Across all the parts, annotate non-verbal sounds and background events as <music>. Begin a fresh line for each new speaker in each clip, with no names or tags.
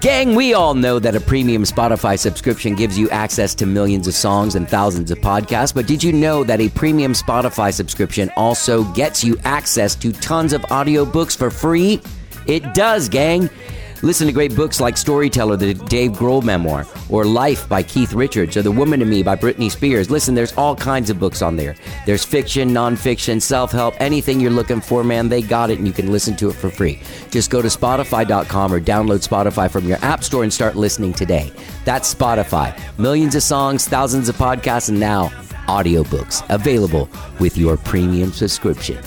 Gang, we all know that a premium Spotify subscription gives you access to millions of songs and thousands of podcasts, but did you know that a premium Spotify subscription also gets you access to tons of audiobooks for free? It does, gang. Listen to great books like Storyteller, the Dave Grohl memoir, or Life by Keith Richards, or The Woman in Me by Britney Spears. Listen, there's all kinds of books on there. There's fiction, nonfiction, self help, anything you're looking for, man, they got it, and you can listen to it for free. Just go to Spotify.com or download Spotify from your app store and start listening today. That's Spotify. Millions of songs, thousands of podcasts, and now audiobooks available with your premium subscription.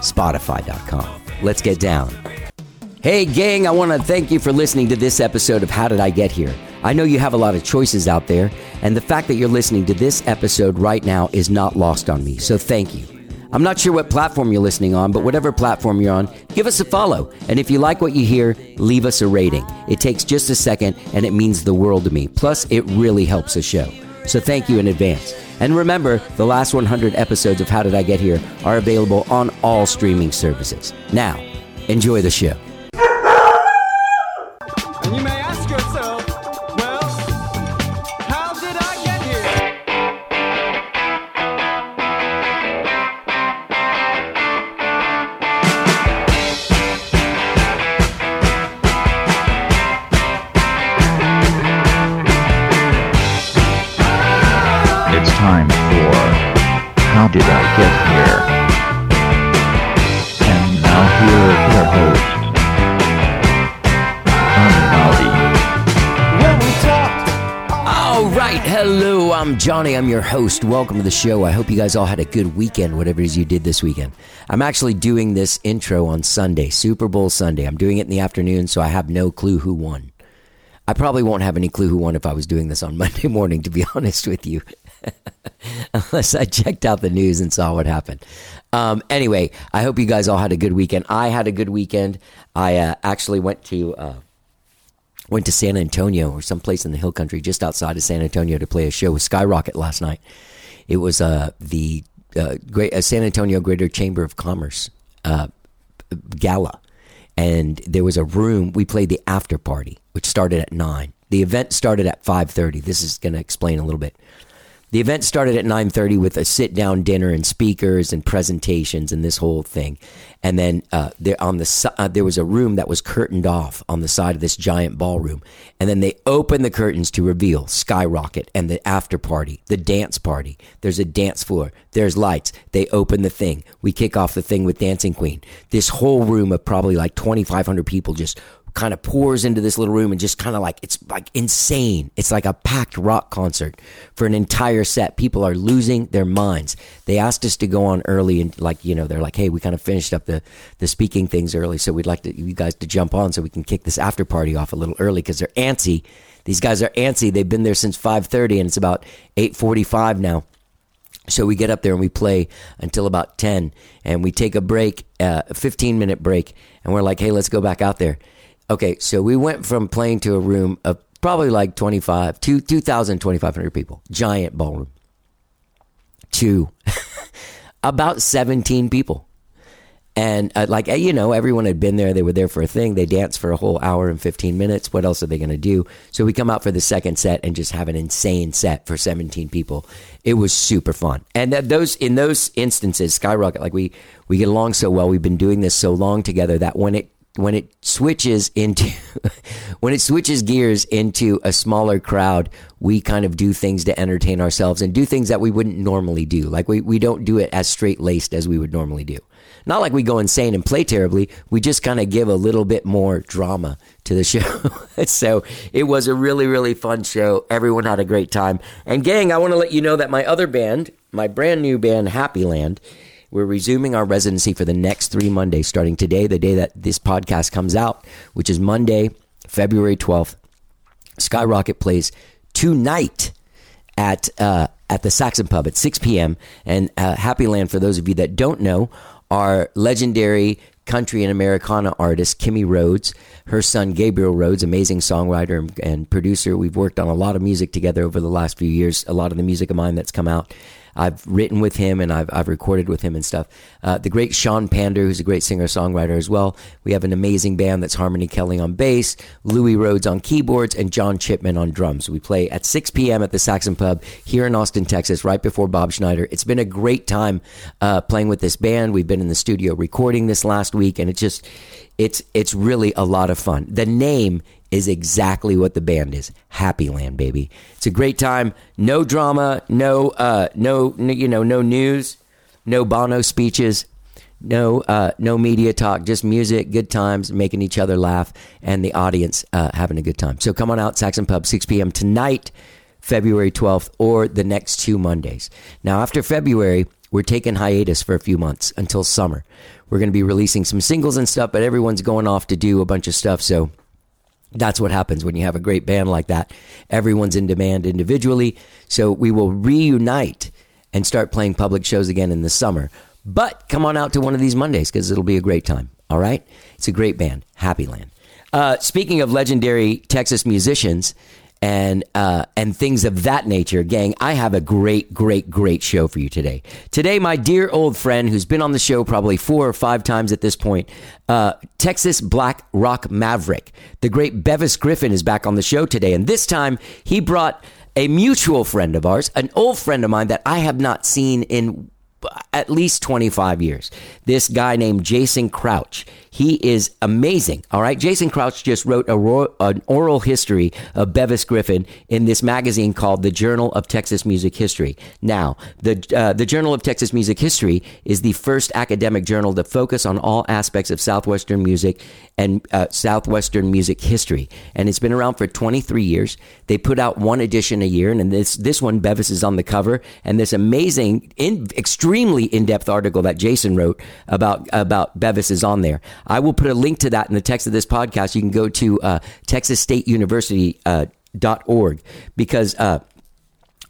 Spotify.com. Let's get down. Hey, gang, I want to thank you for listening to this episode of How Did I Get Here? I know you have a lot of choices out there, and the fact that you're listening to this episode right now is not lost on me, so thank you. I'm not sure what platform you're listening on, but whatever platform you're on, give us a follow. And if you like what you hear, leave us a rating. It takes just a second, and it means the world to me. Plus, it really helps the show. So thank you in advance. And remember, the last 100 episodes of How Did I Get Here are available on all streaming services. Now, enjoy the show.
And you may ask yourself, well, how did I get here?
It's time for How Did I Get Here? And now here are your hosts, Tommy Maldi.
When we talked,
All right, hello, I'm Johnny. I'm your host. Welcome to the show. I hope you guys all had a good weekend, whatever it is you did this weekend. I'm actually doing this intro on Sunday, Super Bowl Sunday. I'm doing it in the afternoon, so I have no clue who won. I probably won't have any clue who won if I was doing this on <laughs> Monday morning, to be honest with you, <laughs> unless I checked out the news and saw what happened. Um, anyway, I hope you guys all had a good weekend. I had a good weekend. I uh, actually went to. Uh, went to San Antonio or someplace in the hill country just outside of San Antonio to play a show with Skyrocket last night. It was uh, the uh, great, uh, San Antonio Greater Chamber of Commerce uh, gala. And there was a room. We played the after party, which started at nine. The event started at five thirty. This is going to explain a little bit. The event started at 9:30 with a sit-down dinner and speakers and presentations and this whole thing. And then uh, there on the si- uh, there was a room that was curtained off on the side of this giant ballroom. And then they opened the curtains to reveal Skyrocket and the after party, the dance party. There's a dance floor. There's lights. They open the thing. We kick off the thing with Dancing Queen. This whole room of probably like 2500 people just kind of pours into this little room and just kind of like it's like insane. It's like a packed rock concert for an entire set. People are losing their minds. They asked us to go on early and like you know they're like, hey, we kind of finished up the the speaking things early, so we'd like to you guys to jump on so we can kick this after party off a little early because they're antsy. These guys are antsy. They've been there since five thirty and it's about eight forty five now. So we get up there and we play until about 10 and we take a break, uh, a 15 minute break, and we're like, hey, let's go back out there. Okay, so we went from playing to a room of probably like 25, 2, 2,000, 2,500 people, giant ballroom, to <laughs> about 17 people. And uh, like, uh, you know, everyone had been there. They were there for a thing. They danced for a whole hour and 15 minutes. What else are they going to do? So we come out for the second set and just have an insane set for 17 people. It was super fun. And that those, in those instances, skyrocket, like we, we get along so well. We've been doing this so long together that when it when it switches into <laughs> when it switches gears into a smaller crowd we kind of do things to entertain ourselves and do things that we wouldn't normally do like we, we don't do it as straight laced as we would normally do not like we go insane and play terribly we just kind of give a little bit more drama to the <laughs> show so it was a really really fun show everyone had a great time and gang i want to let you know that my other band my brand new band happy land we're resuming our residency for the next three Mondays, starting today, the day that this podcast comes out, which is Monday, February 12th. Skyrocket plays tonight at uh, at the Saxon Pub at 6 p.m. And uh, Happy Land, for those of you that don't know, are legendary country and Americana artist Kimmy Rhodes her son Gabriel Rhodes, amazing songwriter and, and producer. We've worked on a lot of music together over the last few years. A lot of the music of mine that's come out, I've written with him and I've, I've recorded with him and stuff. Uh, the great Sean Pander, who's a great singer songwriter as well. We have an amazing band that's Harmony Kelly on bass, Louis Rhodes on keyboards, and John Chipman on drums. We play at 6 p.m. at the Saxon Pub here in Austin, Texas, right before Bob Schneider. It's been a great time uh, playing with this band. We've been in the studio recording this last week, and it just it's it's really a lot of fun. The name is exactly what the band is. Happy Land, baby. It's a great time. No drama. No uh no, no you know no news. No Bono speeches. No uh no media talk. Just music, good times, making each other laugh, and the audience uh, having a good time. So come on out, Saxon Pub, 6 p.m. tonight. February 12th or the next two Mondays. Now, after February, we're taking hiatus for a few months until summer. We're going to be releasing some singles and stuff, but everyone's going off to do a bunch of stuff. So that's what happens when you have a great band like that. Everyone's in demand individually. So we will reunite and start playing public shows again in the summer. But come on out to one of these Mondays because it'll be a great time. All right? It's a great band, Happy Land. Uh, speaking of legendary Texas musicians and uh, and things of that nature, gang, I have a great, great, great show for you today. Today, my dear old friend, who's been on the show probably four or five times at this point, uh, Texas Black Rock Maverick, the great Bevis Griffin, is back on the show today, and this time he brought a mutual friend of ours, an old friend of mine that I have not seen in at least 25 years. This guy named Jason Crouch. He is amazing. All right. Jason Crouch just wrote a ro- an oral history of Bevis Griffin in this magazine called The Journal of Texas Music History. Now, the, uh, the Journal of Texas Music History is the first academic journal to focus on all aspects of Southwestern music and uh, Southwestern music history. And it's been around for 23 years. They put out one edition a year. And in this, this one, Bevis is on the cover. And this amazing, in, extremely in-depth article that Jason wrote about about Bevis is on there. I will put a link to that in the text of this podcast. You can go to uh, Texas State University uh, dot org because. Uh,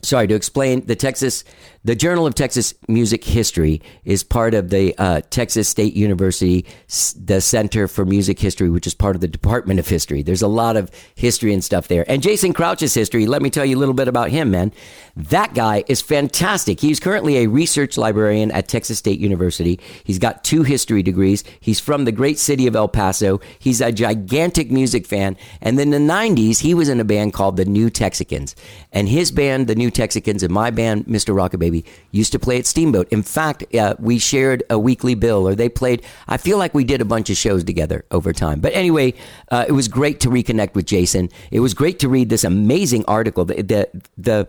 sorry to explain the texas the journal of texas music history is part of the uh, texas state university s- the center for music history which is part of the department of history there's a lot of history and stuff there and jason crouch's history let me tell you a little bit about him man that guy is fantastic he's currently a research librarian at texas state university he's got two history degrees he's from the great city of el paso he's a gigantic music fan and then in the 90s he was in a band called the new texicans and his band, the New Texicans, and my band, Mr. Rockababy, used to play at Steamboat. In fact, uh, we shared a weekly bill, or they played. I feel like we did a bunch of shows together over time. But anyway, uh, it was great to reconnect with Jason. It was great to read this amazing article. The the the.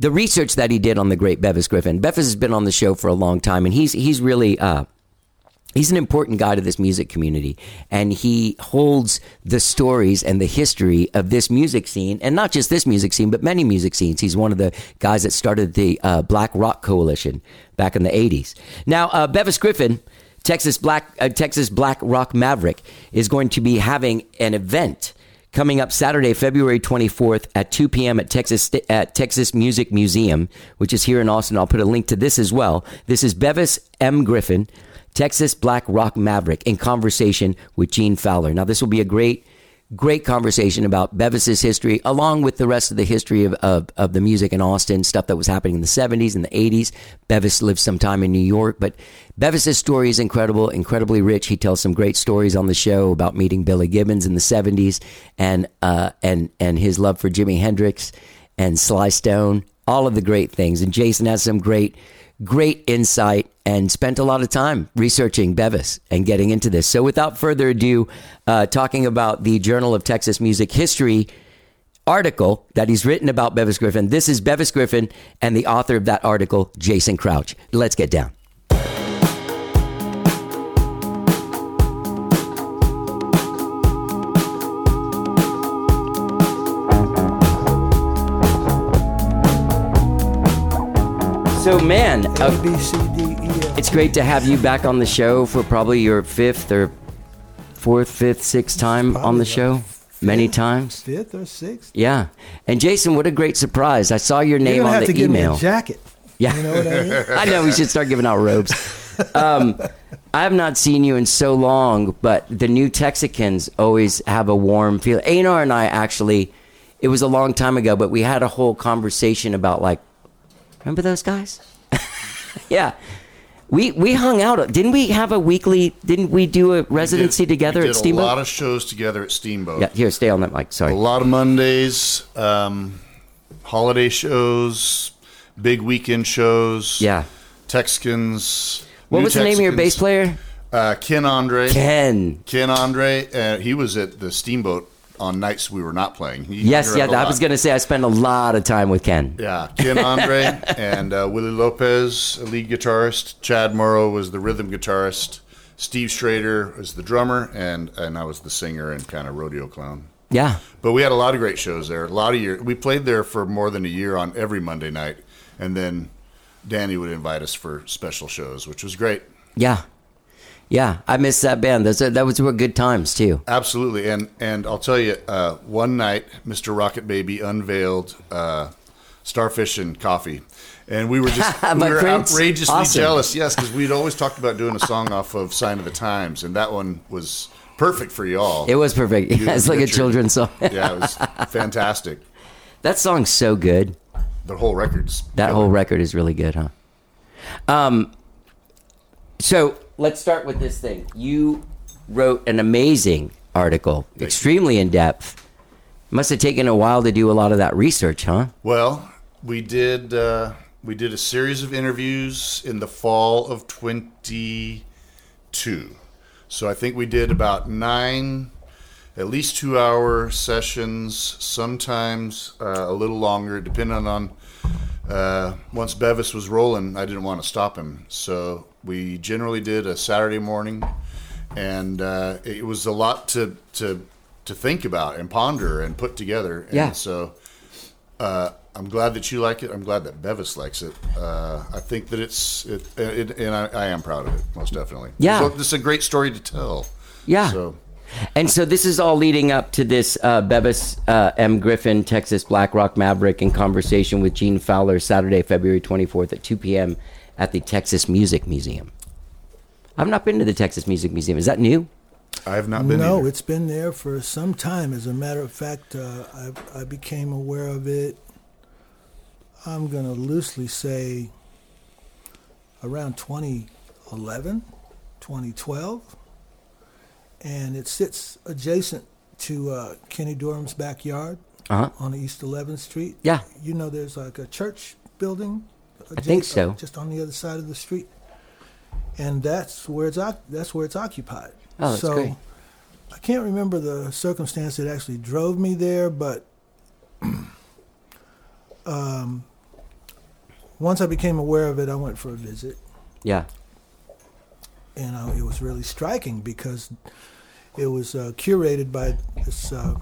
The research that he did on the great Bevis Griffin. Bevis has been on the show for a long time, and he's he's really uh, he's an important guy to this music community and he holds the stories and the history of this music scene and not just this music scene but many music scenes he's one of the guys that started the uh, black rock coalition back in the 80s now uh, bevis griffin texas black uh, texas black rock maverick is going to be having an event coming up Saturday, February 24th at 2 p.m. at Texas at Texas Music Museum, which is here in Austin. I'll put a link to this as well. This is Bevis M. Griffin, Texas Black Rock Maverick, in conversation with Gene Fowler. Now, this will be a great great conversation about Bevis's history, along with the rest of the history of, of, of the music in Austin, stuff that was happening in the 70s and the 80s. Bevis lived some time in New York, but Bevis's story is incredible, incredibly rich. He tells some great stories on the show about meeting Billy Gibbons in the 70s and, uh, and, and his love for Jimi Hendrix and Sly Stone, all of the great things. And Jason has some great, great insight and spent a lot of time researching Bevis and getting into this. So, without further ado, uh, talking about the Journal of Texas Music History article that he's written about Bevis Griffin. This is Bevis Griffin and the author of that article, Jason Crouch. Let's get down. So, man, uh,
B, C, D, E, F.
It's great to have you back on the show for probably your fifth or fourth, fifth, sixth time on the
Probably uh,
show. Many times.
Fifth or sixth.
Yeah. And Jason, what a great surprise. I saw your
You're
name
gonna
on
have to
the
give me a
email.
jacket.
Yeah. <laughs>
You know what I mean? <laughs>
I know we should start giving out robes. Um, I have not seen you in so long, but the new Texicans always have a warm feel. Anar and I actually, it was a long time ago, but we had a whole conversation about like, remember those guys? <laughs> yeah. We, we hung out. Didn't we have a weekly? Didn't we do a residency together
we did
at Steamboat?
A lot of shows together at Steamboat.
yeah, here, stay on that mic. Sorry.
A lot of Mondays, um, holiday shows, big weekend shows.
Yeah.
Texans.
What
New
was the name of your bass
Texans.
player?
Uh, Ken Andre.
Ken.
Ken Andre. Uh, he was at the Steamboat on nights we were not playing. He-
Yes,
he
yeah.
ran a
I
lot.
was gonna say I spent a lot of time with Ken.
Yeah, Ken Andre and uh, Willie Lopez, a lead guitarist. Chad Morrow was the rhythm guitarist. Steve Schrader was the drummer, and and I was the singer and kind of rodeo clown.
Yeah.
But we had a lot of great shows there. A lot of year we played there for more than a year on every Monday night, and then Danny would invite us for special shows, which was great.
Yeah. Yeah. I miss that band. Those, that was were good times too.
Absolutely, and and I'll tell you, uh, one night Mr. Rocket Baby unveiled uh, starfish and coffee, and we were
<laughs>
just we
But
were
Prince,
outrageously
awesome.
jealous. Yes, because we'd always talked about doing a song off of Sign of the Times, and that one was perfect for y'all.
It was perfect. <laughs>
You and
it's like a
Richard.
children's song.
yeah, it was fantastic.
<laughs> that song's so good.
The whole record's
That whole record is really good, huh? Um. So let's start with this thing. You wrote an amazing article, extremely in depth. Must have taken a while to do a lot of that research, huh?
Well, we did uh, we did a series of interviews in the fall of twenty two. So I think we did about nine, at least two hour sessions, sometimes uh, a little longer, depending on. Uh, once Bevis was rolling, I didn't want to stop him, so we generally did a Saturday morning, and uh, it was a lot to to to think about and ponder and put together. And
Yeah.
So uh, I'm glad that you like it. I'm glad that Bevis likes it. Uh, I think that it's it, it and I, I am proud of it most definitely.
Yeah.
So this is a great story to tell.
Yeah.
So
And so this is all leading up to this uh, Bevis uh, M. Griffin, Texas Black Rock Maverick, in conversation with Gene Fowler, Saturday, February 24th at 2 p.m. at the Texas Music Museum. I've not been to the Texas Music Museum. Is that new?
I have not been.
No,
either.
it's been there for some time. As a matter of fact, uh, I, I became aware of it. I'm going to loosely say around 2011, 2012. And it sits adjacent to uh, Kenny Durham's backyard
Uh-huh.
on East 11th Street.
Yeah.
You know, there's like a church building. I
think so.
Just on the other side of the street. And that's where it's oc- that's where it's occupied.
Oh, that's
so
great.
I can't remember the circumstance that actually drove me there, but <clears throat> um, once I became aware of it, I went for a visit,
Yeah.
and I, it was really striking because it was uh, curated by this uh,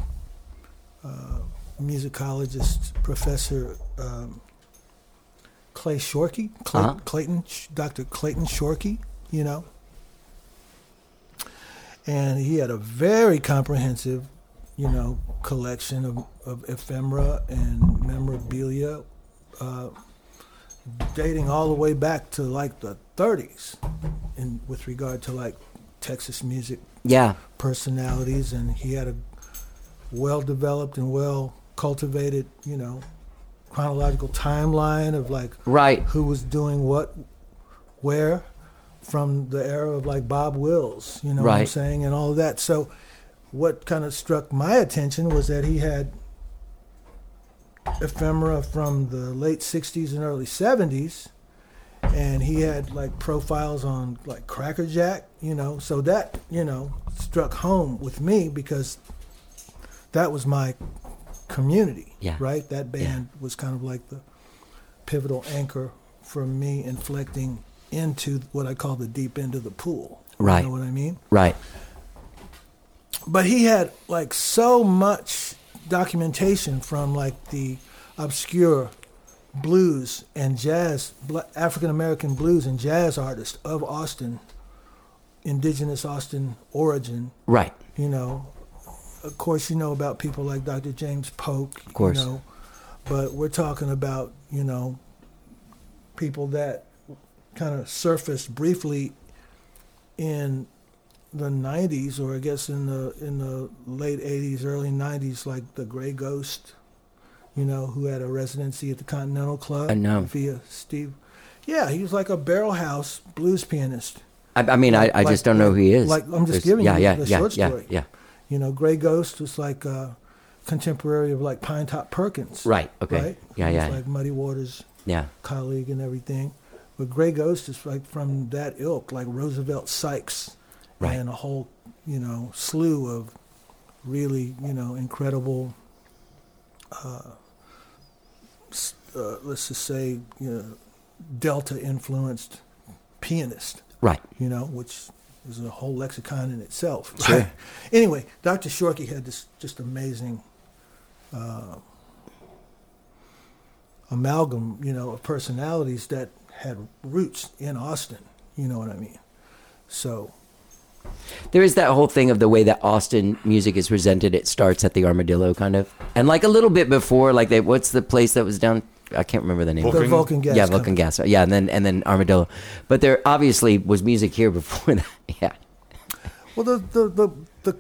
uh, musicologist professor. Um, Clay Shorkey, Clay,
Uh-huh.
Clayton, Dr. Clayton Shorkey, you know, and he had a very comprehensive, you know, collection of, of ephemera and memorabilia, uh, dating all the way back to like the 30s, in with regard to like Texas music
Yeah.
personalities, and he had a well-developed and well-cultivated, you know, chronological timeline of like
Right.
who was doing what, where, from the era of like Bob Wills, you know what I'm
Right.
saying, and all of that. So, what kind of struck my attention was that he had ephemera from the late 60s and early 70s, and he had like profiles on like Cracker Jack, you know. So, that, you know, struck home with me because that was my community,
Yeah.
right? That band was kind of like the pivotal anchor for me inflecting into what I call the deep end of the pool.
Right.
You know what I mean?
Right.
But he had like so much documentation from like the obscure blues and jazz, African American blues and jazz artists of Austin, indigenous Austin origin,
Right.
you know, of course, you know about people like Dr. James Polk. Of
course.
You know, but we're talking about, you know, people that kind of surfaced briefly in the 90s or I guess in the in the late 80s early 90s like the Grey Ghost you know who had a residency at the Continental Club
I know.
via Steve yeah he was like a barrel house blues pianist
I, I mean, I, I
Like-
just don't know who he is.
like- I'm just
There's-
giving
yeah,
you
yeah,
the
yeah,
short
yeah,
story.
Yeah,
you know Grey Ghost was like a contemporary of like Pine Top Perkins
Right, okay.
right
Yeah,
He was
yeah.
like Muddy Waters
yeah.
colleague and everything. But Grey Ghost is like from that ilk, like Roosevelt Sykes,
Right.
and a whole you know slew of really you know incredible. Uh, s- uh, let's just say you know, Delta influenced pianist
Right.
you know, which is a whole lexicon in itself. Sure. anyway, Dr. Shorkey had this just amazing uh, amalgam, you know, of personalities that had roots in Austin. You know what I mean? So
There is that whole thing of the way that Austin music is presented. It starts at the Armadillo, kind of, and like a little bit before, like they, what's the place that was down? I can't remember the name.
Vulcan?
the Vulcan gas.
yeah, Vulcan
company.
Gas. Yeah, and then and then Armadillo. But there obviously was music here before <laughs> that. Yeah.
Well, the the, the the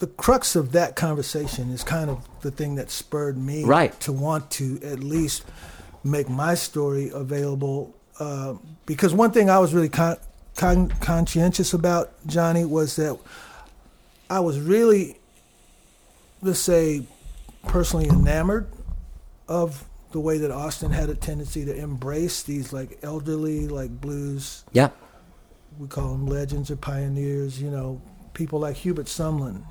the crux of that conversation is kind of the thing that spurred me
Right.
to want to at least make my story available. Uh, because one thing I was really con- con- conscientious about Johnny was that I was really, let's say, personally enamored of the way that Austin had a tendency to embrace these like elderly like blues
Yeah.
we call them legends or pioneers, you know, people like Hubert Sumlin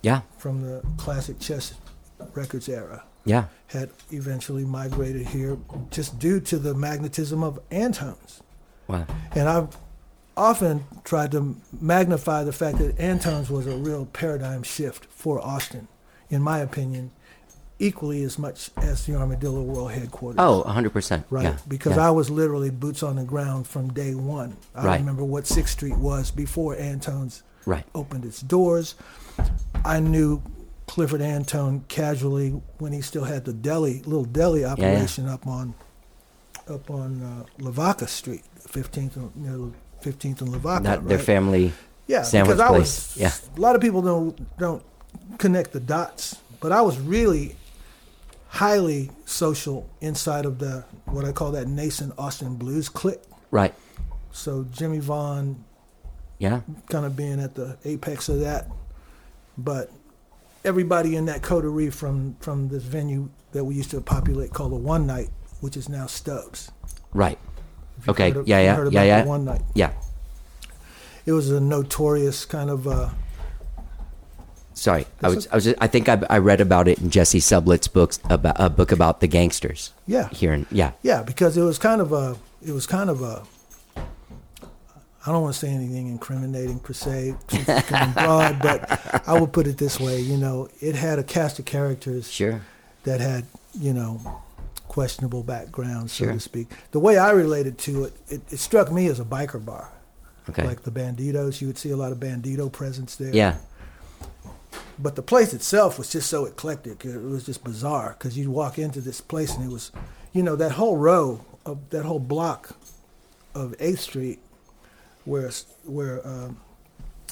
Yeah.
from the classic chess records era
Yeah.
had eventually migrated here just due to the magnetism of Antones.
Wow.
And I've often tried to magnify the fact that Antones was a real paradigm shift for Austin, in my opinion, equally as much as the Armadillo World Headquarters.
Oh, 100%.
Right,
Yeah.
because
yeah.
I was literally boots on the ground from day one. I
Right.
remember what Sixth Street was before Antone's
Right.
opened its doors. I knew Clifford Antone casually when he still had the deli, little deli
yeah.
operation up on up on uh, Lavaca Street, 15th and near 15th and Lavaca.
That, Their
right?
family.
yeah,
sandwich
because I
place.
Was,
Yeah.
a lot of people don't don't connect the dots, but I was really highly social inside of the what I call that nascent Austin blues clique.
Right.
So Jimmy Vaughn
Yeah.
kind of being at the apex of that, but everybody in that coterie from from this venue that we used to populate called the One Night, which is now Stubbs.
Right.
If you've
Okay.
heard of-
Yeah.
you
Yeah.
heard
Yeah.
about
Yeah.
the One Night.
Yeah.
It was a notorious kind of. Uh,
Sorry, I was, I was. Just, I think I, I read about it in Jesse Sublett's books about a book about the gangsters.
Yeah.
Here in yeah.
Yeah, because it was kind of a, it was kind of a. I don't want to say anything incriminating per se, <laughs> since it's coming broad, but I would put it this way: you know, it had a cast of characters
Sure.
that had, you know, questionable backgrounds, so
Sure.
to speak. The way I related to it, it, it struck me as a biker bar,
Okay.
like the Bandidos. You would see a lot of Bandito presence there.
yeah.
But the place itself was just so eclectic. It was just bizarre because you'd walk into this place and it was, you know, that whole row of that whole block of 8th Street where where um,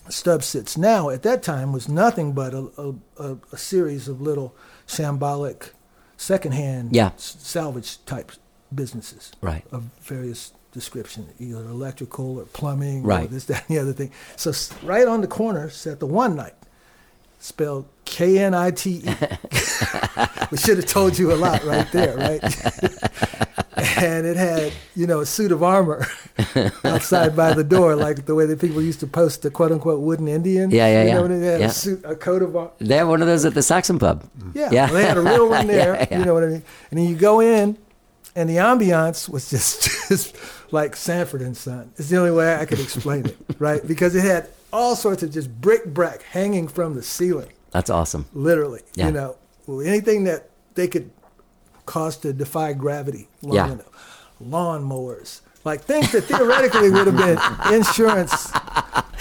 Stubbs sits now at that time was nothing but a, a, a, a series of little shambolic secondhand
Yeah.
s- salvage type businesses
Right.
of various description, either electrical or plumbing or
Right.
this, that, and the other thing. So s- right on the corner sat the one night spelled K N I T E. <laughs> We should have told you a lot right there, right? <laughs> and it had, you know, a suit of armor <laughs> outside by the door, like the way that people used to post the quote unquote wooden Indian.
Yeah, yeah,
you
yeah.
Know, what it had
Yeah.
a suit, a coat of armor.
They have one of those at the Saxon Pub.
Yeah,
Yeah.
well, they had a real one there.
<laughs> Yeah, yeah.
You know what I mean? And then you go in, and the ambiance was just, <laughs> just like Sanford and Son. It's the only way I could
<laughs>
explain it, right? Because it had all sorts of just brick-brack hanging from the ceiling
That's
<laughs>
awesome.
literally.
Yeah.
You know, well, anything that they could cause to defy gravity long
Yeah.
enough. Lawnmowers, like things that theoretically would
<laughs>
have been insurance,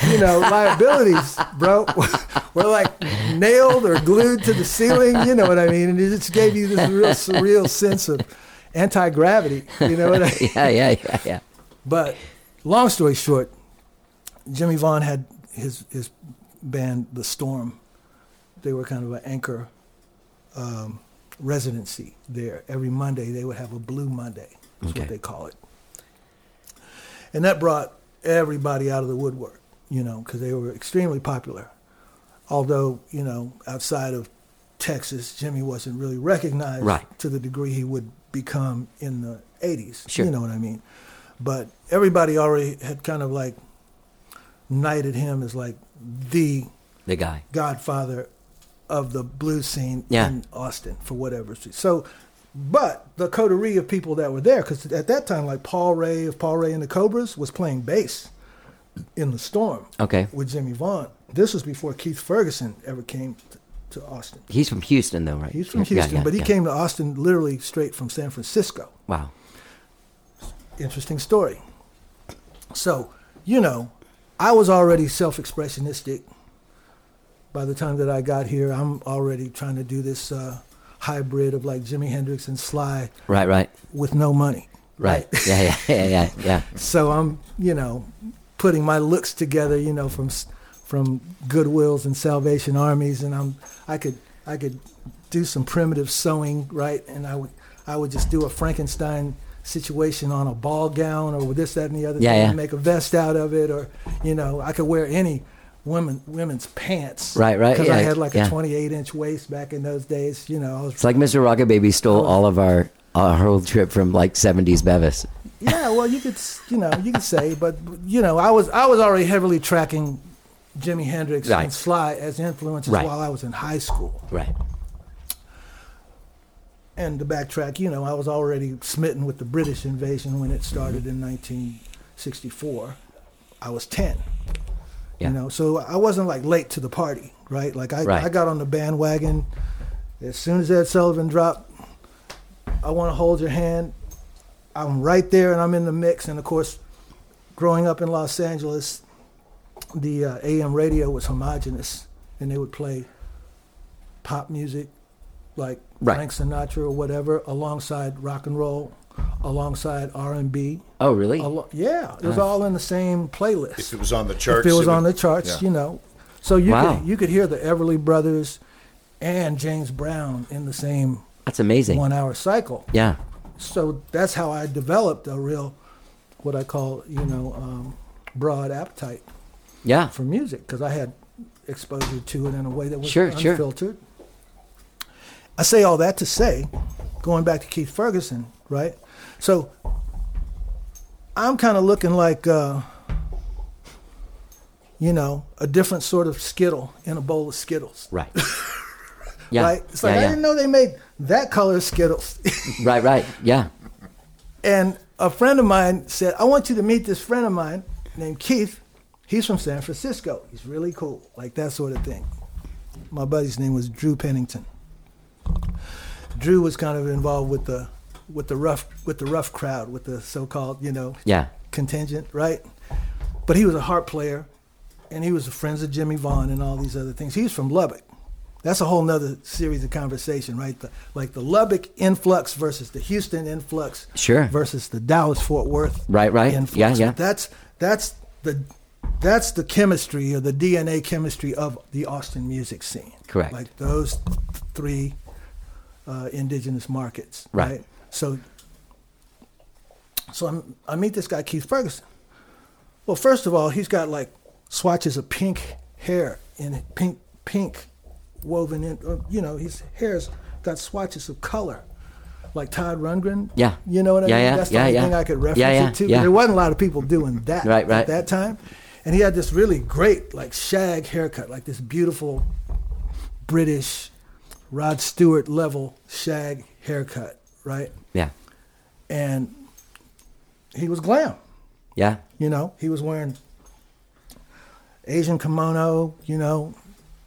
you know, liabilities, bro, <laughs> were like nailed or glued to the ceiling. You know what I mean? And it just
<laughs>
gave you this real surreal sense of anti gravity. You know what I mean?
Yeah. Yeah. Yeah. Yeah.
But long story short, Jimmy Vaughn had his his band The Storm. They were kind of an anchor um, residency there. Every Monday they would have a Blue Monday. That's
Okay.
what they call it. And that brought everybody out of the woodwork, you know, because they were extremely popular. Although you know, outside of Texas, Jimmy wasn't really recognized
Right.
to the degree he would become in the '80s.
Sure.
You know what I mean? But everybody already had kind of like knighted him as like the
The guy.
godfather of the blues scene
Yeah.
in Austin for whatever. it's- So, but the coterie of people that were there, because at that time, like Paul Ray of Paul Ray and the Cobras was playing bass in the Storm
Okay.
with Jimmy Vaughn. This was before Keith Ferguson ever came t- to Austin.
He's from Houston, though, right?
He's from
Yeah, yeah,
Houston,
yeah,
but he
yeah.
came to Austin literally straight from San Francisco
Wow.
interesting story. So, you know, I was already self expressionistic. By the time that I got here, I'm already trying to do this uh, hybrid of like Jimi Hendrix and Sly
Right, right,
with no money.
right. yeah, yeah, yeah, yeah, yeah.
So I'm, you know, putting my looks together, you know, from s- from Goodwills and Salvation Armies, and I'm I could I could do some primitive sewing, right? And I would I would just do a Frankenstein situation on a ball gown or this that and the other
Yeah,
thing,
yeah.
and make a vest out of it, or you know, I could wear any women women's pants,
Right, right,
Because I
yeah,
had like
yeah.
a 28 inch waist back in those days, you know. I was
It's like Mr. Rocket Baby stole all of our our whole trip from like '70s Bevis.
yeah, well, you could, s- you know, you could say, but you know, I was I was already heavily tracking Jimi Hendrix
Right.
and Sly as influences
Right.
while I was in high school.
Right.
And to backtrack, you know, I was already smitten with the British invasion when it started in 1964. I was 10.
Yeah.
You know, so I wasn't like late to the party, right? Like I,
Right.
I got on the bandwagon as soon as Ed Sullivan dropped. I want to hold your hand. I'm right there, and I'm in the mix. And of course, growing up in Los Angeles, the uh, AM radio was homogenous, and they would play pop music, like
Right.
Frank Sinatra or whatever, alongside rock and roll, alongside R&B.
Oh, really?
Alo- yeah, it was all in the same playlist
If it was on the charts,
if it was
would-
on the charts,
yeah.
you know. So you
Wow.
could you could hear the Everly Brothers and James Brown in the same
That's amazing.
one hour cycle.
Yeah.
So that's how I developed a real, what I call you know, um, broad appetite
Yeah.
for music because I had exposure to it in a way that was
Sure, sure.
unfiltered. I say all that to say, going back to Keith Ferguson, right? So I'm kind of looking like, uh, you know, a different sort of Skittle in a bowl of Skittles. <laughs>
Right. Yeah.
Right? It's like,
yeah,
I
yeah.
didn't know they made that color of Skittles. <laughs>
Right, right. Yeah.
And a friend of mine said, I want you to meet this friend of mine named Keith. He's from San Francisco. He's really cool, like that sort of thing. My buddy's name was Drew Pennington. Drew was kind of involved with the with the rough with the rough crowd, with the so called, you know,
Yeah.
contingent, right? But he was a harp player and he was friends of Jimmy Vaughn and all these other things. He was from Lubbock. That's a whole nother series of conversation, right? The, like the Lubbock influx versus the Houston influx
Sure.
versus the Dallas Fort Worth
Right, right.
influx.
Yeah, yeah.
But That's that's the that's the chemistry or the DNA chemistry of the Austin music scene.
Correct.
Like those th- three uh, indigenous markets.
Right.
So so I'm, I meet this guy Keith Ferguson. Well, first of all, he's got like swatches of pink hair and pink pink woven in. uh, You know, his hair's got swatches of color, like Todd Rundgren.
Yeah.
you know what I
Yeah,
mean.
yeah,
That's the
yeah,
only
yeah.
thing I could
Yeah,
reference
yeah,
it to.
yeah.
There wasn't a lot of people doing that
Right, right.
at that time, and he had this really great like shag haircut, like this beautiful British Rod Stewart level shag haircut, right?
Yeah.
And he was glam.
Yeah.
You know, he was wearing Asian kimono. You know,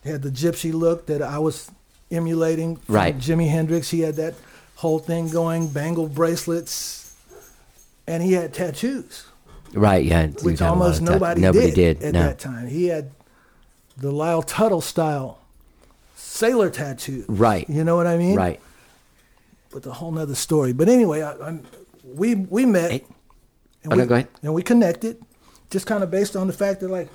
had the gypsy look that I was emulating. From
Right.
Jimi Hendrix. He had that whole thing going, bangle bracelets, and he had tattoos,
Right. Yeah. We've
which
had a lot
almost
of time.
nobody,
Nobody did.
at
no.
that time. He had the Lyle Tuttle style sailor tattoo.
Right.
You know what I mean?
Right.
But a whole nother story. But anyway, I, I'm, we we met.
Hey.
And
Oh,
we,
no, go ahead.
And we connected, just kind of based on the fact that like,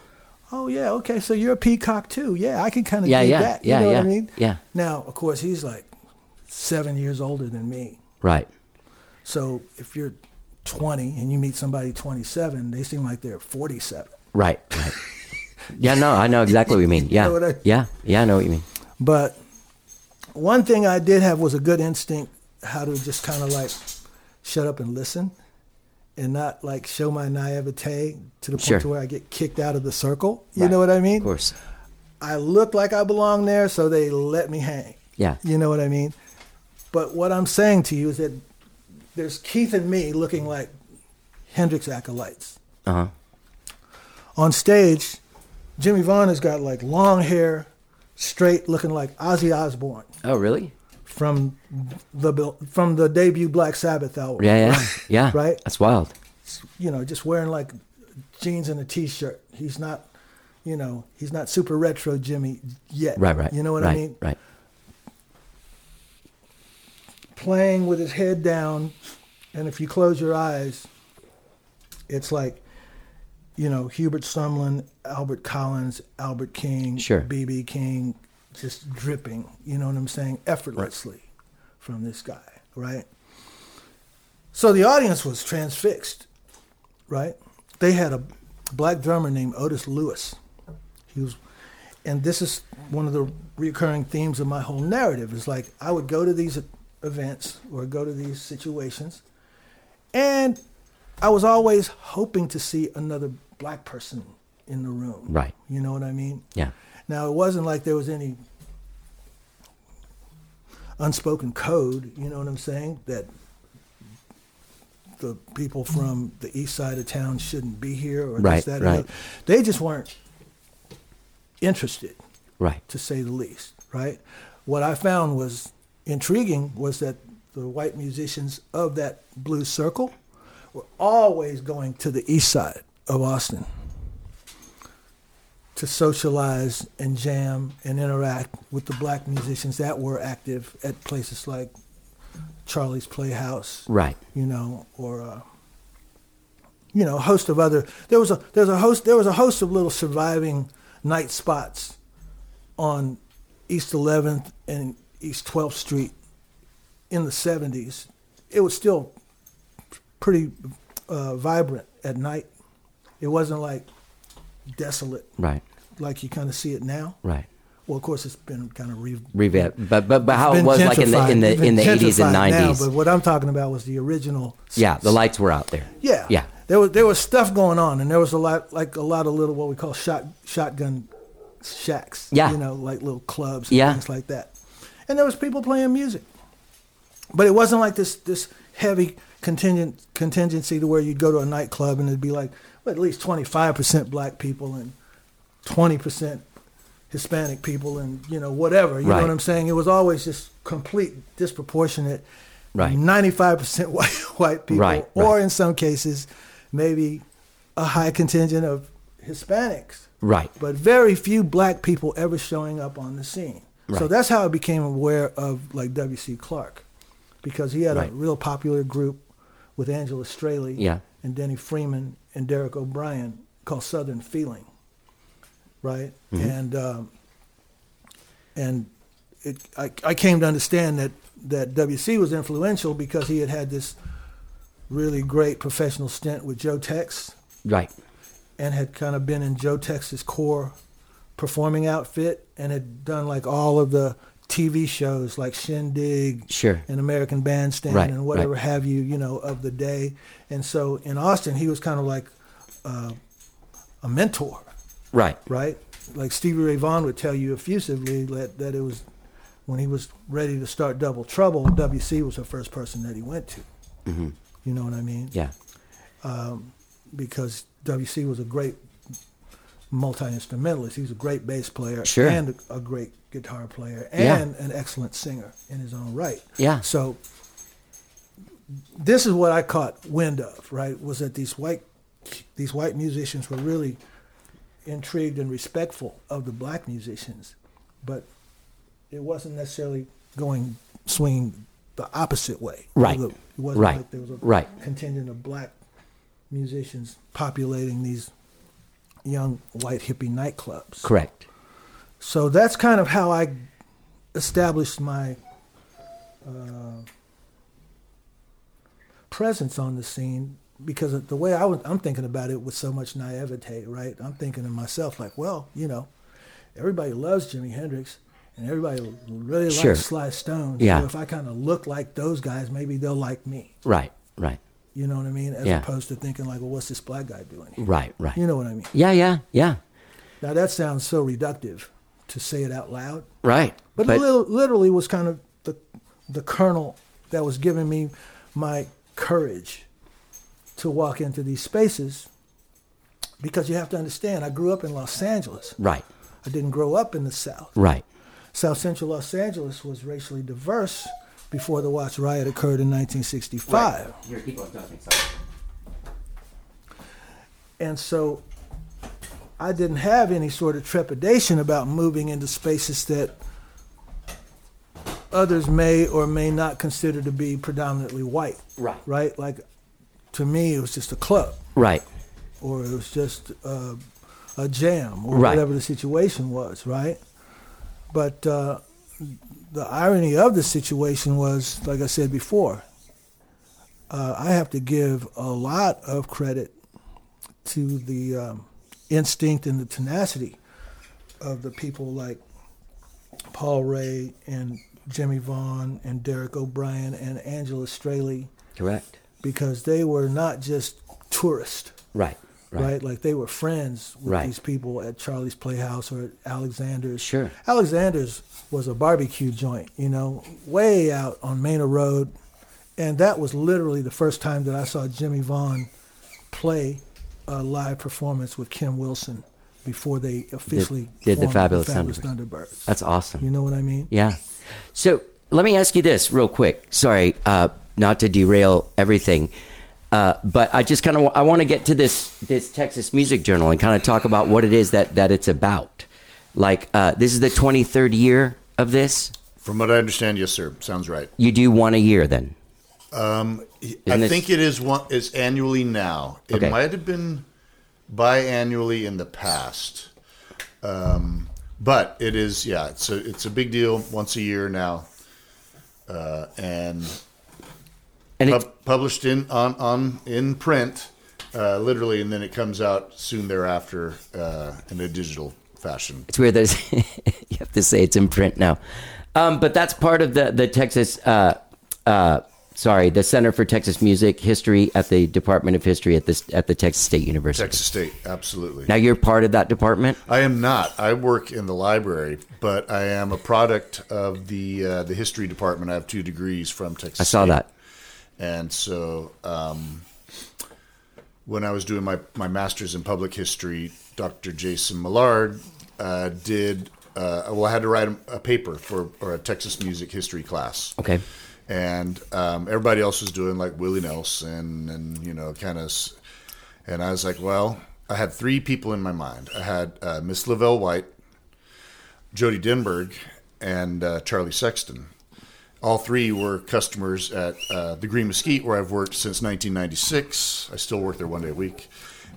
oh yeah, okay, so you're a peacock too. Yeah, I can kind of
Yeah,
do
yeah,
that. You
yeah,
know
yeah,
what I mean?
yeah.
Now, of course, he's like seven years older than me.
Right.
So if you're 20 and you meet somebody 27, they seem like they're 47.
Right. Right. yeah. No, I know exactly what you
<laughs>
mean. Yeah.
know what I-
yeah. Yeah. I know what you mean.
But one thing I did have was a good instinct how to just kind of like shut up and listen and not like show my naivete to the point
Sure.
to where I get kicked out of the circle. You
Right.
know what I mean?
Of course.
I look like I belong there, so they let me hang.
Yeah.
You know what I mean? But what I'm saying to you is that there's Keith and me looking like Hendrix acolytes.
Uh huh.
on stage, Jimmy Vaughn has got like long hair, straight, looking like Ozzy Osbourne
Oh, really?
from the bil- from the debut Black Sabbath album.
Yeah. Yeah. Yeah.
Right.
That's wild.
You know, just wearing like jeans and a t-shirt. He's not, you know, he's not super retro Jimmy yet.
Right. Right.
You know what
right,
I mean?
Right.
Playing with his head down, and if you close your eyes, it's like. You know, Hubert Sumlin, Albert Collins, Albert King,
Sure.
BB King just dripping, you know what I'm saying, effortlessly from this guy, right? So the audience was transfixed, right? They had a black drummer named Otis Lewis. He was and this is one of the recurring themes of my whole narrative is like I would go to these events or go to these situations and I was always hoping to see another black person in the room.
Right.
You know what I mean?
Yeah.
Now, it wasn't like there was any unspoken code, you know what I'm saying, that the people from the east side of town shouldn't be here or
Right,
this, that, or
right.
that. They just weren't interested,
Right.
to say the least, right? What I found was intriguing was that the white musicians of that blue circle were always going to the east side of Austin to socialize and jam and interact with the black musicians that were active at places like Charlie's Playhouse,
Right.
you know, or uh, you know, a host of other. There was a there's a host there was a host of little surviving night spots on East 11th and East 12th Street in the 70s. It was still pretty uh, vibrant at night. It wasn't like desolate
Right.
like you kind of see it now.
Right.
Well, of course, it's been kind of re-
Revamp. But but but how it
been
was like in the in
gentrified. It's
the
been
in the eighties and
gentrified now,
nineties.
But what I'm talking about was the original. s-
Yeah. The lights were out there.
yeah,
Yeah.
There was there was stuff going on, and there was a lot like a lot of little what we call shot shotgun shacks.
Yeah.
you know, like little clubs and
Yeah.
things like that. And there was people playing music, but it wasn't like this this heavy contingent contingency to where you'd go to a nightclub and it'd be like well, at least 25 percent black people and 20 percent Hispanic people and you know whatever. You
Right.
know what I'm saying? It was always just complete disproportionate.
Right.
95% <laughs> white white people,
Right,
or
right.
in some cases, maybe a high contingent of Hispanics,
Right.
but very few black people ever showing up on the scene. So
Right.
that's how I became aware of like W.C. Clark, because he had
Right.
a real popular group with Angela Straley
Yeah.
and Denny Freeman and Derek O'Brien called Southern Feeling, right?
Mm-hmm.
And um, and it, I, I came to understand that that WC was influential because he had had this really great professional stint with Joe Tex
Right.
and had kind of been in Joe Tex's core performing outfit and had done like all of the TV shows like Shindig
Sure.
and American Bandstand
Right,
and whatever
right.
have you, you know, of the day. And so in Austin, he was kind of like uh, a mentor,
Right.
right? Like Stevie Ray Vaughan would tell you effusively that, that it was when he was ready to start Double Trouble, WC was the first person that he went to.
Mm-hmm.
You know what I mean?
Yeah.
because WC was a great multi instrumentalist. He was a great bass player
Sure.
and a, a great guitar player
Yeah.
and an excellent singer in his own right.
Yeah.
So this is what I caught wind of, right? Was that these white these white musicians were really intrigued and respectful of the black musicians, but it wasn't necessarily going swinging the opposite way.
Right.
It wasn't
Right.
like there was a
Right.
contingent of black musicians populating these young white hippie nightclubs.
Correct.
So that's kind of how I established my uh, presence on the scene because of the way I was, I'm thinking about it with so much naivete, right? I'm thinking to myself like, well, you know, everybody loves Jimi Hendrix and everybody really
Sure.
likes Sly Stone.
Yeah.
So if I kind of look like those guys, maybe they'll like me.
Right. Right.
You know what I mean? As
Yeah.
opposed to thinking like, well, what's this black guy doing here?
Right. Right.
You know what I mean?
Yeah. Yeah. Yeah.
Now that sounds so reductive to say it out loud,
Right.
but, it li- literally was kind of the the kernel that was giving me my courage to walk into these spaces. Because you have to understand, I grew up in Los Angeles.
right.
I didn't grow up in the South.
Right.
South Central Los Angeles was racially diverse before the Watts riot occurred in 1965.
Here, keep on talking.
And so I didn't have any sort of trepidation about moving into spaces that others may or may not consider to be predominantly white.
Right.
Right? Like to me, it was just a club
Right.
or it was just uh, a jam or
Right.
whatever the situation was, right? But uh, the irony of the situation was, like I said before, uh, I have to give a lot of credit to the um, instinct and the tenacity of the people like Paul Ray and Jimmy Vaughn and Derek O'Brien and Angela Straley
Correct.
because they were not just tourists
Right.
right?
Right.
Like they were friends with
Right.
these people at Charlie's Playhouse or at Alexander's.
Sure.
Alexander's was a barbecue joint, you know, way out on Manor Road. And that was literally the first time that I saw Jimmy Vaughn play a live performance with Kim Wilson before they officially
did the
formed
Fabulous
Thunderbirds.
Thunderbirds. That's awesome.
You know what I mean?
Yeah. So let me ask you this real quick. Sorry, uh, not to derail everything, uh, but I just kind of I want to get to this this Texas Music Journal and kind of talk about what it is that that it's about. Like uh, this is the 23rd year of this.
From what I understand, yes, sir. Sounds right.
You do one a year then.
I
this-
think it is one is annually now. It
Okay.
might have been biannually in the past, um, but it is yeah. It's a it's a big deal once a year now, uh, and
And it's
pub- published in on on in print, uh, literally, and then it comes out soon thereafter uh, in a digital fashion.
It's weird that it's, <laughs> you have to say it's in print now. Um, but that's part of the the Texas. Uh, uh, sorry, the Center for Texas Music History at the Department of History at this at the Texas State University.
Texas State, absolutely.
Now you're part of that department.
I am not. I work in the library, but I am a product of the uh, the history department. I have two degrees from Texas.
I saw
State.
that.
and so um, when I was doing my my master's in public history, Dr. Jason Millard uh, did. Uh, well, I had to write a paper for or a Texas music history class
Okay.
and um, everybody else was doing like Willie Nelson and you know kind of, and I was like, well, I had three people in my mind. I had uh, Miss Lavelle White, Jody Denberg, and uh, Charlie Sexton. All three were customers at uh, the Green Mesquite, where I've worked since 1996. I still work there one day a week.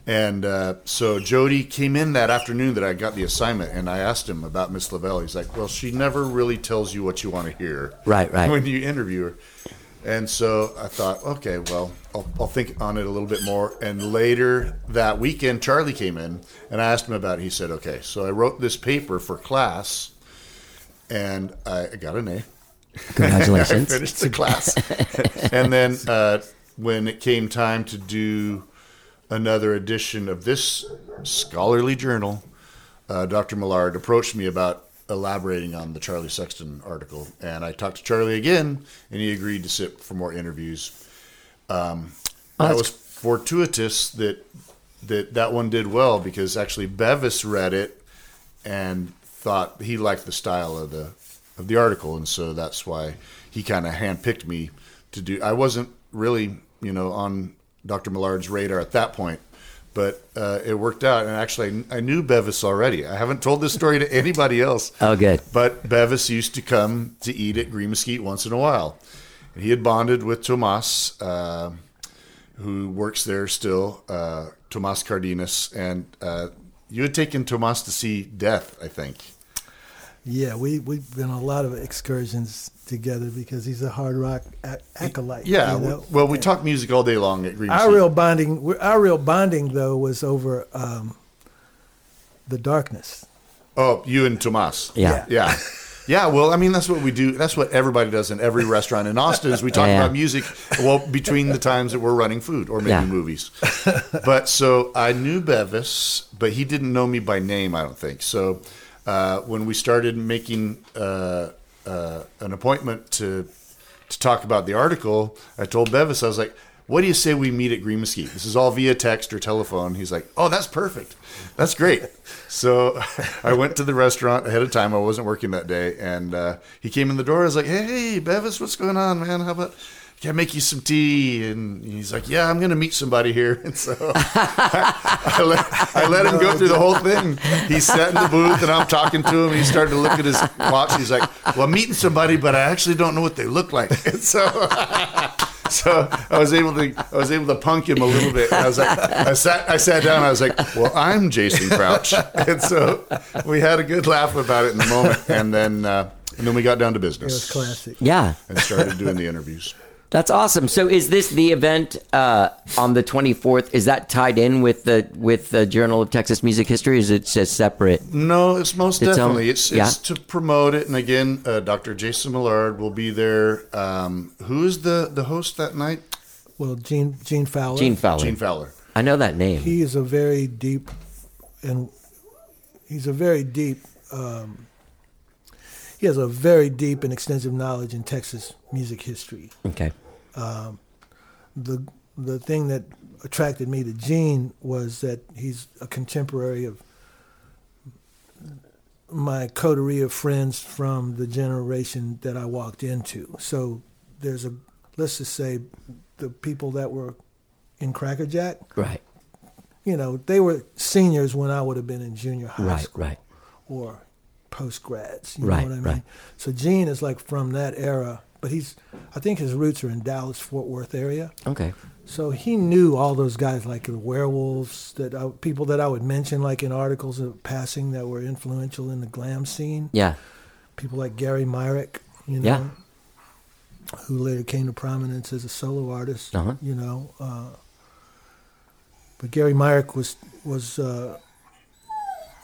And uh, so Jody came in that afternoon that I got the assignment, and I asked him about Miss Lavelle. He's like, "Well, she never really tells you what you want to hear,
Right, right.
<laughs> when you interview her." And so I thought, okay, well, I'll, I'll think on it a little bit more. And later that weekend, Charlie came in, and I asked him about it. He said, "Okay." So I wrote this paper for class, and I I got an A. <laughs> I
Congratulations.
finished the class. and then uh, when it came time to do another edition of this scholarly journal, uh, Dr. Millard approached me about elaborating on the Charlie Sexton article. And I talked to Charlie again, and he agreed to sit for more interviews.
Oh,
Um, that was fortuitous that, that that one did well because actually Bevis read it and thought he liked the style of the of the article, and so that's why he kind of handpicked me to do. I wasn't really, you know, on Dr. Millard's radar at that point, but uh, it worked out. And actually, I, I knew Bevis already. I haven't told this story to anybody else.
Oh, good.
But Bevis used to come to eat at Green Mesquite once in a while. And he had bonded with Tomas. Uh, who works there still, uh, Tomas Cardenas, and uh, you had taken Tomas to see Death, I think.
Yeah, we we've been on a lot of excursions together because he's a hard rock ac- acolyte.
Yeah,
you
we-
know?
Uh, well, we talk music all day long at Green
our
Sea.
real bonding, we- our real bonding though was over um, the darkness.
Oh, you and Tomas.
Yeah.
Yeah. Yeah, well, I mean, that's what we do. That's what everybody does in every restaurant in Austin is we talk
Yeah.
about music, well, between the times that we're running food or maybe
Yeah.
movies. But so I knew Bevis, but he didn't know me by name, I don't think. So uh, when we started making uh, uh, an appointment to to talk about the article, I told Bevis, I was like, what do you say we meet at Green Mesquite? This is all via text or telephone. He's like, oh, that's perfect. That's great. So <laughs> I went to the restaurant ahead of time. I wasn't working that day. And uh, he came in the door. I was like, hey, Bevis, what's going on, man? How about, can I make you some tea? And he's like, yeah, I'm going to meet somebody here. <laughs> And so I let, I let him go through the whole thing. He sat in the booth and I'm talking to him. And he started to look at his watch. He's like, well, I'm meeting somebody, but I actually don't know what they look like. <laughs> And so. So I was able to I was able to punk him a little bit. I was like I sat I sat down. I was like, well, I'm Jason Crouch, <laughs> and so we had a good laugh about it in the moment, and then uh, and then we got down to business.
It was classic.
Yeah.
And started doing the interviews.
That's awesome. So is this the event uh, on the 24th? Is that tied in with the with the Journal of Texas Music History? Is it just separate?
No, it's most
It's, um,
definitely it's
yeah.
it's to promote it. And again, uh, Dr. Jason Millard will be there. Um, who is the the host that night?
Well, Gene Gene Fowler.
Gene Fowler.
Gene Fowler.
I know that name.
he is a very deep and he's a very deep um, he has a very deep and extensive knowledge in texas music history
okay.
the the thing that attracted me to gene was that he's a contemporary of my coterie of friends from the generation that i walked into so there's a let's just say the people that were in cracker jack
Right.
you know, they were seniors when I would have been in junior high
Right.
school
Right.
or post grads. You
Right,
know what I mean?
right.
So Gene is like from that era, but he's I think his roots are in Dallas Fort Worth area.
Okay.
So he knew all those guys like the werewolves that I, people that I would mention like in articles of passing that were influential in the glam scene.
Yeah.
People like Gary Myrick, you know,
Yeah.
who later came to prominence as a solo artist.
Uh-huh.
You know, uh, but Gary Myrick was was uh,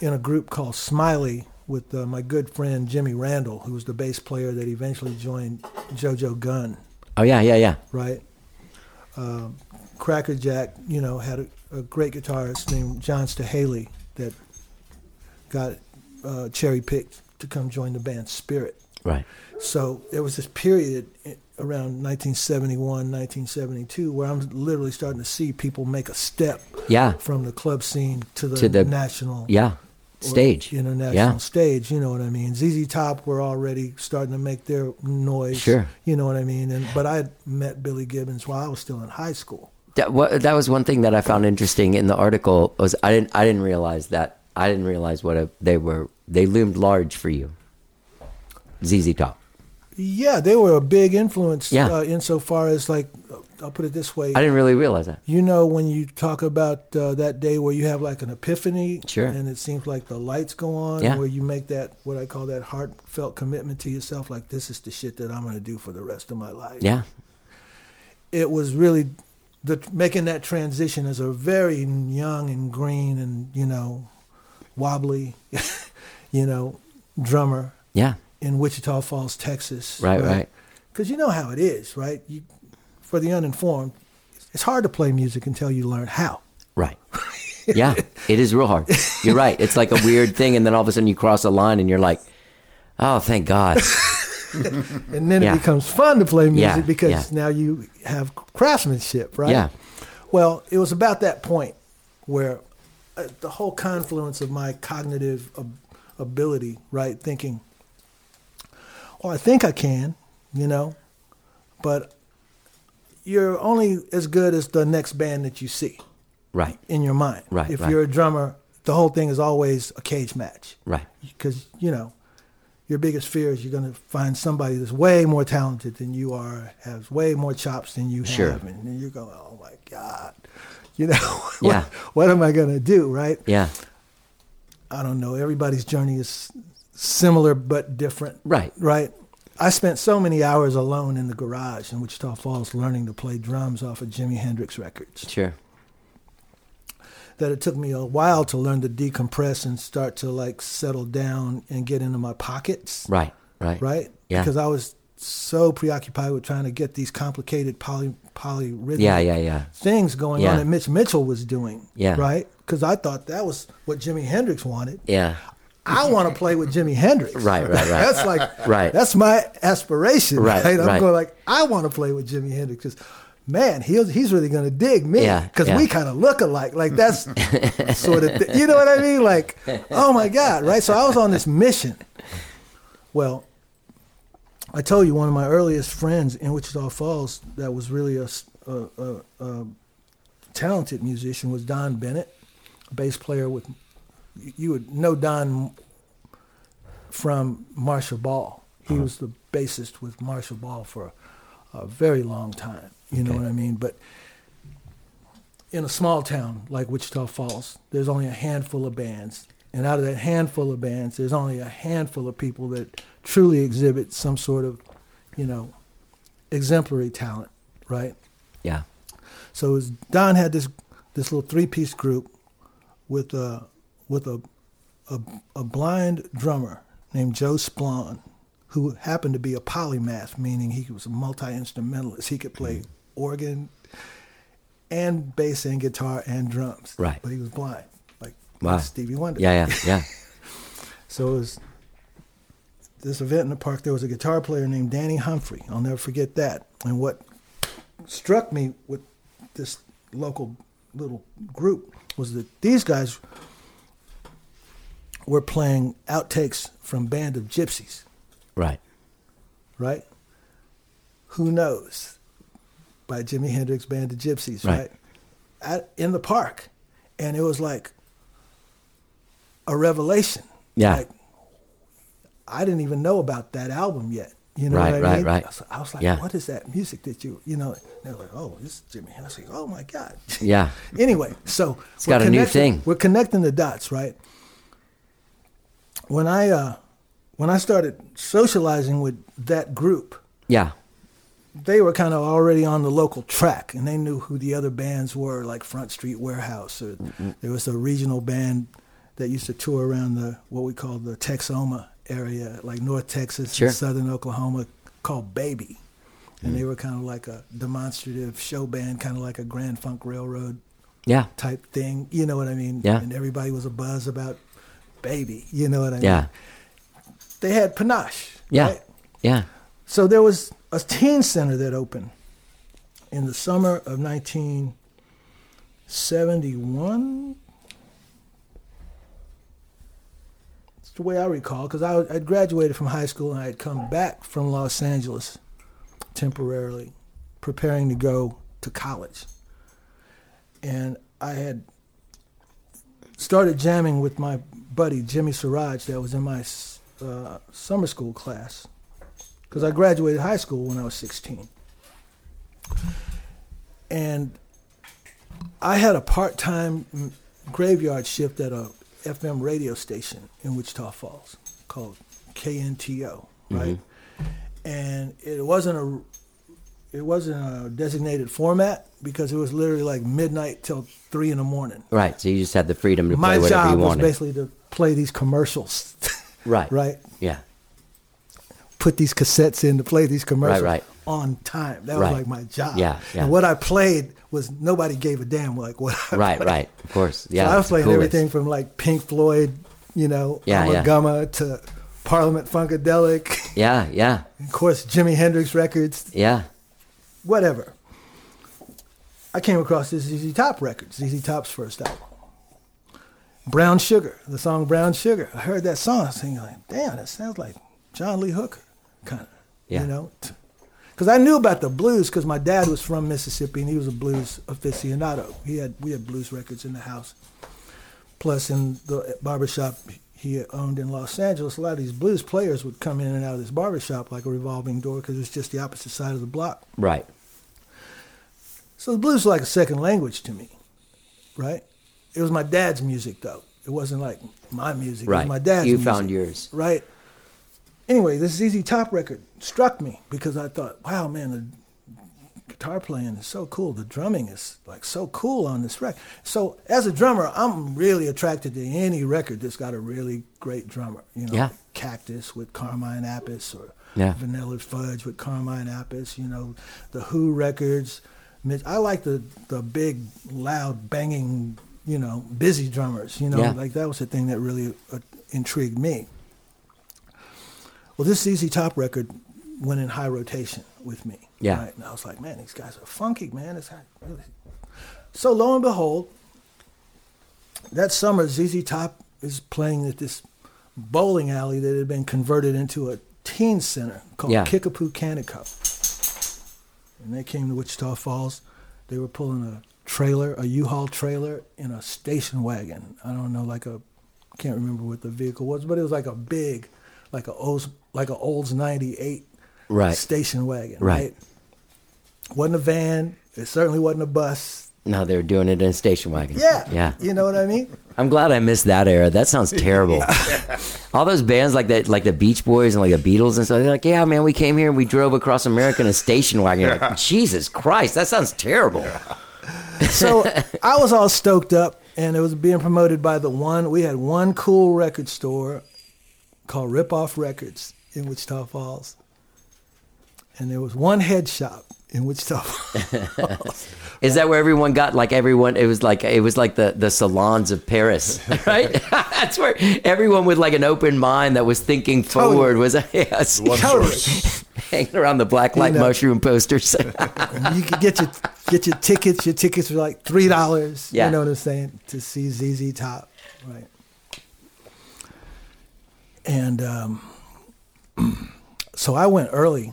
in a group called Smiley with uh, my good friend Jimmy Randall, who was the bass player that eventually joined JoJo Gunn.
Oh yeah. Yeah. Yeah.
Right, um, Crackerjack, you know, had a, a great guitarist named John Stahaley that got uh, cherry picked to come join the band Spirit.
Right.
So there was this period i- around 1971, 1972, where I'm literally starting to see people make a step
Yeah.
from the club scene to the,
To the-
national
Yeah.
or
Stage.
international
Yeah.
stage. You know what I mean? ZZ Top were already starting to make their noise.
Sure.
You know what I mean? And but I had met Billy Gibbons while I was still in high school.
That, wa that was one thing that I found interesting in the article was I didn't I didn't realize that I didn't realize what a, they were they loomed large for you. ZZ Top.
Yeah, they were a big influence.
Yeah.
Uh, insofar as like, I'll put it this way.
I didn't really realize that.
You know, when you talk about uh, that day where you have like an epiphany,
Sure.
and it seems like the lights go on,
Yeah.
where you make that what I call that heartfelt commitment to yourself, like this is the shit that I'm going to do for the rest of my life.
Yeah.
It was really the making that transition as a very young and green and you know wobbly, <laughs> you know, drummer
Yeah.
in Wichita Falls, Texas.
Right, right.
Because you know how it is, right? You, for the uninformed, it's hard to play music until you learn how.
Right. <laughs> Yeah, it is real hard. You're right. It's like a weird thing, and then all of a sudden you cross a line, and you're like, "Oh, thank God!"
Mm-hmm. And then
Yeah.
it becomes fun to play music
Yeah,
because
yeah.
now you have craftsmanship, right?
Yeah.
Well, it was about that point where uh, the whole confluence of my cognitive ab- ability, right, thinking, well, I think I can, you know, but you're only as good as the next band that you see.
<laughs> Right.
in your mind.
Right,
If
right.
you're a drummer, the whole thing is always a cage match.
Right.
Because you know, your biggest fear is you're going to find somebody that's way more talented than you are, has way more chops than you
Sure.
have, and then you're going, oh my god, <laughs> you know, <laughs> what,
Yeah.
what am I going to do, right?
Yeah.
I don't know. Everybody's journey is similar but different.
Right.
Right. I spent so many hours alone in the garage in Wichita Falls learning to play drums off of Jimi Hendrix records
Sure.
that it took me a while to learn to decompress and start to like settle down and get into my pockets.
Right. Right.
Right.
Yeah.
Because I was so preoccupied with trying to get these complicated poly polyrhythmic
Yeah. Yeah. Yeah.
things going
Yeah.
on that Mitch Mitchell was doing.
Yeah.
Right. Because I thought that was what Jimi Hendrix wanted.
Yeah.
I want to play with Jimi Hendrix.
Right, right, right.
That's like
Right.
That's my aspiration.
Right,
Right, I'm
right.
going like I want to play with Jimi Hendrix because, man, he's he's really going to dig me.
Yeah,
because
yeah.
we kind of look alike.
<laughs>
Like that's sort of thi- you know what I mean. Like oh my god, right? So I was on this mission. Well, I told you one of my earliest friends in Wichita Falls that was really a s- a- a- a talented musician was Don Bennett, a bass player with you would know Don from Marshall Ball. He was the bassist with Marshall Ball for a very long time. You know what I mean? But in a small town like Wichita Falls, there's only a handful of bands. And out of that handful of bands, there's only a handful of people that truly exhibit some sort of, you know, exemplary talent, right?
Yeah.
So it was, Don had this this little three piece group with a with a, a a blind drummer named Joe Splon, who happened to be a polymath, meaning he was a multi instrumentalist. He could play
Mm-hmm.
organ and bass and guitar and drums.
Right.
But he was blind, like
Wow.
Stevie Wonder.
Yeah. Yeah.
<laughs>
Yeah.
So it was this event in the park. There was a guitar player named Danny Humphrey. I'll never forget that. And what struck me with this local little group was that these guys were playing outtakes from Band of Gypsies,
Right.
right? Who knows? By Jimi Hendrix Band of Gypsies,
Right.
right? At, in the park. And it was like a revelation.
Yeah.
Like, I didn't even know about that album yet. You know
Right,
what I
right,
mean?
right.
I was, I was like,
Yeah.
what is that music that you, you know? And they're like, oh, this is Jimmy. And I was like, oh my God.
Yeah.
<laughs> anyway, so it's
got a new thing.
We're connecting the dots, right? When I, uh, when I started socializing with that group,
Yeah.
they were kind of already on the local track and they knew who the other bands were like front street warehouse or there was a regional band that used to tour around the what we call the texoma area like north texas
Sure. Mm.
and southern oklahoma called baby and they were kind of like a demonstrative show band kind of like a grand funk railroad
Yeah.
type thing you know what i mean
Yeah.
and everybody was a buzz about baby you know what i mean
Yeah.
they had panache
Yeah.
right?
Yeah.
So there was a teen center that opened in the summer of 1971. It's the way I recall, because I would- I'd graduated from high school and I had come back from Los Angeles temporarily, preparing to go to college. And I had started jamming with my buddy Jimmy Siraj that was in my s- uh, summer school class because I graduated high school when I was 16. And I had a part time graveyard shift at a FM radio station in Wichita Falls called KNTO,
Mm-hmm.
right? And it wasn't a it wasn't a designated format because it was literally like midnight till three in the morning.
Right. So you just had the freedom to
My
play whatever you
job was
wanted.
basically to play these commercials, <laughs>
right.
right?
Yeah.
put these cassettes in to play these commercials
Right, right.
on time. That
Right.
was like my job.
Yeah, yeah.
And what I played was nobody gave a damn like what I <laughs>
Right.
played.
Right. Of course. Yeah.
So I was
that's the
playing
coolest.
everything from like Pink Floyd, you know,
Yeah, yeah.
Amagama to Parliament Funkadelic, <laughs>
Yeah. Yeah.
of course Jimi Hendrix records,
Yeah.
whatever. I came across this ZZ Top record, ZZ Top's first album. Brown Sugar, the song Brown Sugar. I heard that song, I was thinking like, damn, that sounds like John Lee Hooker, kind of,
Yeah.
you know? Because I knew about the blues because my dad was from Mississippi and he was a blues aficionado. He had we had blues records in the house. Plus, in the barbershop, he had owned in Los Angeles, a lot of these blues players would come in and out of this barber shop like a revolving door because it's just the opposite side of the block.
Right.
So the blues were like a second language to me, right? It was my dad's music though. It wasn't like my music. It
Right.
was my dad's
You
music,
found yours.
Right. Anyway, this Easy Top record struck me because I thought, wow, man, the guitar playing is so cool. The drumming is like so cool on this record. So as a drummer, I'm really attracted to any record that's got a really great drummer. You know,
Yeah.
Cactus with Carmine Appice or
Yeah.
Vanilla Fudge with Carmine Appice, you know, the Who records. Mitch- I like the, the big, loud, banging, you know, busy drummers, you know,
Yeah.
like that was the thing that really uh, intrigued me. Well, this Easy Top record went in high rotation with me.
Yeah.
right? And I was like, man, these guys are funky, man. It's really... So lo and behold, that summer, ZZ Top is playing at this bowling alley that had been converted into a teen center called
Yeah.
Kickapoo Canico. And they came to Wichita Falls. They were pulling a trailer, a U-Haul trailer, in a station wagon. I don't know, like a, I can't remember what the vehicle was, but it was like a big, like a Olds, like a Olds '98
Right.
station wagon.
Right.
Wasn't a van. It certainly wasn't a bus.
No, they were doing it in a station wagon.
Yeah.
Yeah.
You know what I mean?
I'm glad I missed that era. That sounds
<laughs>
terrible. All those bands like that, like the Beach Boys and like the Beatles and stuff. They're like, yeah, man, we came here and we drove across America in a station wagon. You're
<laughs>
Like, Jesus Christ, that sounds terrible.
so I was all stoked up, and it was being promoted by the one. We had one cool record store called Rip Off Records in Wichita Falls, and there was one head shop in Wichita. <laughs> Falls.
Is that where everyone got like everyone? It was like it was like the the salons of
<laughs>
Paris, right? <laughs> That's where everyone with like an open mind that was thinking
Totally.
forward was <laughs> yes,
One
Totally.
source.
hanging around the black light
know.
mushroom posters. <laughs>
And you could get your get your tickets. Your tickets were like three dollars.
Yeah.
You know what I'm saying? To see ZZ Top, right? And um, <clears throat> so I went early,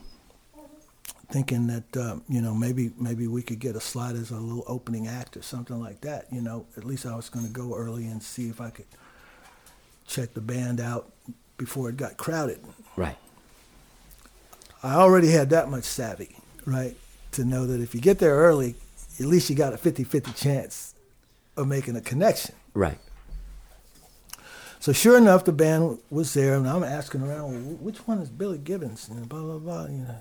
thinking that um, you know maybe maybe we could get a slot as a little opening act or something like that. You know, at least I was going to go early and see if I could check the band out before it got crowded.
right.
I already had that much savvy, right? To know that if you get there early, at least you got a 50 50 chance of making a connection.
Right.
So sure enough, the band was there, and I'm asking around, well, which one is Billy Gibbons? And blah, blah, blah, you know.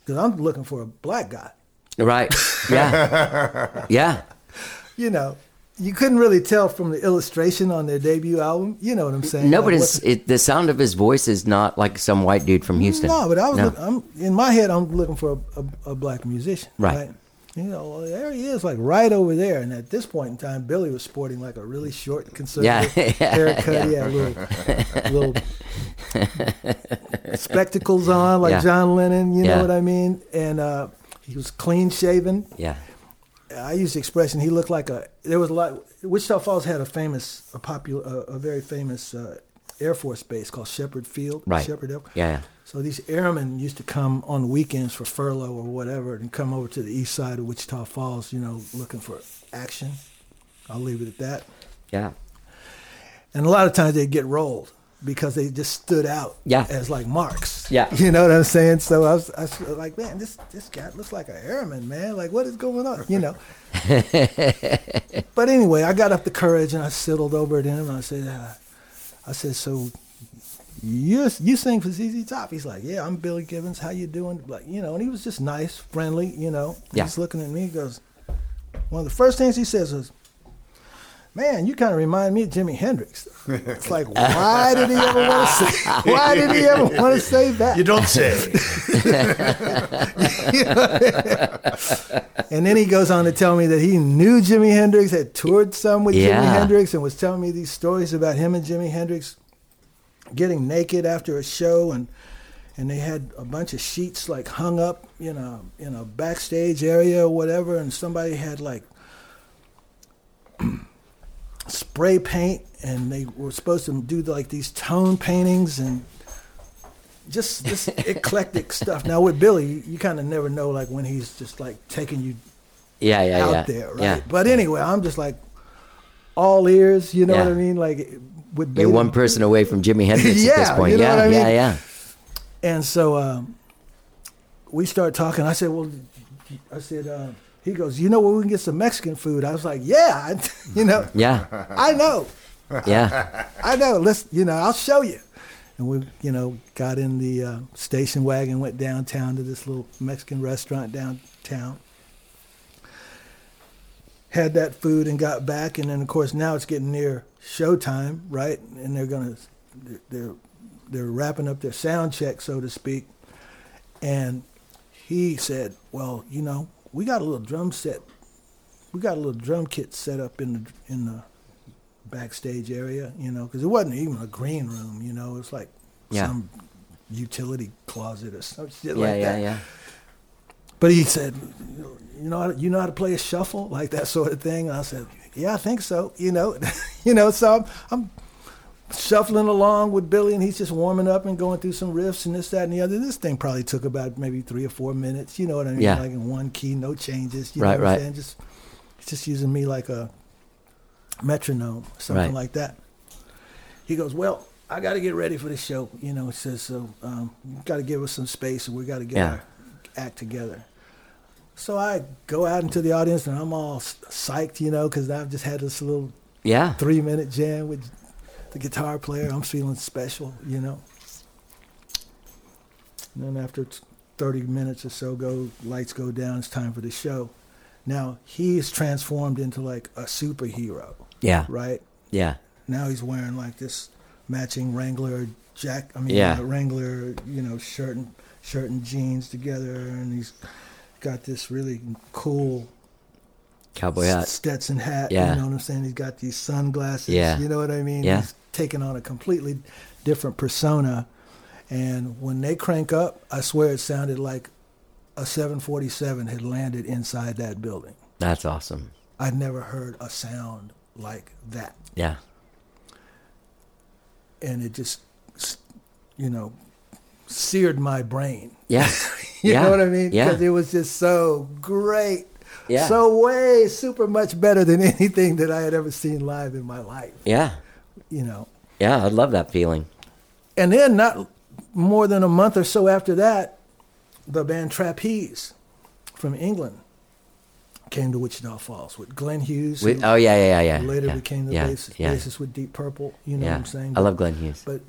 Because I'm looking for a black guy.
Right. Yeah.
<laughs>
yeah.
You know, you couldn't really tell from the illustration on their debut album. You know what I'm saying?
No,
Like,
but
what
it's, it, the sound of his voice is not like some white dude from Houston.
No, but I was uh, Look, I'm in my head. I'm looking for a, a, a black musician,
Right.
right? You know, well, there he is, like right over there. And at this point in time, Billy was sporting like a really short, conservative
Yeah. <laughs>
haircut.
Yeah.
He had little, little spectacles on, like
Yeah.
John Lennon. You
Yeah.
know what I mean? And uh, he was clean shaven.
Yeah.
I use the expression he looked like a. There was a lot. Wichita Falls had a famous, a popular, a, a very famous uh, Air Force base called Shepherd Field.
Right.
Shepherd Air.
Yeah, yeah.
So these airmen used to come on the weekends for furlough or whatever, and come over to the east side of Wichita Falls, you know, looking for action. I'll leave it at that.
Yeah.
And a lot of times they'd get rolled because they just stood out
Yeah.
as like marks.
Yeah.
<laughs> You know what I'm saying? So I was, I was like, man, this, this guy looks like an airman, man. Like, what is going on?
<laughs>
You know? but anyway, I got up the courage and I settled over at him and I said, uh, I said, so you you sing for ZZ Top? He's like, yeah, I'm Billy Gibbons. How you doing? Like, you know, and he was just nice, friendly, you know.
Yeah.
He's looking at me, he goes, one of the first things he says is, man, you kind of remind me of Jimi Hendrix. It's like, why did he ever want to say, why did he ever want to say that?
You don't
<laughs>
say.
And then he goes on to tell me that he knew Jimi Hendrix, had toured some with
Yeah.
Jimi Hendrix, and was telling me these stories about him and Jimi Hendrix getting naked after a show, and and they had a bunch of sheets like hung up in a in a backstage area or whatever, and somebody had like <clears throat> spray paint, and they were supposed to do like these tone paintings and just this eclectic stuff. Now with Billy, you, you kind of never know like when he's just like taking you
Yeah, yeah,
out
yeah.
there, right?
Yeah.
But anyway, I'm just like all ears, you know
Yeah.
what I mean? Like with
You're
Beta.
one person away from Jimi Hendrix at this
Yeah,
point.
you know
yeah,
what I
yeah,
mean?
yeah.
And so um, we start talking. I said, "Well," I said, uh, "He goes, you know where we can get some Mexican food?" I was like, "Yeah, I, <laughs>
<laughs>
you know,
Yeah,
I know, <laughs>
yeah.
I know. Let's, you know, I'll show you." And we, you know, got in the uh, station wagon, went downtown to this little Mexican restaurant downtown. Had that food and got back, and then of course now it's getting near showtime, right? And they're gonna, they're- they're, they're wrapping up their sound check, so to speak. And he said, "Well, you know, we got a little drum set. We got a little drum kit set up in the in the backstage area, you know, because it wasn't even a green room, you know. It's like
Yeah.
some utility closet or some shit
yeah,
like
yeah,
that.
yeah.
But he said, "You know, how to- you know how to play a shuffle, like that sort of thing." And I said, "Yeah, I think so." You know, <laughs> you know. So I'm, I'm shuffling along with Billy, and he's just warming up and going through some riffs and this, that, and the other. This thing probably took about maybe three or four minutes. You know what I mean?
Yeah.
Like in one key, no changes. You
Right,
know what
right.
I'm saying? Just, he's just using me like a metronome, something
Right.
like that. He goes, "Well." I got to get ready for the show, you know. He says, "So um, you got to give us some space, and we got to get
Yeah.
our act together." So I go out into the audience and I'm all s- psyched, you know, because I've just had this little
Yeah.
three minute jam with the guitar player. I'm feeling special, you know. And then after t- 30 minutes or so, go lights go down. It's time for the show. Now he's transformed into like a superhero,
Yeah.
right?
Yeah.
Now he's wearing like this matching Wrangler jack. I mean,
Yeah.
uh, Wrangler, you know, shirt and shirt and jeans together, and he's got this really cool
Cowboy hat.
Stetson hat.
Yeah.
You know what I'm saying? He's got these sunglasses.
Yeah.
You know what I mean?
Yeah.
He's taking on a completely different persona. And when they crank up, I swear it sounded like a 747 had landed inside that building.
That's awesome.
I'd never heard a sound like that. <laughs>
Yeah.
And it just, you know, seared my brain. <laughs>
Yeah.
You
yeah.
know what I mean?
Yeah.
Because it was just so great.
Yeah.
So way super much better than <laughs> anything that I had ever seen live in my life,
yeah.
you know.
Yeah. I love that feeling.
And then not more than a month or so after that, the band Trapeze from England came to Wichita Falls with Glenn Hughes.
With,
who
oh yeah, yeah, yeah, yeah.
later
yeah,
became the
yeah,
bassist,
Yeah.
bassist with Deep Purple. You know
yeah.
what I'm saying?
I love Glenn Hughes.
but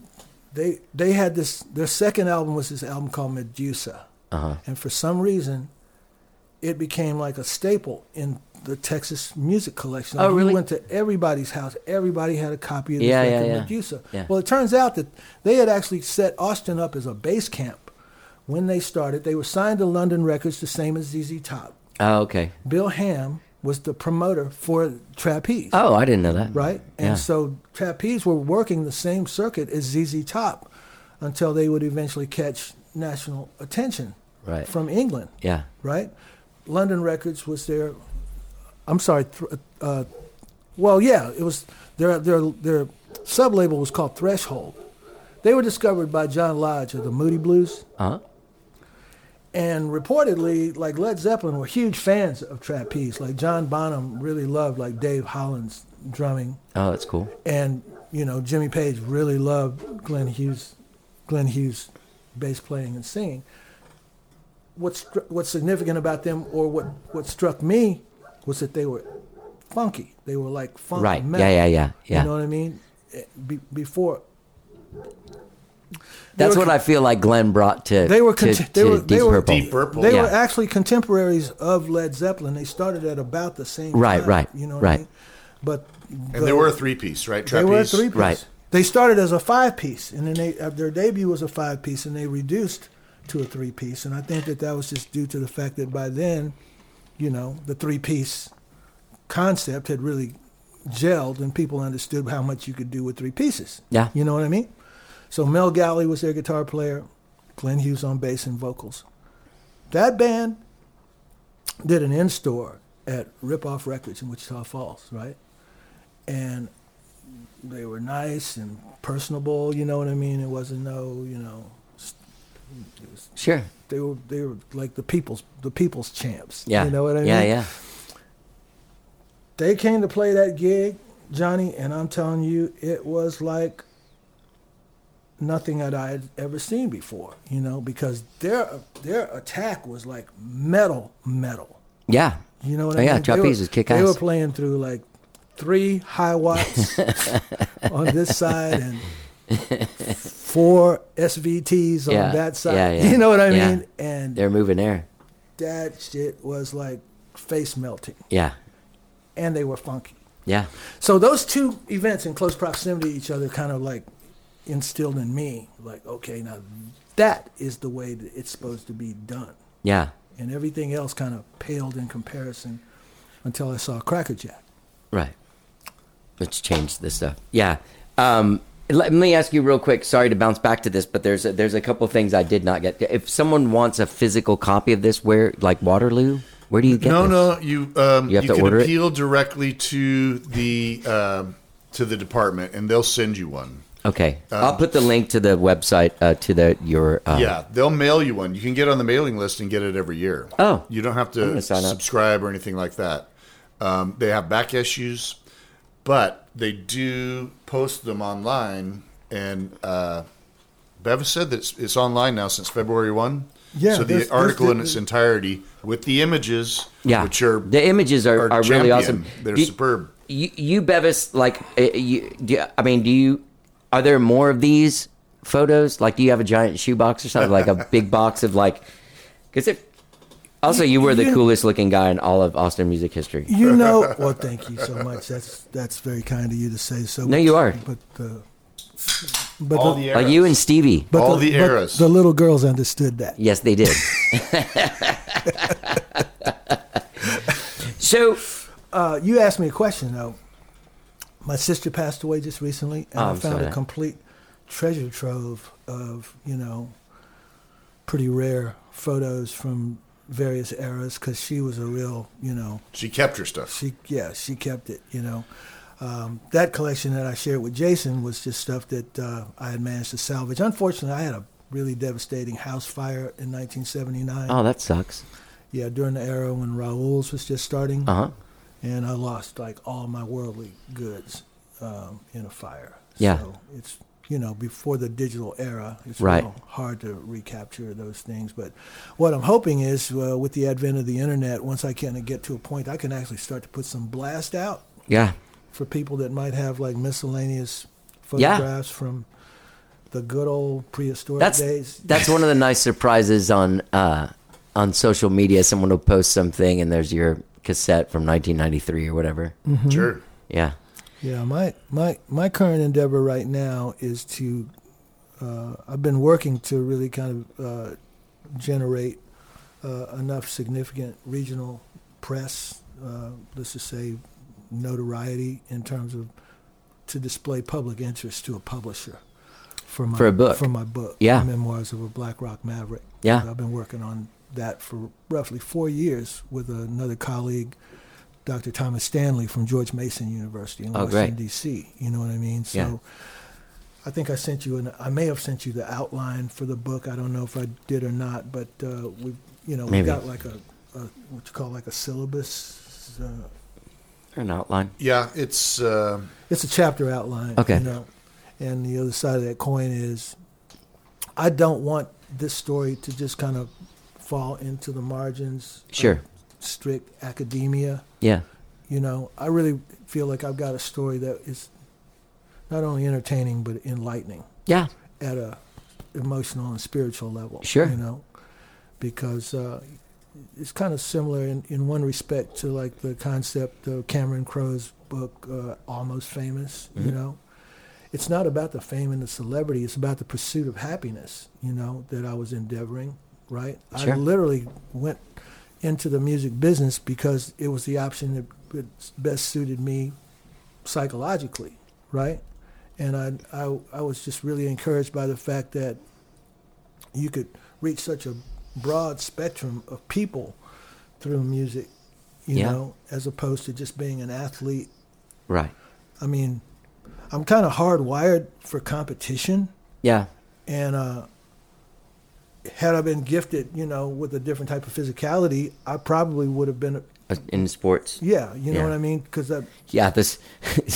they they had this their second album was this album called Medusa,
Uh-huh.
and for some reason, it became like a staple in the Texas music collection.
Oh,
Like,
really?
You went to everybody's house. Everybody had a copy of this
Yeah, yeah,
record,
yeah.
Medusa.
Yeah.
Well, it turns out that they had actually set Austin up as a base camp when they started. They were signed to London Records, the same as ZZ Top.
Oh, okay.
Bill Ham was the promoter for Trapeze
Oh, I didn't know that.
right?
Yeah.
And so trapeze were working the same circuit as ZZ Top until they would eventually catch national attention
Right.
from England,
yeah.
right? London Records was their, I'm sorry, th- uh, well, yeah, it was their their their sub label was called Threshold. They were discovered by John Lodge of the Moody Blues,
Uh huh.
and reportedly, like Led Zeppelin were huge fans of trapeze. Like John Bonham really loved like Dave Holland's drumming
Oh, that's cool.
and you know Jimmy Page really loved Glenn Hughes, Glenn Hughes, bass playing and singing. What's stru- what's significant about them, or what what struck me, was that they were funky. They were like funk
Right.
metal.
Yeah, yeah, yeah, yeah.
You know what I mean? Eh, Be, before
That's
were
what
con-
I feel like Glenn brought to
They were
to,
con-
to
they were-
Deep
they were-
Purple.
Deep Purple.
they
Yeah.
were actually contemporaries of Led Zeppelin. They started at about the same
Right,
time.
right,
You know what
right.
I mean? But
And they were a three piece, right? Trapeze.
They were a three piece.
Right.
They started as a five piece, and then they uh, their debut was a five piece, and they reduced to a three piece. And I think that that was just due to the fact that by then, you know, the three piece concept had really gelled, and people understood how much you could do with three pieces.
Yeah.
You know what I mean? So Mel Galley was their guitar player, Glenn Hughes on bass and vocals. That band did an in store at Rip Off Records in Wichita Falls, right? And they were nice and personable. You know what I mean? It wasn't no, you know, s-
Sure.
they were they were like the people's the people's champs.
Yeah.
you know what I
Yeah,
mean?
yeah.
They came to play that gig. Johnny, and I'm telling you, it was like nothing that I had ever seen before. You know, because their their attack was like metal, metal.
Yeah.
You know what
oh,
I
yeah,
mean? They
Trapeze
were-
is kick
They were
ass.
playing through like three
<laughs>
high watts on this side and four SVTs on
Yeah,
that side.
yeah, yeah,
<laughs> You know what I
yeah.
mean? And
They're moving there.
that shit was like face melting.
Yeah.
And they were funky.
Yeah.
So those two events in close proximity to each other kind of like instilled in me, like, okay, now that is the way that it's supposed to be done.
Yeah.
And everything else kind of paled in comparison until I saw Crackerjack.
Right. Let's change this stuff. Yeah. Um, let me ask you real quick. Sorry to bounce back to this, but there's a, there's a couple things I did not get. If someone wants a physical copy of this, where like Waterloo, where do you get?
no,
this?
no, you um,
You
you,
have to
can
order it?
appeal directly to the um, to the department, and they'll send you one.
Okay, I'll put the link to the website uh, to the your. Uh,
Uh, Yeah, they'll mail you one. You can get on the mailing list and get it every year.
Oh.
you don't have
gonna
to
sign up.
subscribe or anything like that. Um, they have back issues, but they do post them online. And uh, Bev said that it's, it's online now since February one.
Yeah,
So the
there's- there's
article
the-
in its entirety with the images,
yeah.
which are
the images are, are, really
champion.
awesome.
They're
Do-
superb.
You, you Bevis, like uh, you, do you- I mean, do you? Are there more of these photos? Like, do you have a giant shoebox or something? Like
<laughs>
a big box of like, because it. Also, you were the
You-
coolest looking guy in all of Austin music history.
<laughs>
You know, well, thank you so much. That's that's very kind of you to say so.
No, you are.
But the, but
All
the,
the
Like you and Stevie.
but
all
the,
the
but
eras.
the little girls understood that.
Yes, they
<laughs>
did. <laughs> so,
Uh, you asked me a question though. My sister passed away just recently, and
Oh,
I
I'm
found
sorry.
a complete treasure trove of you know pretty rare photos from various eras because she was a real you know
She kept her stuff.
she yeah she kept it you know um, that collection that I shared with Jason was just stuff that uh, I had managed to salvage. Unfortunately, I had a really devastating house fire in 1979.
oh, that sucks.
Yeah, during the era when Raoul's was just starting,
Uh huh.
and I lost like all my worldly goods um, in a fire.
Yeah.
So it's you know before the digital era, it's
Right.
real hard to recapture those things. But what I'm hoping is uh, with the advent of the internet, once I can get to a point, I can actually start to put some blast out
Yeah.
for people that might have like miscellaneous photographs from the good old prehistoric
that's
days.
that's one of the nice surprises on uh, on social media. Someone will post something, and there's your cassette from 1993 or whatever.
Hmm. Mm-hmm.
Sure.
Yeah,
Yeah, my my my current endeavor right now is to. Uh, I've been working to really kind of uh, generate uh, enough significant regional press, uh, let's just say notoriety in terms of to display public interest to a publisher for my
For a book.
for my book,
Yeah.
Memoirs of a Black Rock Maverick.
Yeah.
I've been working on that for roughly four years with another colleague, Dr. Thomas Stanley from George Mason University in
Oh, great.
Washington D.C. You know what I mean? So.
Yeah.
I think I sent you, and I may have sent you the outline for the book. I don't know if I did or not, but uh, we, you know, we
Maybe.
got like a, a what you call like a syllabus. Uh,
an outline.
Yeah, it's uh,
it's a chapter outline.
Okay.
You know, and the other side of that coin is, I don't want this story to just kind of fall into the margins. of
Sure.
strict academia.
Yeah,
You know, I really feel like I've got a story that is not only entertaining but enlightening
yeah,
at a emotional and spiritual level.
Sure.
You know, because uh, it's kind of similar in, in one respect to like the concept of Cameron Crowe's book, uh, Almost Famous,
Mm-hmm.
you know. It's not about the fame and the celebrity. It's about the pursuit of happiness, you know, that I was endeavoring, right?
Sure.
I literally went into the music business because it was the option that- that best suited me psychologically, right? And I, I, I was just really encouraged by the fact that you could reach such a broad spectrum of people through music, you
Yeah.
know, as opposed to just being an athlete.
right.
I mean, I'm kind of hardwired for competition,
Yeah,
and uh, had I been gifted, you know, with a different type of physicality, I probably would have been
uh, in sports.
Yeah, you know
Yeah.
what I mean? Because that
Yeah, this <laughs>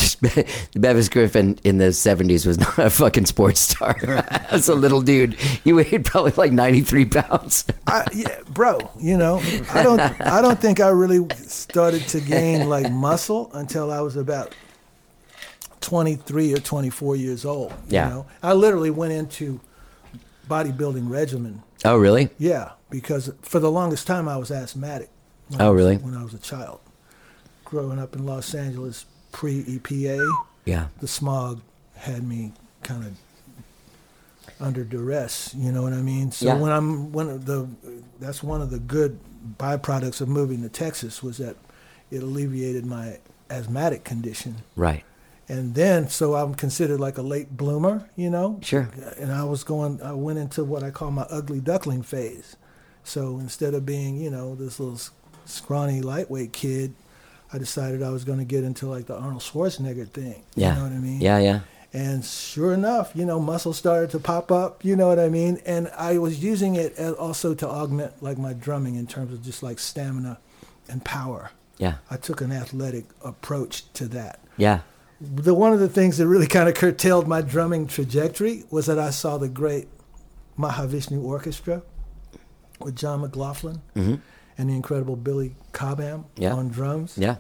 Bevis Griffin in the '70s was not a fucking sports
<laughs>
star. <laughs> As a little dude, he weighed probably like 93 pounds. <laughs>
I, yeah, bro, you know, I don't, I don't think I really started to gain like muscle until I was about 23 or 24 years old.
Yeah.
You know? I literally went into bodybuilding regimen.
Oh, really?
Yeah, because for the longest time I was asthmatic. when
Oh,
I was-
really?
When I was a child, growing up in Los Angeles, pre E EPA,
Yeah.
the smog had me kind of under duress. You know what I mean? So
Yeah.
when I'm when the that's one of the good byproducts of moving to Texas was that it alleviated my asthmatic condition.
Right.
And then, so I'm considered like a late bloomer, you know?
Sure.
And I was going, I went into what I call my ugly duckling phase. So instead of being, you know, this little s- scrawny lightweight kid, I decided I was going to get into like the Arnold Schwarzenegger thing.
Yeah.
You know what I mean?
Yeah, yeah.
And sure enough, you know, muscle started to pop up, you know what I mean? And I was using it as also to augment like my drumming in terms of just like stamina and power.
Yeah.
I took an athletic approach to that
Yeah.
the one of the things that really kind of curtailed my drumming trajectory was that I saw the great Mahavishnu Orchestra with John McLaughlin and the incredible Billy Cobham
Mm-hmm. Yeah.
on drums.
Yeah.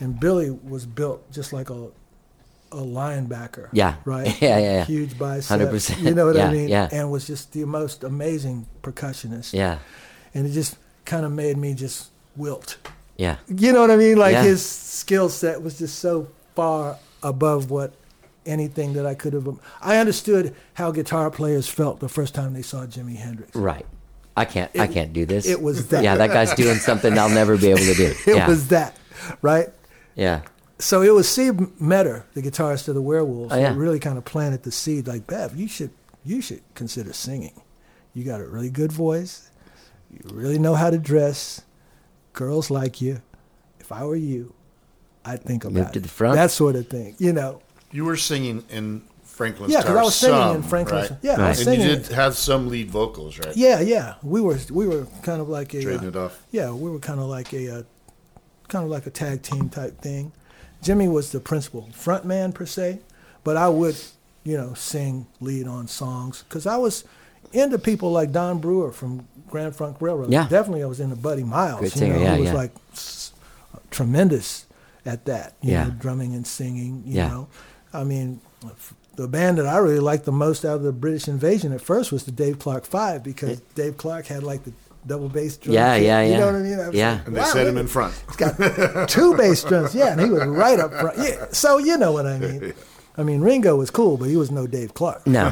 And Billy was built just like a a linebacker.
Yeah. <laughs>
Right?
Yeah, yeah, yeah.
Huge bicep.
100%.
You know what
Yeah,
I mean?
yeah.
And was just the most amazing percussionist.
Yeah.
And it just kind of made me just wilt.
Yeah.
You know what I mean? Like
Yeah.
his skill set was just so far above what anything that I could have. um, I understood how guitar players felt the first time they saw Jimi Hendrix.
Right. I can't. I can't do this.
it was that.
Yeah, that guy's doing something I'll never be able to do.
<laughs> It
yeah.
was that, right?
Yeah.
So it was Steve Metter, the guitarist of the Werewolves,
Oh, yeah.
that really kind of planted the seed. Like Bev, you should you should consider singing. You got a really good voice. You really know how to dress. Girls like you. If I were you, I'd think about
to
it.
the front.
That sort of thing, you know.
You were singing in Franklin's
Yeah,
Tower.
because I was singing
some,
in Franklin's.
Right?
Yeah, I was
And
singing.
you did have some lead vocals, right?
yeah, yeah. We were we were kind of like a
Trading
uh,
it off.
Yeah, we were kind of like a uh, kind of like a tag team type thing. Jimmy was the principal front man per se, but I would you know sing lead on songs because I was into people like Don Brewer from Grand Funk Railroad.
Yeah.
definitely I was into Buddy Miles.
Great
you
singer,
know,
yeah,
who was
yeah.
like s- tremendous at that. You
Yeah.
know, drumming and singing. You
Yeah.
know, I mean. f- The band that I really liked the most out of the British Invasion at first was the Dave Clark Five because Dave Clark had like the double bass drum.
Yeah,
kit.
yeah,
You
yeah.
know what I mean? I was
Yeah.
like,
And they
wow,
set
look
him in
at
front. <laughs>
two bass drums. Yeah, and he was right up front. Yeah, so you know what I
<laughs>
mean. I mean, Ringo was cool, but he was no Dave Clark. <laughs>
No.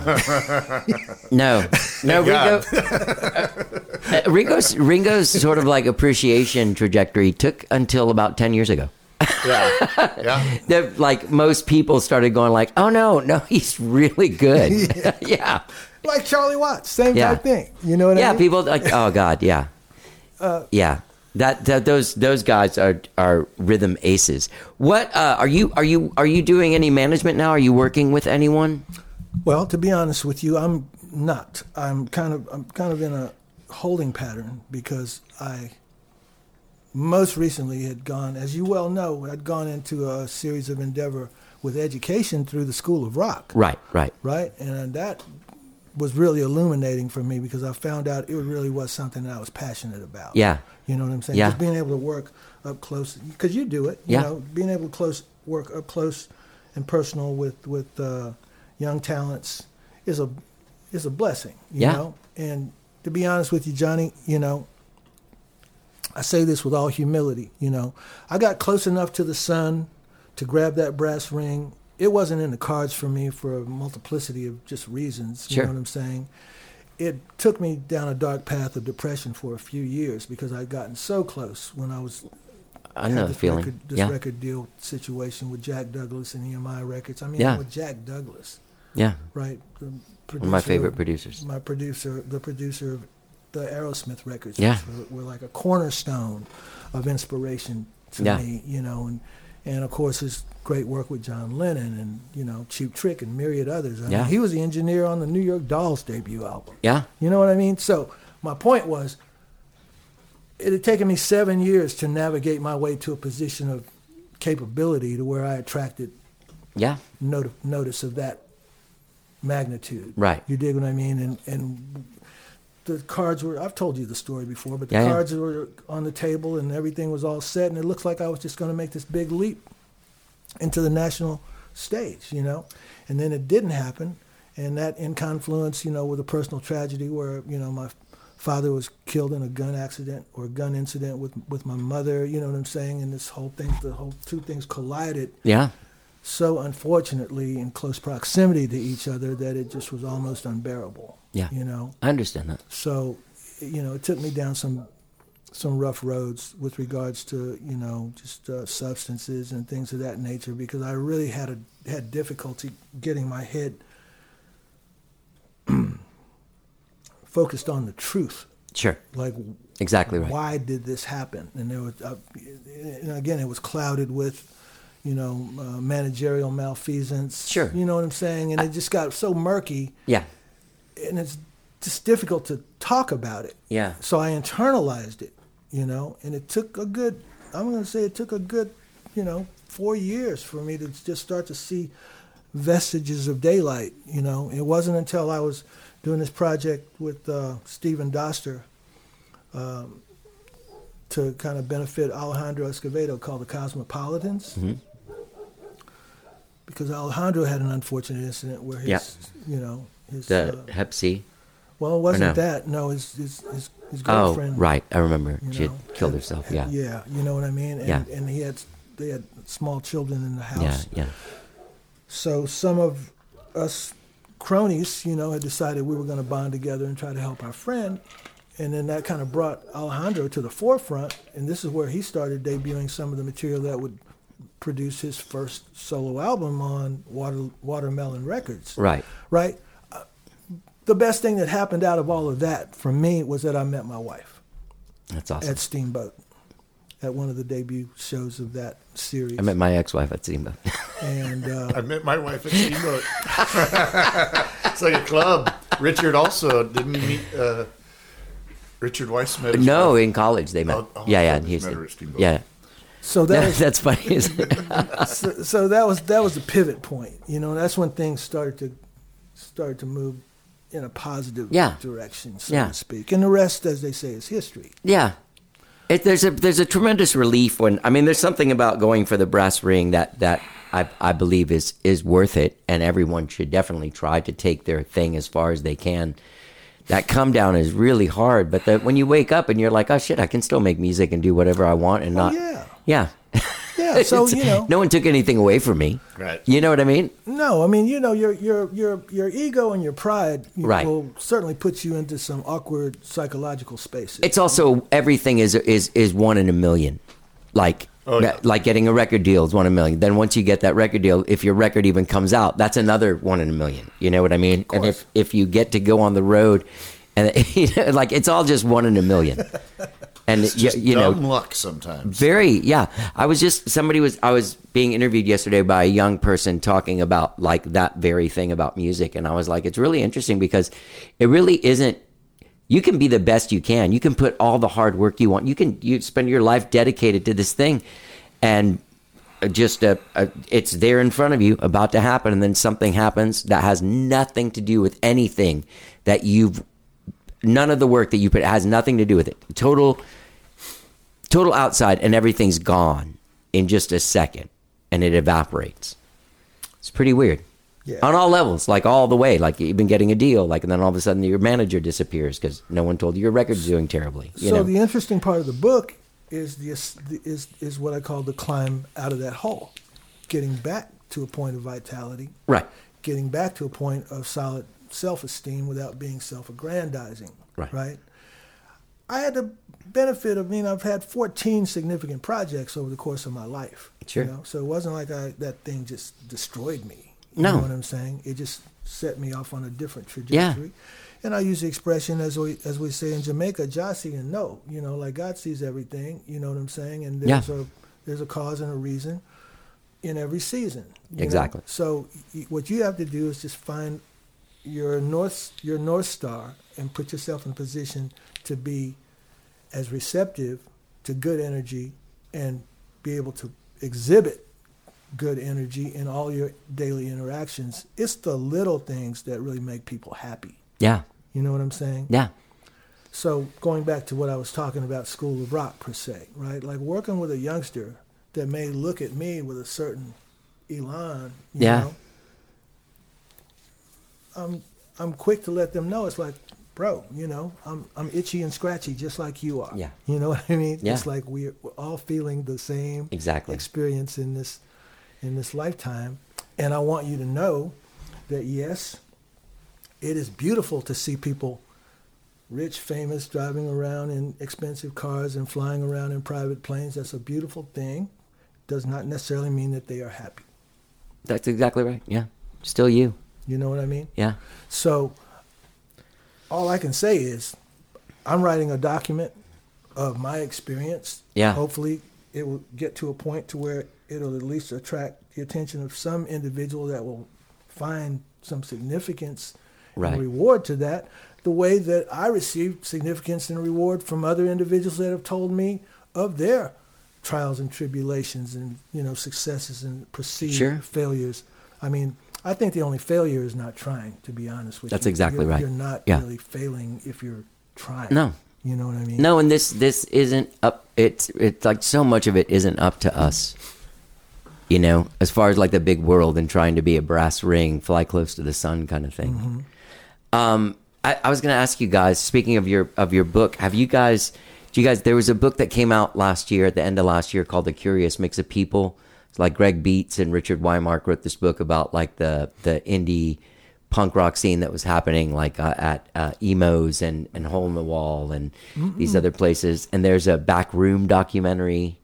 no. No, Rico.
God.
Uh, Ringo's Ringo's sort of like appreciation trajectory took until about 10 years ago.
Yeah. Yeah.
That like most people started going like, "Oh no, no, he's really good." <laughs>
<laughs>
yeah. yeah.
Like Charlie Watts, same
Yeah.
type thing. You know what I mean?
people like, "Oh god, yeah."
Uh,
yeah. That, that those those guys are are rhythm aces. What uh, are you are you are you doing any management now? Are you working with anyone?
Well, to be honest with you, I'm not. I'm kind of I'm kind of in a holding pattern because I most recently had gone, as you well know, had gone into a series of endeavor with education through the School of Rock.
Right, right.
right? And that was really illuminating for me because I found out it really was something that I was passionate about.
Yeah.
You know what I'm saying?
Yeah.
Just being able to work up close, because you do it. You
Yeah.
know, being able to close work up close and personal with with uh, young talents is a is a blessing. You
Yeah.
know, and to be honest with you, Johnny, you know, I say this with all humility, you know. I got close enough to the sun to grab that brass ring. It wasn't in the cards for me for a multiplicity of just reasons. You
Sure.
know what I'm saying? It took me down a dark path of depression for a few years because I'd gotten so close when I was
I know
had
the
this
feeling.
Record, this
yeah.
record deal situation with Jack Douglas and EMI Records. I mean,
Yeah.
with Jack Douglas,
yeah.
right? The
One of my
producer
favorite producers.
my producer, the producer of the Aerosmith records,
Yeah.
which were, were like a cornerstone of inspiration to
Yeah.
me, you know, and and of course his great work with John Lennon and you know Cheap Trick and myriad others. I
Yeah.
mean, he was the engineer on the New York Dolls debut album.
Yeah.
You know what I mean? So my point was, it had taken me seven years to navigate my way to a position of capability to where I attracted
Yeah.
noti- notice of that magnitude.
Right.
You dig what I mean? And and the cards were I've told you the story before, but the
Yeah, yeah.
cards were on the table and everything was all set and it looked like I was just going to make this big leap into the national stage, you know. And then it didn't happen and that in confluence, you know, with a personal tragedy where, you know, my father was killed in a gun accident or a gun incident with with my mother, you know what I'm saying? And this whole thing the whole two things collided
Yeah.
so unfortunately in close proximity to each other that it just was almost unbearable.
Yeah.
You know.
I understand that.
So, you know, it took me down some some rough roads with regards to you know just uh, substances and things of that nature because I really had a had difficulty getting my head <clears throat> focused on the truth.
Sure.
Like
Exactly right.
why did this happen? And there was, uh, and again, it was clouded with, you know, uh, managerial malfeasance.
Sure.
You know what I'm saying? And it just got so murky,
Yeah.
and it's just difficult to talk about it.
Yeah.
So I internalized it, you know, and it took a good, I'm going to say it took a good, you know, four years for me to just start to see vestiges of daylight, you know. It wasn't until I was doing this project with uh, Stephen Doster um, to kind of benefit Alejandro Escovedo called the Cosmopolitans.
Mm-hmm.
Because Alejandro had an unfortunate incident where his,
Yeah.
you know, his
The
uh,
Hep C.
well, it wasn't
no?
that. No, his his his, his
Oh,
girlfriend.
right. I remember.
you
she had
know,
killed
had-
herself.
had-
Yeah. Yeah.
Yeah, you know what I mean. And,
Yeah.
and he had they had small children in the
Yeah.
house. So some of us cronies, you know, had decided we were going to bond together and try to help our friend. And then that kind of brought Alejandro to the forefront. And this is where he started debuting some of the material that would produce his first solo album on Water, Watermelon Records
Right.
right? Uh, The best thing that happened out of all of that for me was that I met my wife
That's awesome.
at Steamboat at one of the debut shows of that series.
I met my ex-wife at SEMA. <laughs>
<laughs> and uh,
I met my wife at Steamboat. <laughs> it's like a club. Richard also didn't he meet uh, Richard Weiss met his
no,
wife?
in college they met.
Oh, oh,
yeah,
I
yeah,
thought
in
this matter
Houston.
was Steamboat.
Yeah,
so that
That-
was,
that's funny. Isn't it?
so, so that was that was the pivot point, you know. That's when things started to started to move in a positive
Yeah.
direction, so
Yeah.
to speak. And the rest, as they say, is
<laughs>
history.
<laughs> Yeah. It, there's a there's a tremendous relief when I mean there's something about going for the brass ring that that I I believe is is worth it and everyone should definitely try to take their thing as far as they can. That come down is really hard, but that when you wake up and you're like, oh shit, I can still make music and do whatever I want and not
Oh, yeah.
yeah
Yeah.
<laughs>
So
It's-
you know,
no one took anything away from me
Right.
you know what I mean
No, I mean, you know, your your your your ego and your pride you-
Right.
will certainly put you into some awkward psychological spaces.
it's also everything is is is one in a million like
Oh, yeah.
like getting a record deal is one in a million then once you get that record deal if your record even comes out that's another one in a million you know what i mean and if if you get to go on the road and <laughs> you know, like it's all just one in a million
<laughs>
and you,
Just
you know
dumb luck sometimes.
very, yeah. I was just somebody was I was being interviewed yesterday by a young person talking about like that very thing about music and I was like it's really interesting because it really isn't you can be the best you can. You can put all the hard work you want. You can you spend your life dedicated to this thing and just a, a it's there in front of you about to happen and then something happens that has nothing to do with anything that you've none of the work that you put has nothing to do with it. Total total outside and everything's gone in just a second and it evaporates. It's pretty weird.
Yeah.
On all levels, like all the way, like you've been getting a deal, like and then all of a sudden your manager disappears because no one told you your record's doing terribly. You
so
know,
the interesting part of the book is the as- the- is is what I call the climb out of that hole, getting back to a point of vitality,
right,
getting back to a point of solid self-esteem without being self-aggrandizing,
Right.
Right. I had the benefit of, I mean, I've had 14 significant projects over the course of my life.
Sure.
You know? So it wasn't like I, that thing just destroyed me. You
No.
know what I'm saying? It just set me off on a different trajectory. And I use the expression, as we, as we say in Jamaica, Jah see and no. You know, like God sees everything. You know what I'm saying? And
Yeah.
there's, a, there's a cause and a reason in every season. you know?
Exactly.
So y- what you have to do is just find your north your north star and put yourself in position to be as receptive to good energy and be able to exhibit good energy in all your daily interactions. It's the little things that really make people happy.
Yeah.
You know what I'm saying?
Yeah.
So going back to what I was talking about, School of Rock per se, right? Like working with a youngster that may look at me with a certain elan. You
Yeah.
Know, I'm I'm quick to let them know. It's like, bro, you know, I'm I'm itchy and scratchy just like you are.
Yeah.
You know what I mean?
Yeah.
It's like we're, we're all feeling the same
Exactly.
experience in this in this lifetime, and I want you to know that yes, it is beautiful to see people rich, famous, driving around in expensive cars and flying around in private planes. That's a beautiful thing. Does not necessarily mean that they are happy.
That's exactly right. Yeah. Still you.
You know what I mean?
Yeah.
So all I can say is I'm writing a document of my experience.
Yeah.
Hopefully it will get to a point to where it'll at least attract the attention of some individual that will find some significance
Right.
and reward to that the way that I received significance and reward from other individuals that have told me of their trials and tribulations and you know successes and perceived
Sure.
failures. I mean, I think the only failure is not trying, to be honest with
That's
you.
exactly
You're-
right.
You're not
Yeah.
really failing if you're trying.
No.
You know what I mean?
No, and this this isn't up. It's it's like so much of it isn't up to us. You know, as far as like the big world and trying to be a brass ring, fly close to the sun kind of thing. Um, I, I was going to ask you guys. Speaking of your of your book, have you guys? Do you guys? There was a book that came out last year at the end of last year called "The Curious Mix of People." It's like Greg Beats and Richard Weimark wrote this book about like the the indie punk rock scene that was happening like uh, at uh, emos and and hole in the wall and these other places. And there's a back room documentary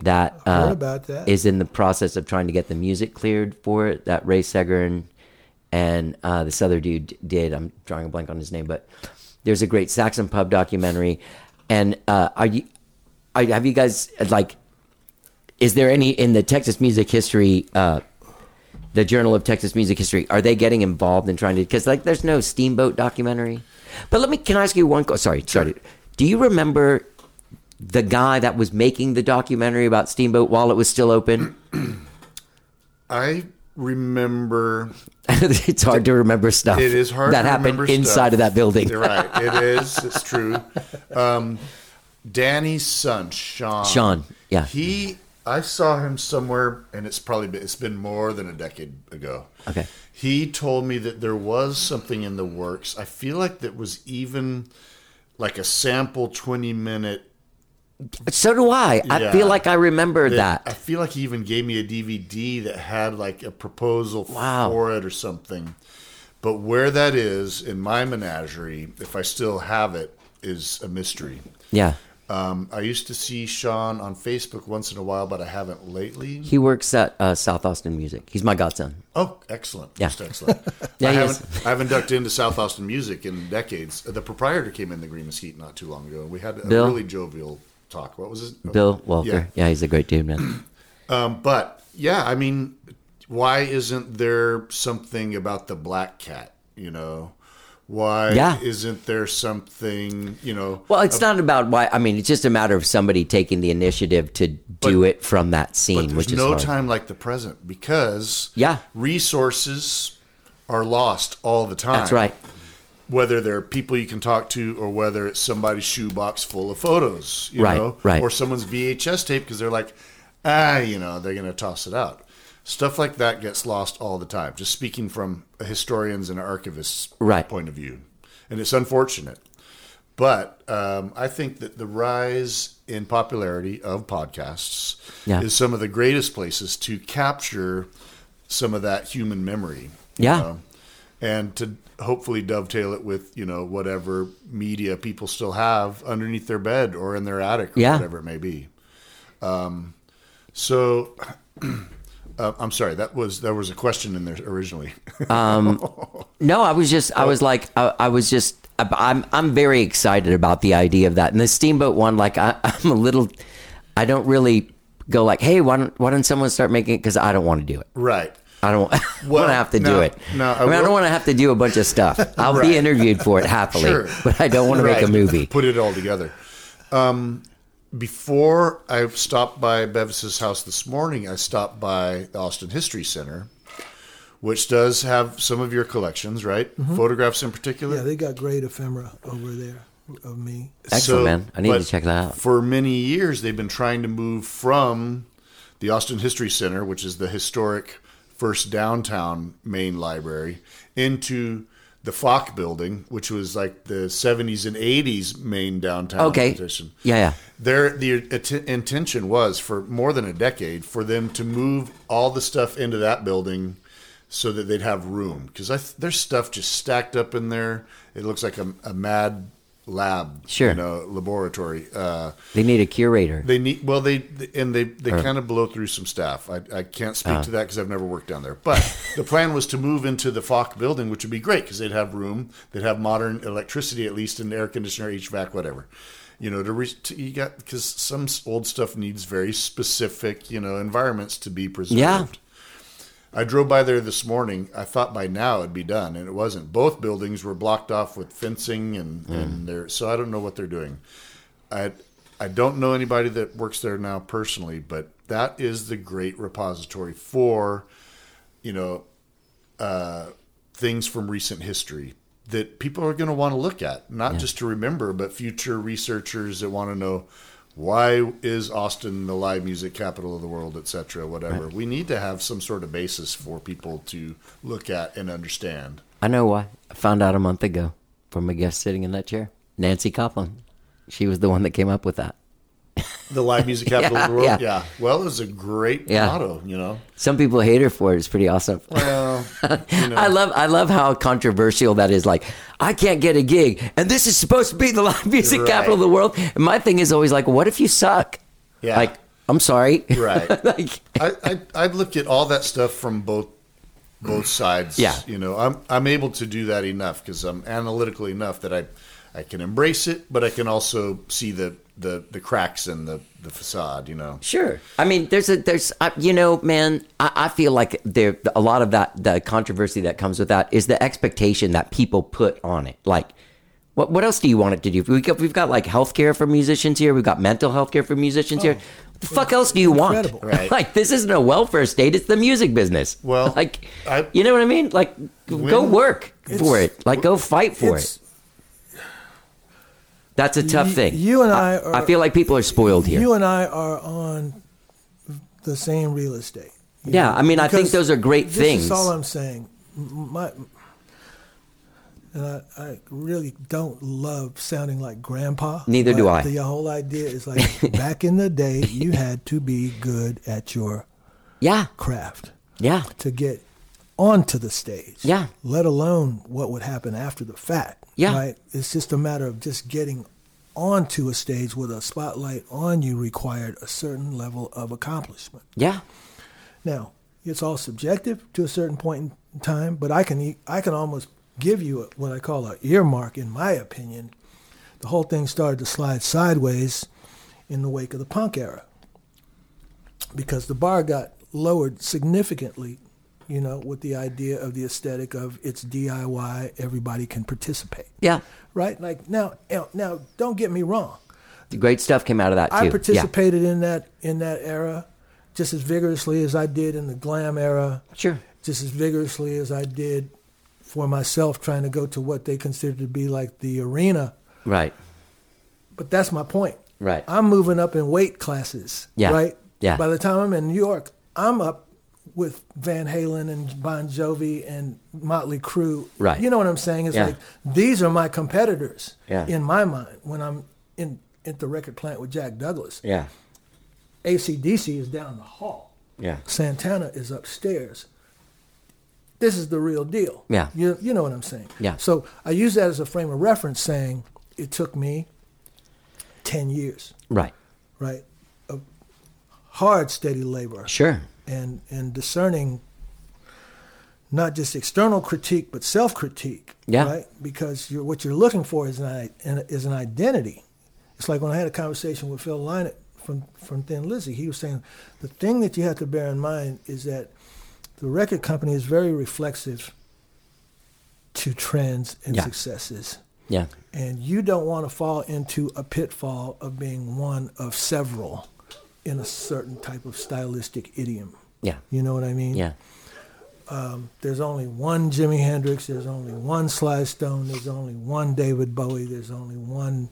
that
heard
uh,
about that.
is in the process of trying to get the music cleared for it. That Ray Segern and uh, this other dude d- did. I'm drawing a blank on his name, but there's a great Saxon Pub documentary. And uh, are you? Are, have you guys like? Is there any in the Texas music history? Uh, the Journal of Texas Music History. Are they getting involved in trying to? Because like, there's no Steamboat documentary. But let me. Can I ask you one? co- Sorry, sorry. Do you remember the guy that was making the documentary about Steamboat while it was still open? <laughs>
I remember
it's hard to remember stuff.
It is hard
that
to
happened
remember
inside
stuff.
of that building.
You're right. It is.
<laughs>
It's true. Um, Danny's son, Sean.
Sean, yeah.
He. I saw him somewhere, and it's probably been, it's been more than a decade ago.
Okay.
He told me that there was something in the works. I feel like that was even like a sample twenty minute.
So do I. I
Yeah.
feel like I remember
I
that.
feel like he even gave me a DVD that had like a proposal
Wow.
for it or something. But where that is in my menagerie, if I still have it, is a mystery.
Yeah.
Um, I used to see Sean on Facebook once in a while, but I haven't lately.
He works at uh, South Austin Music. He's my godson.
Oh, excellent!
Yeah.
Just excellent.
<laughs> Yeah,
I
he
haven't I haven't ducked into South Austin music in decades. The proprietor came in the Green Mesquite not too long ago, and we had a
Bill?
really jovial talk. What was his
Bill Walker. Yeah, he's a great dude, man.
But yeah, I mean, why isn't there something about the black cat? You know, why
Yeah.
isn't there something? You know,
Well, it's not about why. I mean, it's just a matter of somebody taking the initiative to do it from that
but
scene,
there's
which is
no
hard.
time like the present because
Yeah.
resources are lost all the time.
That's right.
Whether they're people you can talk to or whether it's somebody's shoebox full of photos, you
Right,
know,
right.
or someone's VHS tape because they're like, ah, you know, they're going to toss it out. Stuff like that gets lost all the time. Just speaking from a historian's and archivist's
Right.
point of view, and it's unfortunate. But um, I think that the rise in popularity of podcasts
Yeah.
is some of the greatest places to capture some of that human memory. you
Yeah.
know, and to hopefully dovetail it with, you know, whatever media people still have underneath their bed or in their attic or
Yeah.
whatever it may be. Um, so <clears throat> uh, I'm sorry, that was there was a question in there originally. <laughs>
No, I was just, I was like, I, I was just, I- I'm, I'm very excited about the idea of that. And the steamboat one, like, I, <laughs> I'm a little, I don't really go like, hey, why don't, why don't someone start making it? Because I don't want to do it.
right.
I don't <laughs> want
Well,
to have to
no,
do it.
no,
I,
I
mean, I don't
will-
want to have to do a
<laughs>
bunch of stuff. I'll
Right.
be interviewed for it happily,
Sure.
but I don't want to make
<laughs> Right.
a movie.
Put it all together. Um, before I stopped by Bevis's house this morning, I stopped by the Austin History Center, which does have some of your collections, right?
Mm-hmm.
Photographs in particular.
Yeah, they got great ephemera over there of me.
Excellent, man. I need to
but
check that out.
For many years, they've been trying to move from the Austin History Center, which is the historic first downtown main library, into the Fock Building, which was like the 70s and 80s main downtown
Okay.
position.
Yeah, yeah.
Their the int- intention was for more than a decade for them to move all the stuff into that building so that they'd have room because th- their stuff just stacked up in there. It looks like a, a mad lab,
Sure.
you know, laboratory. Uh,
They need a curator.
they need well, they and they they kind of blow through some staff. I, I can't speak to that because I've never worked down there. But the plan was to move into the Falk building, which would be great because they'd have room, they'd have modern electricity at least, and air conditioner, HVAC, whatever. You know, to, re- to you got because some s- old stuff needs very specific you know environments to be preserved.
Yeah.
I drove by there this morning. I thought by now it'd be done, and it wasn't. Both buildings were blocked off with fencing, and, and they're so I don't know what they're doing. I I don't know anybody that works there now personally, but that is the great repository for you know uh, things from recent history that people are going to want to look at, not just to remember, but future researchers that want to know why is Austin the live music capital of the world, et cetera, whatever. We need to have some sort of basis for people to look at and understand.
I know why. I found out a month ago from a guest sitting in that chair, Nancy Coplin. She was the one that came up with that.
The live music capital of the world.
<laughs> Yeah.
Yeah. Well, it's a great
Yeah.
motto, you know.
Some people hate her for it. It's pretty awesome.
Well, you know.
I love I love how controversial that is. Like, I can't get a gig, and this is supposed to be the <laughs> live music
Right.
capital of the world. And my thing is always like, what if you suck?
Yeah.
Like, I'm sorry.
<laughs> Right.
<laughs> like,
I, I I've looked at all that stuff from both both sides.
Yeah.
You know, I'm I'm able to do that enough because I'm analytical enough that I I can embrace it, but I can also see the the, the cracks in the, the facade. You know.
Sure. I mean, there's a there's I you know, man, I, I feel like there a lot of that the controversy that comes with that is the expectation that people put on it. Like, what what else do you want it to do? We got, we've got like healthcare for musicians here. We've got mental health care for musicians here. What the fuck else do you
incredible.
want? <laughs>
Right.
Like, this isn't a welfare state. It's the music business.
Well,
<laughs> like,
I-
you know what I mean? Like, go
When-
work for
It's-
it. Like, go fight for
It's-
it. That's a tough
y-
thing.
you and I
I
are-
feel like people are spoiled here.
You and I are on the same real estate. you
Yeah, I mean, I think
because
those are great
this
things.
That's all I'm saying. M- My, and I, I really don't love sounding like grandpa.
Neither do
but
I.
The whole idea
<laughs>
is like back in the day, you had to be good at your
yeah,
craft
yeah.
to get onto the stage.
Yeah.
Let alone what would happen after the fact.
Yeah.
Right? It's just a matter of just getting onto a stage with a spotlight on you required a certain level of accomplishment.
Yeah.
Now, it's all subjective to a certain point in time, but I can e- I can almost give you what I call a earmark. In my opinion, the whole thing started to slide sideways in the wake of the punk era because the bar got lowered significantly. You know, with the idea of the aesthetic of it's DIY, everybody can participate.
Yeah.
Right? Like now, now don't get me wrong.
The great stuff came out of that too.
I
Yeah.
participated in that in that era just as vigorously as I did in the glam era,
Sure.
just as vigorously as I did for myself trying to go to what they considered to be like the arena.
Right.
But that's my point.
Right.
I'm moving up in weight classes.
Yeah.
Right?
Yeah.
By the time I'm in New York, I'm up with Van Halen and Bon Jovi and Motley Crue.
Right.
You know what I'm saying? It's
Yeah.
like these are my competitors
Yeah.
in my mind when I'm in at the record plant with Jack Douglas.
Yeah.
ACDC is down the hall.
Yeah.
Santana is upstairs. This is the real deal.
Yeah.
You, you know what I'm saying?
Yeah.
So I use that as a frame of reference saying it took me 10 years,
Right.
right? Of hard, steady labor
Sure.
and, and discerning not just external critique, but self critique.
Yeah.
Right? Because you're, what you're looking for is an, i- an, is an identity. It's like when I had a conversation with Phil Lynott from, from Thin Lizzy, he was saying the thing that you have to bear in mind is that the record company is very reflexive to trends and
Yeah.
successes.
Yeah.
and you don't want to fall into a pitfall of being one of several in a certain type of stylistic idiom.
Yeah.
You know what I mean?
Yeah.
There's only one Jimi Hendrix, there's only one Sly Stone, there's only one David Bowie, there's only one,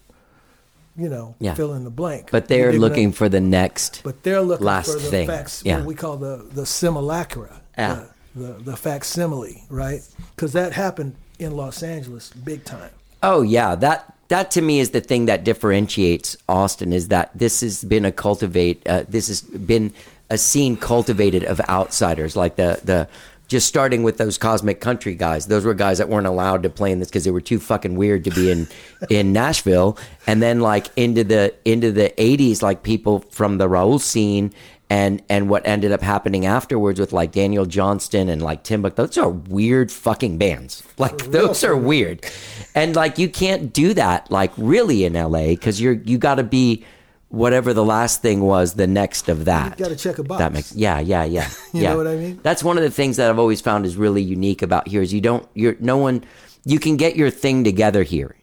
you know,
Yeah.
fill in the blank.
But
You
they're
dig what I-
looking for the next.
But they're looking
last
for the
thing.
facts,
Yeah.
what we call the, the simulacra,
Yeah.
the, the, the facsimile, right? Because that happened in Los Angeles big time.
Oh yeah, that that to me is the thing that differentiates Austin is that this has been a cultivate. Uh, this has been a scene cultivated of outsiders, like the the just starting with those cosmic country guys. Those were guys that weren't allowed to play in this because they were too fucking weird to be in <laughs> in Nashville. And then like into the into the eighties, like people from the Raul scene. And, and what ended up happening afterwards with like Daniel Johnston and like Timbuktu, those are weird fucking bands. <laughs> Like those are weird and like you can't do that like really in la because you're you got to be whatever the last thing was the next of that
gotta check a box.
that makes yeah yeah yeah
<laughs> You
yeah
know what I mean?
that's one of the things that i've always found is really unique about here is you don't you're no one you can get your thing together here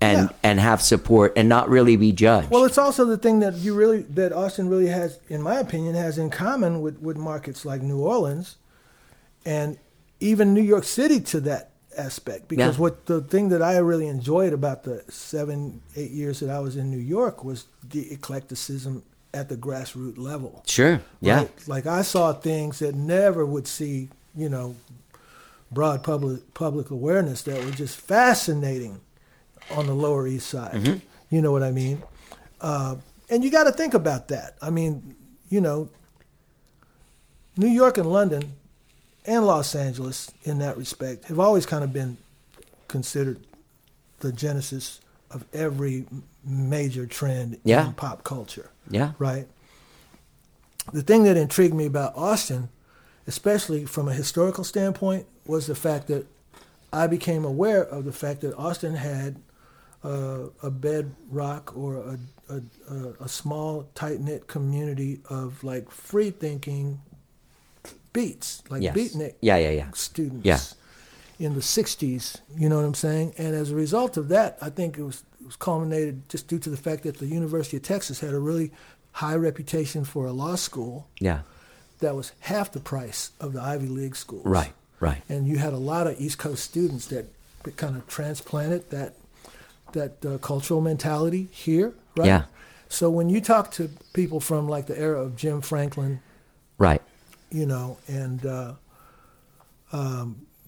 and
Yeah.
and have support and not really be judged
Well, it's also the thing that you really that Austin really has, in my opinion, has in common with with markets like New Orleans, and even New York City to that aspect. Because
Yeah.
what the thing that I really enjoyed about the seven eight years that I was in New York was the eclecticism at the grassroots level.
sure yeah
Like, like I saw things that never would see, you know, broad public public awareness that were just fascinating on the Lower East Side.
Mm-hmm.
You know what I mean? Uh, and you got to think about that. I mean, you know, New York and London and Los Angeles, in that respect, have always kind of been considered the genesis of every major trend
Yeah.
in pop culture
yeah
right? The thing that intrigued me about Austin, especially from a historical standpoint, was the fact that I became aware of the fact that Austin had uh, a bedrock or a, a, a, a small, tight knit community of like free thinking beats, like
yes
beatnik
yeah yeah yeah
students
Yeah.
in the 60s, you know what I'm saying? And as a result of that, I think it was, it was culminated just due to the fact that the University of Texas had a really high reputation for a law school
yeah
that was half the price of the Ivy League schools.
right right
And you had a lot of East Coast students that kind of transplanted that that uh, cultural mentality here, right?
Yeah.
So when you talk to people from like the era of Jim Franklin
right
you know, and uh, um,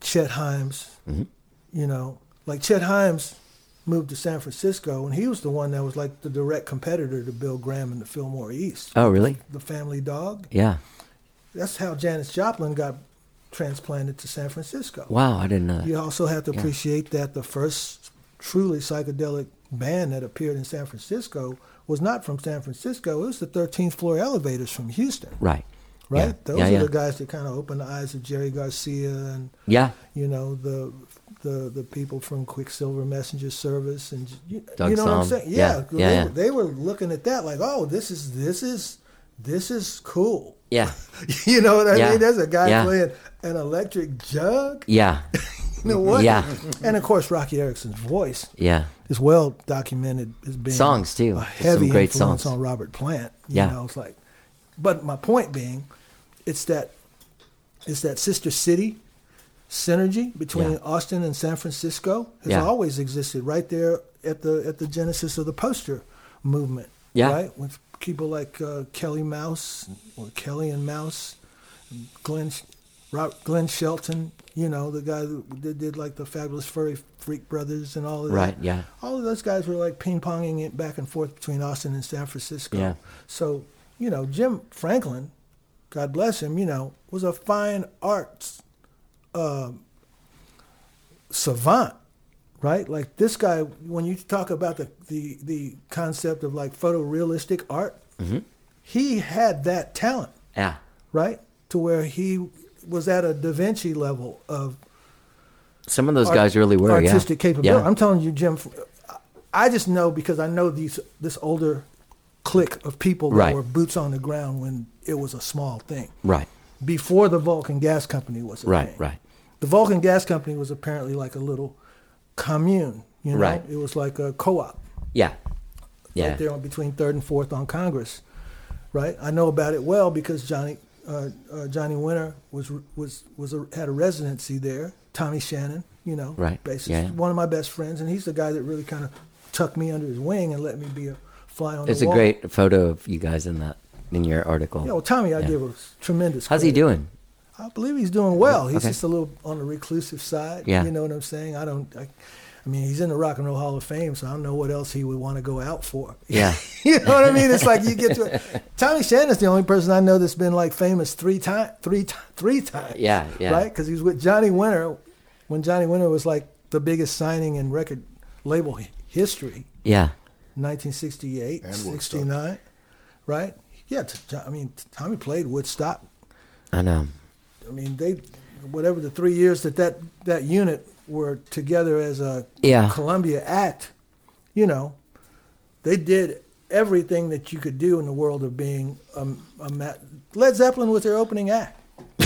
Chet Himes,
Mm-hmm.
you know, like Chet Himes moved to San Francisco, and he was the one that was like the direct competitor to Bill Graham in the Fillmore East,
oh really
the Family Dog.
yeah
That's how Janis Joplin got transplanted to San Francisco.
wow i didn't know that
You also have to appreciate that the first truly psychedelic band that appeared in San Francisco was not from San Francisco. It was the 13th floor elevators from Houston
right
right?
yeah.
Those
yeah,
are
yeah.
the guys that kind of opened the eyes of Jerry Garcia and
yeah
you know the the the people from Quicksilver Messenger Service and you,
Doug
you know what I'm
Somm.
saying?
Yeah,
Yeah,
yeah,
they,
yeah.
Were, they were looking at that like, oh, this is this is this is cool. <laughs>
yeah
you know what I
Yeah,
mean? There's a guy
yeah.
playing an electric jug.
yeah
You know what?
Yeah.
and of course Rocky Erickson's voice
yeah
is well documented as being
Songs, too.
A
Some
heavy
great
influence
songs.
on Robert Plant. You
Yeah.
know, it's like, but my point being, it's that, it's that sister city synergy between
Yeah.
Austin and San Francisco has
Yeah.
always existed right there at the at the genesis of the poster movement.
Yeah.
right with people like uh, Kelly Mouse or Kelly and Mouse, Glenn. Sh- Rob, Glenn Shelton, you know the guy that did, did like the fabulous furry freak brothers and all of
Right,
that.
yeah.
All of those guys were like ping ponging it back and forth between Austin and San Francisco.
Yeah.
So, you know, Jim Franklin, God bless him, you know, was a fine arts um, savant, right? Like this guy, when you talk about the, the, the concept of like photorealistic art, he had that talent
yeah
right? To where he was at a Da Vinci level of
Some of those
art-
guys really were, yeah.
artistic capability.
Yeah.
I'm telling you, Jim, I just know because I know these this older clique of people that
Right.
were boots on the ground when it was a small thing.
right,
Before the Vulcan Gas Company was a
right,
thing.
right.
The Vulcan Gas Company was apparently like a little commune You know,
Right.
it was like a co-op
Yeah. Yeah.
right there on between third and fourth on Congress, right? I know about it well because Johnny uh, uh, Johnny Winter was was was a, had a residency there. Tommy Shannon, you know,
Right,
bassist,
yeah.
one of my best friends, and he's the guy that really kind of tucked me under his wing and let me be a fly on
There's
the
a
wall.
great photo of you guys in that in your article.
Yeah, well, Tommy, I
Yeah.
give a tremendous.
How's he
credit.
doing?
I believe he's doing well. He's
Okay.
just a little on the reclusive side.
Yeah.
You know what I'm saying? I don't. I, I mean, he's in the Rock and Roll Hall of Fame, so I don't know what else he would want to go out for. <laughs>
Yeah.
you know what I mean? It's like you
<laughs>
get to Tommy Shannon's the only person I know that's been like famous three times, three ti- three times.
Yeah, yeah.
Right? Because he was with Johnny Winter when Johnny Winter was like the biggest signing in record label hi- history.
Yeah.
1968,
And Woodstock.
69, right? Yeah, t- t- I mean, t- Tommy played Woodstock.
I know.
I mean, they, whatever the three years that that, that unit were together as a
Yeah.
Columbia act, you know, they did everything that you could do in the world of being a, a ma- Led Zeppelin was their opening act. <laughs>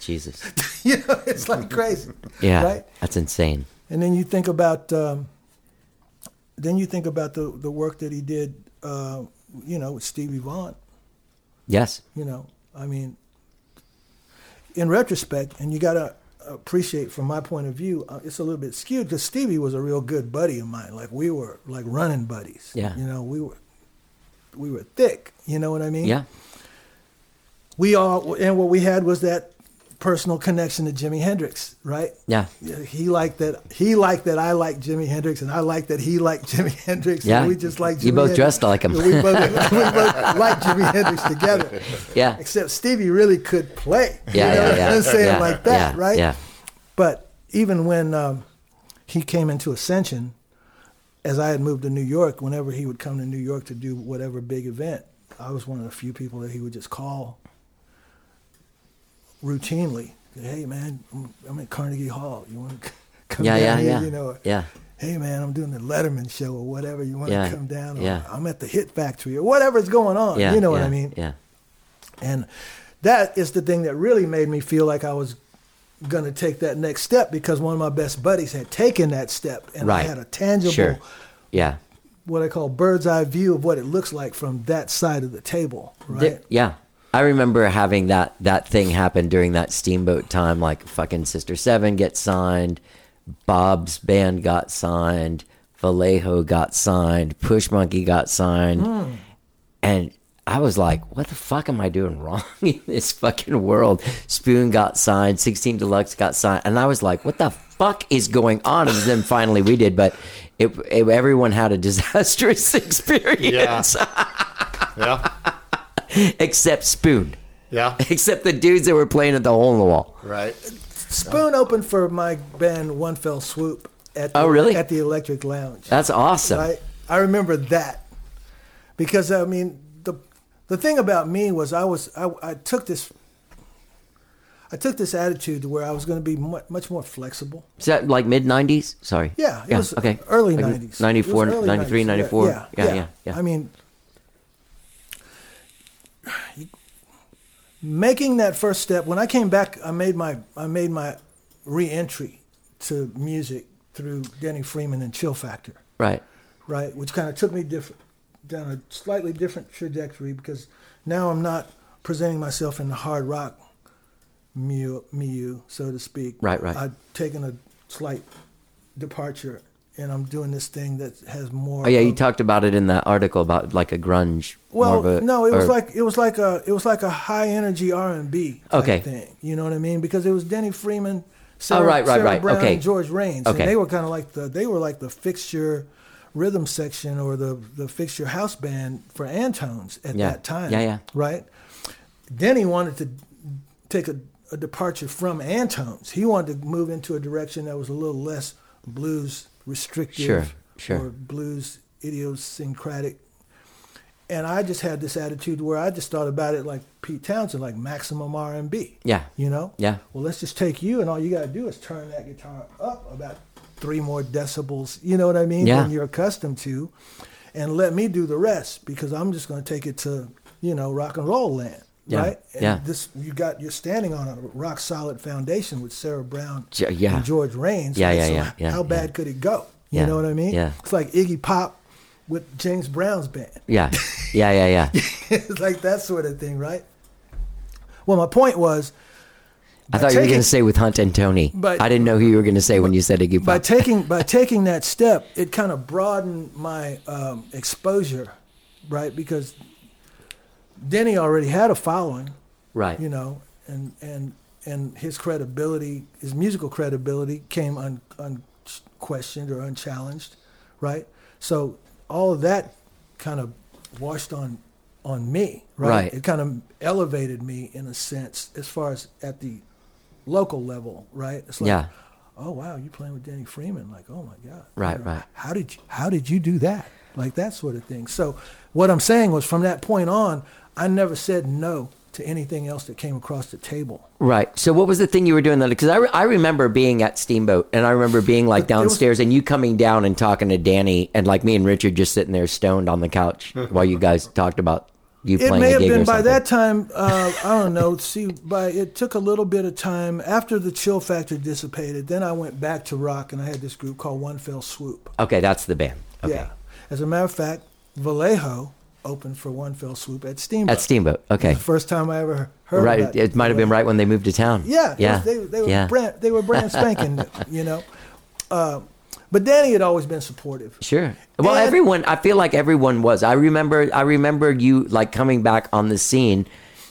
Jesus.
you know, it's like crazy.
Yeah.
<laughs> Right?
That's insane.
And then you think about um, then you think about the the work that he did, uh, you know, with Stevie Vaughan.
Yes.
You know, I mean, in retrospect, and you got to appreciate from my point of view, uh, it's a little bit skewed because Stevie was a real good buddy of mine. Like we were like running buddies.
Yeah.
You know, we were we were thick. You know what I mean?
Yeah.
We all and what we had was that personal connection to Jimi Hendrix, right?
Yeah.
Yeah, he liked that he liked that I liked Jimi Hendrix and I liked that he liked <laughs> Jimi Hendrix.
Yeah.
and we just liked. Jimi
You both
Hendrix.
dressed like him.
we both we
<laughs>
both liked Jimi Hendrix together.
Yeah.
Except Stevie really could play.
Yeah,
you know
yeah,
what
yeah,
<laughs> I'm saying
yeah,
like that,
yeah,
right?
yeah.
But even when um, he came into Ascension, as I had moved to New York, whenever he would come to New York to do whatever big event, I was one of the few people that he would just call routinely. Hey man, I'm- I'm at Carnegie Hall. You want to <laughs> come
Yeah,
down
yeah,
here?
yeah.
You know, or,
Yeah.
Hey man, I'm doing the Letterman show or whatever. You want to
Yeah,
come down? Or,
yeah.
I'm at the Hit Factory or whatever's going on.
Yeah.
Uh, you know what
yeah,
I mean?
Yeah.
And that is the thing that really made me feel like I was going to take that next step because one of my best buddies had taken that step and
Right.
I had a tangible,
Sure. Yeah.
what I call bird's eye view of what it looks like from that side of the table, right?
Th- yeah. I remember having that that thing happen during that steamboat time. Like fucking Sister Seven gets signed, Bob's band got signed, Vallejo got signed, Push Monkey got signed, and I was like, "What the fuck am I doing wrong <laughs> in this fucking world?" Spoon got signed, Sixteen Deluxe got signed, and I was like, "What the fuck is going on?" And then finally we did, but it, it everyone had a <laughs> disastrous experience
Yeah.
except Spoon.
Yeah.
<laughs> except the dudes that were playing at the hole in the wall.
Right.
Spoon opened for my band One Fell Swoop at the,
Oh, really?
at the Electric Lounge.
That's awesome.
I, I remember that because I mean the the thing about me was I was I, I took this I took this attitude to where I was going to be mu much more flexible.
Is that like mid '90s? Sorry.
Yeah, it was
okay.
early
Like '94,
90s. It was early
'93,
90s, yeah,
'94.
Yeah
yeah, yeah, yeah.
I mean, making that first step, when I came back, I made my, I made my re-entry to music through Denny Freeman and Chill Factor,
right.
right? Which kind of took me different, down a slightly different trajectory because now I'm not presenting myself in the hard rock milieu, milieu so to speak.
Right, right.
I've taken a slight departure and I'm doing this thing that has more.
Oh yeah, you
of-
talked about it in that article about like a grunge.
well,
more of a-
no, it was
or-
like it was like a it was like a high energy R and B
Okay. Oh,
thing. You know what I mean? Because it was Denny Freeman, Sarah,
right, right,
Sarah
right.
Brown,
Okay.
and George Raines,
Okay.
and they were kind of like the they were like the fixture rhythm section or the the fixture house band for Antones at
Yeah.
that time.
Yeah, yeah.
Right. Denny wanted to take a, a departure from Antones. He wanted to move into a direction that was a little less blues restrictive
Sure, sure.
or blues idiosyncratic and I just had this attitude where I just thought about it like Pete Townsend, like maximum R and B.
Yeah.
You know.
Yeah.
Well, let's just take you, and all you got to do is turn that guitar up about three more decibels. You know what I mean?
Yeah.
Than you're accustomed to, and let me do the rest because I'm just going to take it to you know rock and roll land.
Yeah.
Right. And
Yeah.
This you got you're standing on a rock solid foundation with Sarah Brown
J- yeah.
and George Raines.
Yeah,
right?
yeah,
So
yeah, yeah,
How bad could it go? You
Yeah.
know what I mean?
Yeah.
It's like Iggy Pop with James Brown's band.
<laughs> Yeah. Yeah. Yeah.
<laughs>
Yeah.
it's like that sort of thing, right? Well, my point was
I thought you were
taking-
going to say with Hunt and Tony.
But-
I didn't know who you were going to say when you said Iggy
by
Pop.
taking by taking that step, it kind of broadened my um, exposure, right? Because Denny already had a following,
right.
you know, and and and his credibility, his musical credibility, came un, unquestioned or unchallenged, right? So all of that kind of washed on on me, right?
Right.
It kind of elevated me in a sense as far as at the local level, right? It's like,
Yeah.
oh wow, you playing with Danny Freeman? Like, oh my god,
Right,
You
right.
How did you, how did you do that? Like that sort of thing. So what I'm saying was, from that point on, I never said no to anything else that came across the table.
Right. So, what was the thing you were doing that? Because I, re- I remember being at Steamboat and I remember being like
was-
downstairs and you coming down and talking to Danny and like me and Richard just sitting there stoned on the
<laughs>
couch while you guys talked about you
It
playing
may
a
have
gig or
been by
something.
that time. Uh, I don't know. See, by it took a little bit of time after the chill factor dissipated. Then I went back to rock, and I had this group called One Fell Swoop.
Okay, that's the band. Okay.
Yeah. As a matter of fact, Vallejo opened for One Fell Swoop at Steamboat.
At Steamboat. Okay.
<laughs> The first time I ever heard.
Right.
about
It might have been
Vallejo.
right when they moved to town.
Yeah, it
Yeah.
was- they, they were
yeah.
brand they were brand
<laughs>
spanking, new, you know. Uh, but Danny had always been supportive.
Sure. Well,
And-
everyone. I feel like everyone was. I remember. I remember you like coming back on the scene,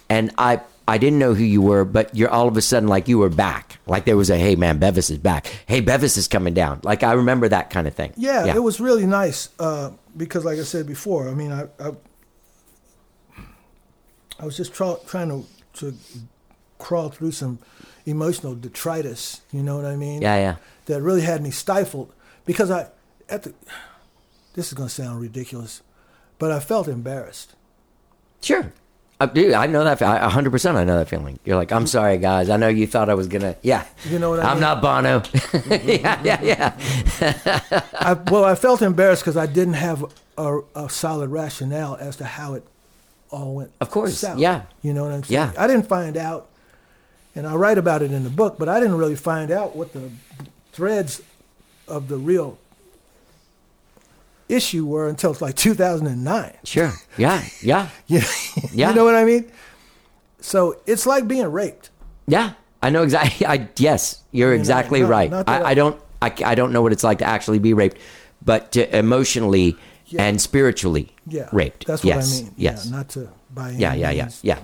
and I. I didn't know who you were, but you're all of a sudden like you were back. Like there was a hey man, Bevis is back. Hey, Bevis is coming down. Like I remember that kind of thing.
Yeah, it was really nice uh, because, like I said before, I mean, I I, I was just tra- trying to to crawl through some emotional detritus. You know what I mean?
Yeah, yeah.
That really had me stifled because I at the this is going to sound ridiculous, but I felt embarrassed.
Sure. I, dude, I know that. fe- I- a hundred percent, I know that feeling. You're like, I'm sorry, guys. I know you thought I was gonna. Yeah.
You know what I
I'm
mean?
not Bono. <laughs> yeah, yeah,
<laughs>
yeah.
I, well, I felt embarrassed because I didn't have a, a solid rationale as to how it all went.
Of course,
south.
yeah.
You know what I'm saying?
Yeah.
I didn't find out, and I write about it in the book, but I didn't really find out what the threads of the real issue were until like 2009.
Sure. Yeah. Yeah.
You,
Yeah.
you know what I mean? So it's like being raped.
Yeah, I know exactly. <laughs> I yes, you're
know,
exactly
not-
right.
not that
I,
I-
I don't. I, I don't know what it's like to actually be raped, but to emotionally
Yeah.
and spiritually
Yeah.
raped.
That's what
yes.
I mean.
Yes.
Yeah, not to buy
yeah. Yeah. Yeah. Yeah.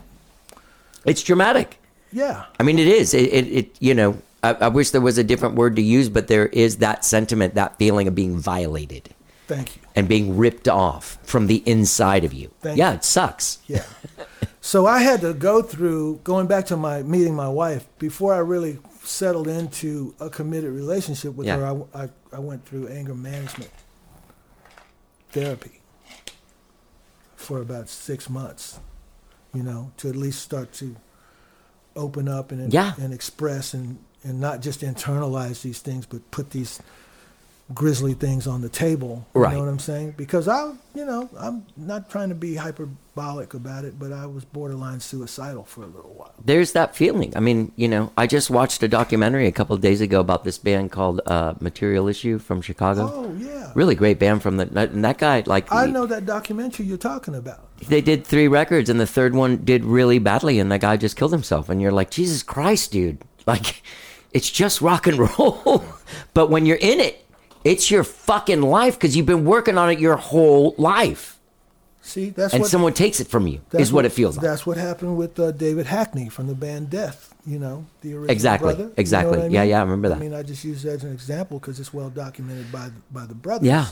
It's dramatic.
Yeah.
I mean, it is. It. It. it you know. I, I wish there was a different word to use, but there is that sentiment, that feeling of being violated
Thank you.
and being ripped off from the inside of you.
Thank
yeah,
you.
it sucks.
Yeah. so I had to go through going back to my meeting my wife before I really settled into a committed relationship with
Yeah.
her. I, I, I went through anger management therapy for about six months, you know, to at least start to open up and
Yeah.
and express and and not just internalize these things, but put these grisly things on the table. You
Right.
know what I'm saying? Because I, you know, I'm not trying to be hyperbolic about it, but I was borderline suicidal for a little while.
there's that feeling. I mean, you know, I just watched a documentary a couple of days ago about this band called uh, Material Issue from Chicago.
Oh yeah.
Really great band from the and that guy like
I know that documentary you're talking about.
they did three records and the third one did really badly and the guy just killed himself and you're like Jesus Christ, dude! Like, <laughs> it's just rock and <laughs> roll, but when you're in it, it's your fucking life because you've been working on it your whole life,
See, that's
and
what
someone takes it from you
that's
is what it feels like.
That's what happened with uh, David Hackney from the band Death. You know, the original
Exactly,
brother. You know
exactly.
what I
Yeah,
mean?
yeah, I remember that.
I mean, I just use that as an example because it's well documented by the, by the brothers.
Yeah,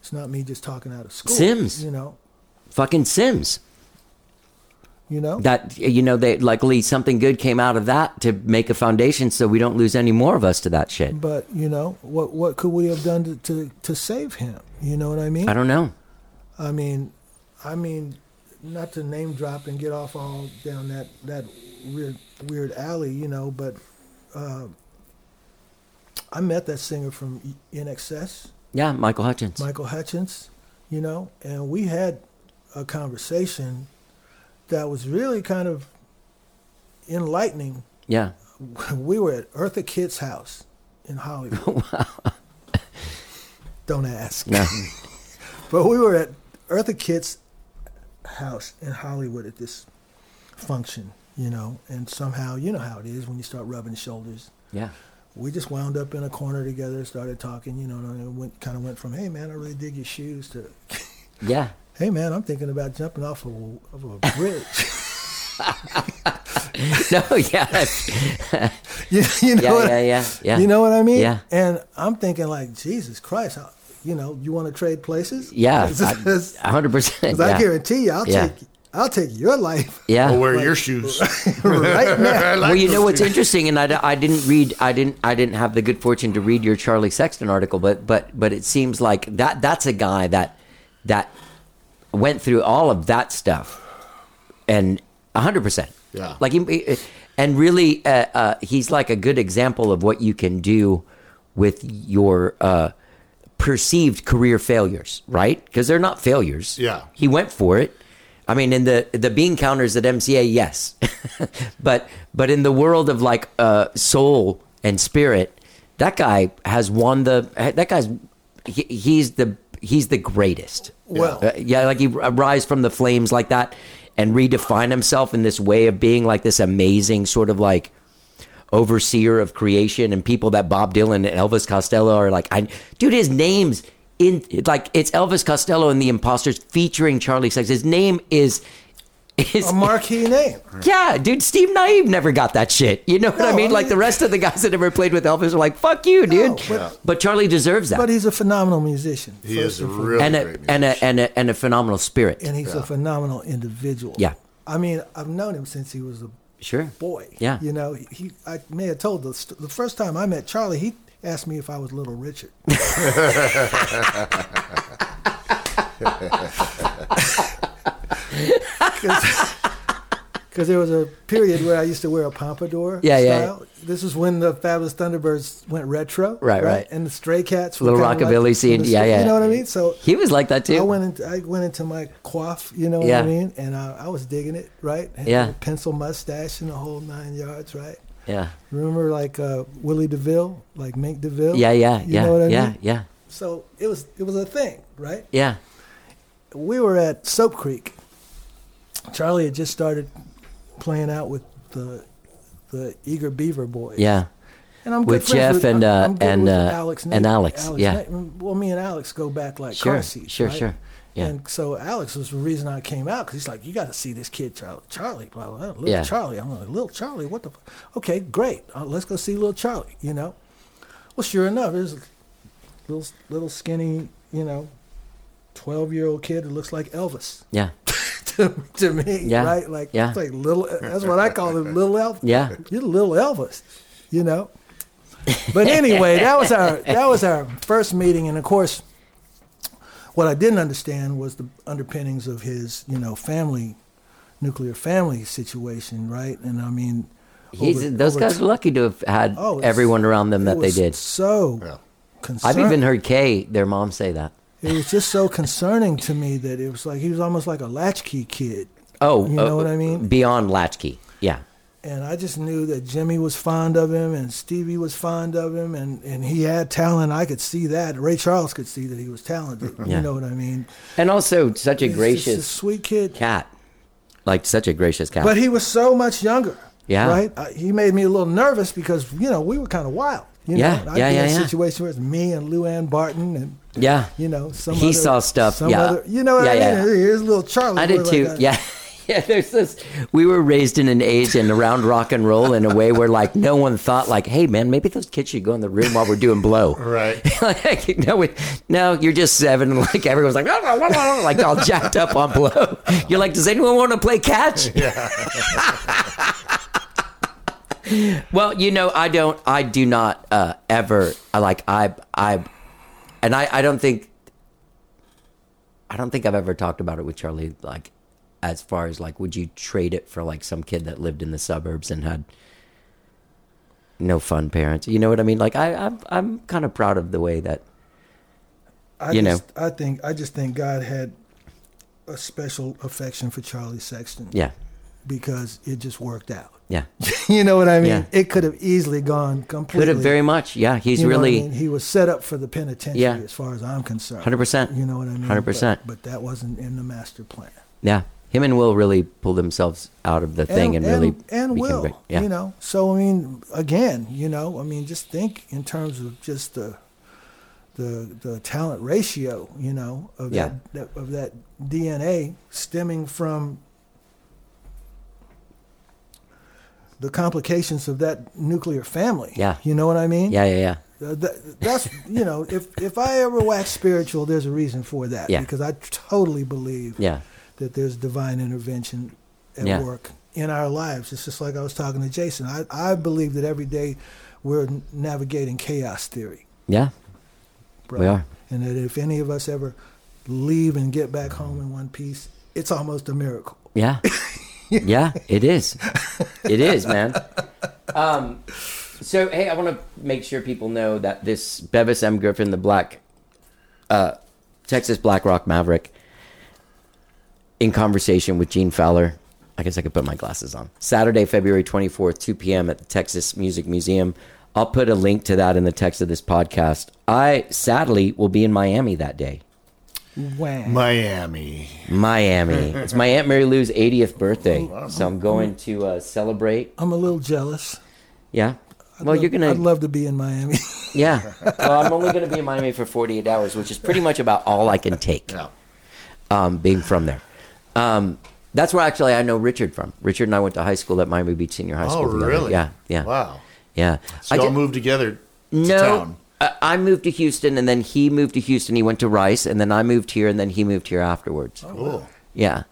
It's not me just talking out of school.
Sims.
You know.
fucking Sims.
You know.
that you know they luckily something good came out of that to make a foundation so we don't lose any more of us to that shit
But you know what? What could we have done to to, to save him? You know what I mean?
i don't know
I mean, I mean, not to name drop and get off all down that that weird weird alley, you know. But uh, I met that singer from E-, NXS,
yeah michael hutchins
Michael Hutchins, you know, and we had a conversation that was really kind of enlightening
yeah
<laughs>
<laughs>
we were at Eartha Kitt's house in Hollywood. Don't ask.
No.
<laughs>
<laughs>
But we were at Eartha Kitt's house in Hollywood at this function, you know, and somehow, you know how it is when you start rubbing shoulders.
yeah.
We just wound up in a corner together, started talking, you know, and it went, kind of went from, hey, man, I really dig your shoes to,
Yeah. <laughs>
hey, man, I'm thinking about jumping off of a, of a bridge. <laughs>
No, <laughs> yeah.
you, you know
Yeah,
what
yeah,
I-
yeah, yeah.
You know what I mean?
Yeah.
And I'm thinking, like, Jesus Christ, how, you know, you want to trade places? <laughs>
Yeah.
This
I-
is-
100%.
Because I
yeah.
guarantee you, I'll
Yeah.
take I'll take your life <laughs>
Yeah.
I'll wear your shoes. <laughs>
right now.
well, you know what's interesting, and I, d- I didn't read, I didn't, I didn't have the good fortune to read your Charlie Sexton article, but but but it seems like that that's a guy that that went through all of that stuff, and hundred percent,
Yeah.
like he- he, and really, uh, uh, he's like a good example of what you can do with your uh, perceived career failures, right? Because they're not failures.
Yeah.
he went for it. I mean, in the the bean counters at MCA, yes, <laughs> but but in the world of like uh, soul and spirit, that guy has won the. That guy's he, he's the he's the greatest.
Well-
Uh, yeah, like he rise from the flames like that and redefine himself in this way of being like this amazing sort of like overseer of creation and people that Bob Dylan and Elvis Costello are like, I dude, his name's in like it's Elvis Costello and the Imposters featuring Charlie Sex. His name is is
A marquee name.
yeah, dude. Steve Naive never got that shit. You know what I
Um, No,
mean?
I
like the
mean-
rest of the guys that ever played with Elvis are like, fuck you, dude.
but- Yeah.
but, Charlie deserves that.
But he's a phenomenal musician.
He
first
is a
and foremost.
really
and a,
great
and a
musician.
and a and a phenomenal spirit.
and he's a phenomenal individual.
Yeah.
I mean, I've known him since he was a
sure.
boy.
Yeah.
You know, he I may have told the st- the first time I met Charlie, he asked me if I was
<laughs>
Little Richard. <laughs> Because there was a period where I used to wear a pompadour.
Yeah, yeah.
style. This is when the Fabulous Thunderbirds went retro.
Right, right.
And the Stray Cats. were
Little
kinda like-
rockabilly scene.
the-
Yeah, yeah.
You know what I mean? So
He was like that too.
I went into I went into my coif, you know
Yeah.
what I mean, and I, I was digging it, right? Had
Yeah.
a pencil mustache and the whole nine yards, right?
yeah.
Remember like uh, Willie DeVille, like Mink DeVille.
Yeah. Yeah.
You
Yeah.
know what I
yeah.
mean?
Yeah.
So it was it was a thing, right?
Yeah.
We were at Soap Creek. Charlie had just started playing out with the the eager Beaver boys.
Yeah.
and I'm
with
good friends
Jeff
with,
and,
I'm-
uh,
I'm good
and,
with
uh,
Alex
and
Nate-
Alex, yeah.
Nate. Well, me and Alex go back like
Sure,
car seats.
sure,
right?
sure, yeah.
And so Alex was the reason I came out because he's like, you got to see this kid, Charlie. Charlie, blah blah. blah little
Yeah.
Charlie. I'm like, little Charlie. What the? F-? Okay, great. Uh, let's go see little Charlie. You know. Well, sure enough, there's a little little skinny, you know, twelve year old kid who looks like Elvis
Yeah.
to, to me,
Yeah,
right? Like,
yeah.
it's like little. That's what I call him, little Elvis.
Yeah.
you're little Elvis, you know. But anyway, that was our that was our first meeting, and of course, what I didn't understand was the underpinnings of his, you know, family, nuclear family situation, right? And I mean,
He's,
over-
those
over
guys
t-
are lucky to have had
Oh, it's-
everyone around them
it
that they
was
did.
So
Yeah.
I've
concern-
even heard Kay, their mom, say that.
It was just so concerning to me that it was like he was almost like a latchkey kid.
Oh,
You know
uh,
what I mean?
Beyond latchkey. Yeah.
and I just knew that Jimmy was fond of him and Stevie was fond of him and, and he had talent. I could see that. Ray Charles could see that he was talented.
Yeah.
You know what I mean?
And also such a
He's just a
gracious
sweet kid.
cat. Like such a gracious cat.
But he was so much younger.
Yeah.
Right? Uh, he made me a little nervous because, you know, we were kind of wild. You
Yeah, yeah,
Know? I'd be
yeah,
in
yeah.
a situation where it's me and Lou Ann Barton and,
yeah.
you know, some
He
other-
saw stuff,
some
yeah.
other- you know what
Yeah,
I mean?
yeah.
Here's little Charlie.
I did
We're
too.
like, uh,
yeah. <laughs> Yeah, there's this. We were raised in an age and around rock and roll in a way where, like, no one thought, like, "Hey, man, maybe those kids should go in the room while we're doing blow."
Right.
<laughs> like, no, we, no, you're just seven. <laughs> Like everyone's like, "Oh, oh, oh," like all jacked up on blow. <laughs> You're like, does anyone want to play catch? <laughs> well, you know, I don't. I do not uh, ever. I Like, I, I, and I, I don't think I don't think I've ever talked about it with Charlie. Like, as far as like, would you trade it for like some kid that lived in the suburbs and had no fun parents? You know what I mean? Like, I, I'm I'm kind of proud of the way that.
I
you know.
just, I think I just think God had a special affection for Charlie Sexton.
Yeah,
because it just worked out. <laughs>
Yeah.
you know what I mean?
Yeah.
It could have easily gone completely.
Could have uh, very much. Yeah. He's
you know what I
really.
mean? he was set up for the penitentiary,
Yeah.
as far as I'm concerned.
100%.
You know what I mean?
100%.
But, but that wasn't in the master plan.
Yeah. Him and Will really pulled themselves out of the thing and, really became
and will
great. Yeah.
you know so i mean again you know i mean just think in terms of just the the the talent ratio you know of
Yeah.
that, that of that dna stemming from the complications of that nuclear family
Yeah.
you know what i mean
yeah, yeah, yeah.
uh, that, that's you know if if i ever wax spiritual there's a reason for that
Yeah.
because i totally believe
Yeah.
that there's divine intervention at
Yeah.
work in our lives. It's just like I was talking to Jason. I, I believe that every day we're n- navigating chaos theory.
Yeah.
Bro.
We are.
And that if any of us ever leave and get back home in one piece, it's almost a miracle.
Yeah. yeah, it is. It is, man. Um, so, hey, I want to make sure people know that this Bevis M. Griffin, the black, uh, Texas Black Rock Maverick, in conversation with Gene Fowler. I guess I could put my glasses on. Saturday, February 24th, 2 p.m. at the Texas Music Museum. I'll put a link to that in the text of this podcast. I sadly will be in Miami that day.
Wow.
<laughs> Miami. <laughs>
Miami. it's my Aunt Mary Lou's 80th
Oh,
birthday. So I'm going to uh, celebrate.
I'm a little jealous.
Yeah. Well, you're going
I'd
to.
love to be in Miami.
<laughs>
Yeah. Well, I'm only going to be in Miami for 48 hours, which is pretty much about all I can take
Yeah.
um, being from there. Um, that's where actually I know Richard from. Richard and I went to high school at Miami Beach Senior High
Oh,
School. together.
really?
Yeah. Yeah.
Wow.
Yeah.
So
I
y'all
ju-
moved together to
no,
town.
I- I moved to Houston and then he moved to Houston. He went to Rice and then I moved here and then he moved here afterwards.
Cool.
Yeah.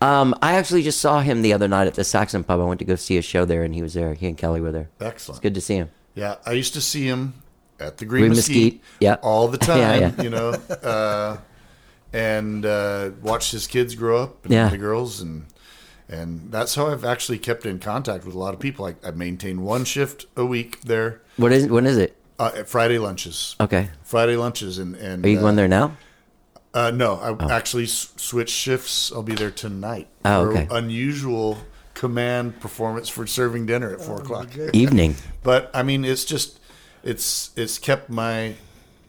Um, I actually just saw him the other night at the Saxon Pub. I went to go see a show there, and he was there. He and Kelly were there.
Excellent.
It's good to see him.
Yeah, I used to see him at the Green,
Green
Mesquite,
Mesquite, yeah.
all the
<laughs>
time,
Yeah, yeah.
you know, uh, and uh, watched his kids grow up and
Yeah.
the girls and and that's how I've actually kept in contact with a lot of people. I, I maintain one shift a week there
What is? When is it?
uh, at Friday lunches.
Okay.
Friday lunches and and
Are you
uh,
going there now?
Uh, no, I actually s- switched shifts. I'll be there tonight.
Oh,
for
okay.
Unusual command performance for serving dinner at four o'clock.
Evening.
but I mean, it's just it's it's kept my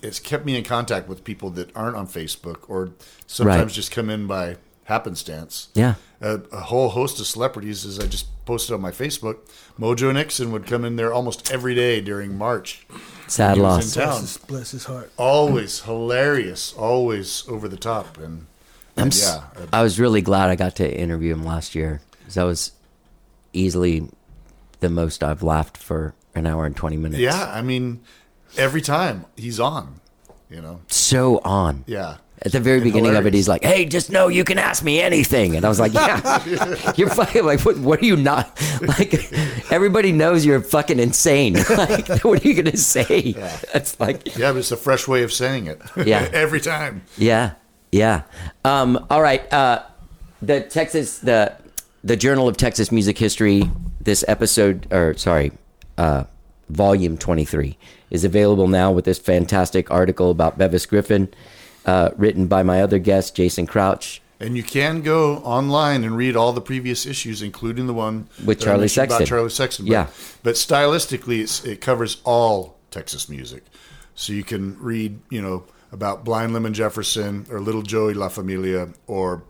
it's kept me in contact with people that aren't on Facebook or sometimes
Right.
just come in by happenstance.
Yeah.
A, a whole host of celebrities, as I just posted on my Facebook, Mojo Nixon would come in there almost every day during March.
Sad
He
loss.
was in
<laughs> bless,
town.
his, bless his heart.
Always hilarious, always over the top, and, and yeah, uh,
I was really glad I got to interview him last year 'cause that was easily the most I've laughed for an hour and twenty minutes.
yeah. I mean, every time he's on, you know,
So on.
yeah.
At the very
And
beginning of it,
hilarious.
he's like, "Hey, just know you can ask me anything," and I was like, "Yeah, you're fucking like, what? What are you not like? Everybody knows you're fucking insane. <laughs> Like, what are you gonna say? That's like,
Yeah, but it's a fresh way of saying it.
Yeah.
<laughs> every time.
yeah, yeah. Um, all right. Uh, the Texas, the the Journal of Texas Music History. This episode, or sorry, uh, volume twenty three is available now with this fantastic article about Bevis Griffin, uh, written by my other guest Jason Crouch.
And you can go online and read all the previous issues, including the one
With
that I
Charlie
mentioned
Sexton.
About Charlie Sexton. But,
Yeah.
But stylistically, it's, it covers all Texas music. So you can read, you know, about Blind Lemon Jefferson or Little Joey La Familia or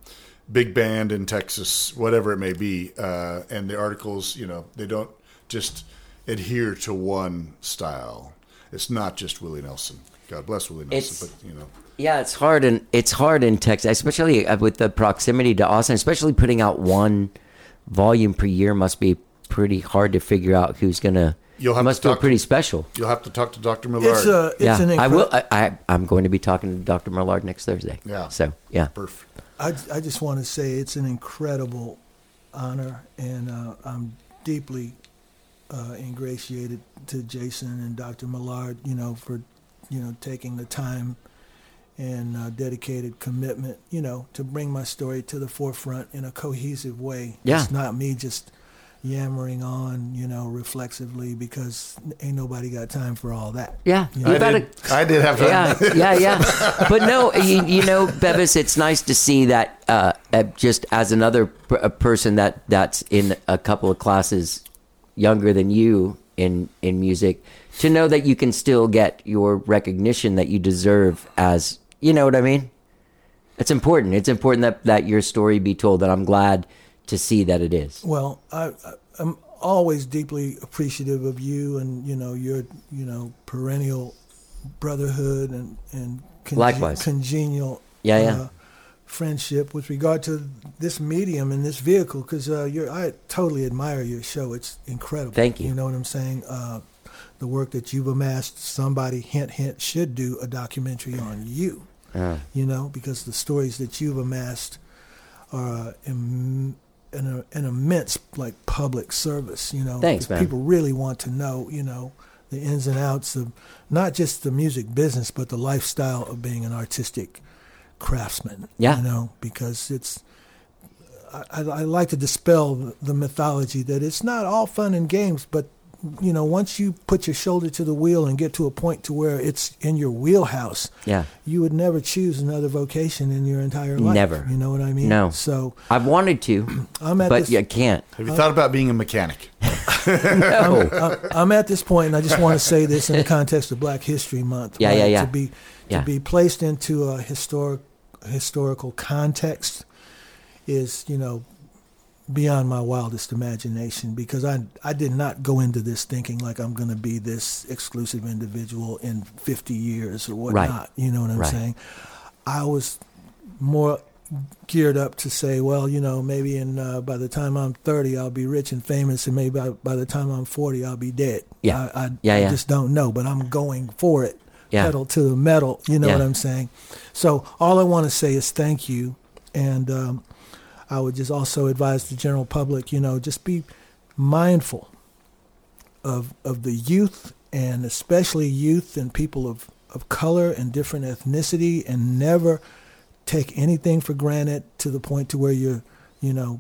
Big Band in Texas, whatever it may be. Uh, and the articles, you know, they don't just adhere to one style. It's not just Willie Nelson. God bless Willie Nelson,
It's-
but, you know.
Yeah, it's hard and it's hard in Texas, especially uh, with the proximity to Austin. Especially putting out one volume per year must be pretty hard to figure out who's gonna.
You'll have
must
to
feel
talk-
pretty special.
You'll have to talk to Dr. Millard.
It's a it's
yeah,
an incredible
I will. I, I I'm going to be talking to Dr. Millard next Thursday.
Yeah.
So yeah,
Perf.
I, I just want to say it's an incredible honor, and uh, I'm deeply uh, ingratiated to Jason and Dr. Millard, you know, for you know taking the time and uh, dedicated commitment, you know, to bring my story to the forefront in a cohesive way.
Yeah.
It's not me just yammering on, you know, reflexively because ain't nobody got time for all that.
Yeah,
I
you've had a-
did, I did have
<laughs>
<laughs>
yeah,
that.
yeah, yeah. But no, you, you know, Bevis, it's nice to see that uh, uh, just as another p- a person that that's in a couple of classes younger than you in in music, to know that you can still get your recognition that you deserve as you know what I mean. It's important. It's important that that your story be told. And I'm glad to see that it is.
Well, I, I- I'm always deeply appreciative of you and you know your you know perennial brotherhood and and conge-
Likewise.
congenial uh,
Yeah, yeah.
friendship with regard to this medium and this vehicle because uh, you're I totally admire your show. It's incredible.
Thank you.
You know what I'm saying. Uh, the work that you've amassed, somebody hint hint should do a documentary on you. You know because the stories that you've amassed are Im- an, uh, an immense like public service. You know,
Thanks,
Because
man.
People really want to know, you know, the ins and outs of not just the music business, but the lifestyle of being an artistic craftsman.
Yeah.
you know, because it's. I, I I like to dispel the- the mythology that it's not all fun and games, but you know, once you put your shoulder to the wheel and get to a point to where it's in your wheelhouse,
Yeah.
you would never choose another vocation in your entire life.
Never.
You know what I mean?
No.
So
I've wanted to,
I'm at
but
this.
you can't.
Have you thought about being a mechanic?
No.
I- I'm at this point, and I just want to say this in the context of Black History Month.
Yeah, yeah, yeah.
To be to
Yeah.
be placed into a historic historical context is you know beyond my wildest imagination because I I did not go into this thinking like I'm going to be this exclusive individual in 50 years or whatnot. You know what I'm
Right.
saying? I was more geared up to say, well, you know, maybe in uh, by the time I'm 30, I'll be rich and famous, and maybe by, by the time I'm 40, I'll be dead.
Yeah.
I, I,
Yeah,
I
yeah.
just don't know, but I'm going for it,
Yeah.
pedal to the metal. You know
Yeah.
what I'm saying? So all I want to say is thank you, and um, I would just also advise the general public, you know, just be mindful of of the youth and especially youth and people of, of color and different ethnicity and never take anything for granted to the point to where you're you know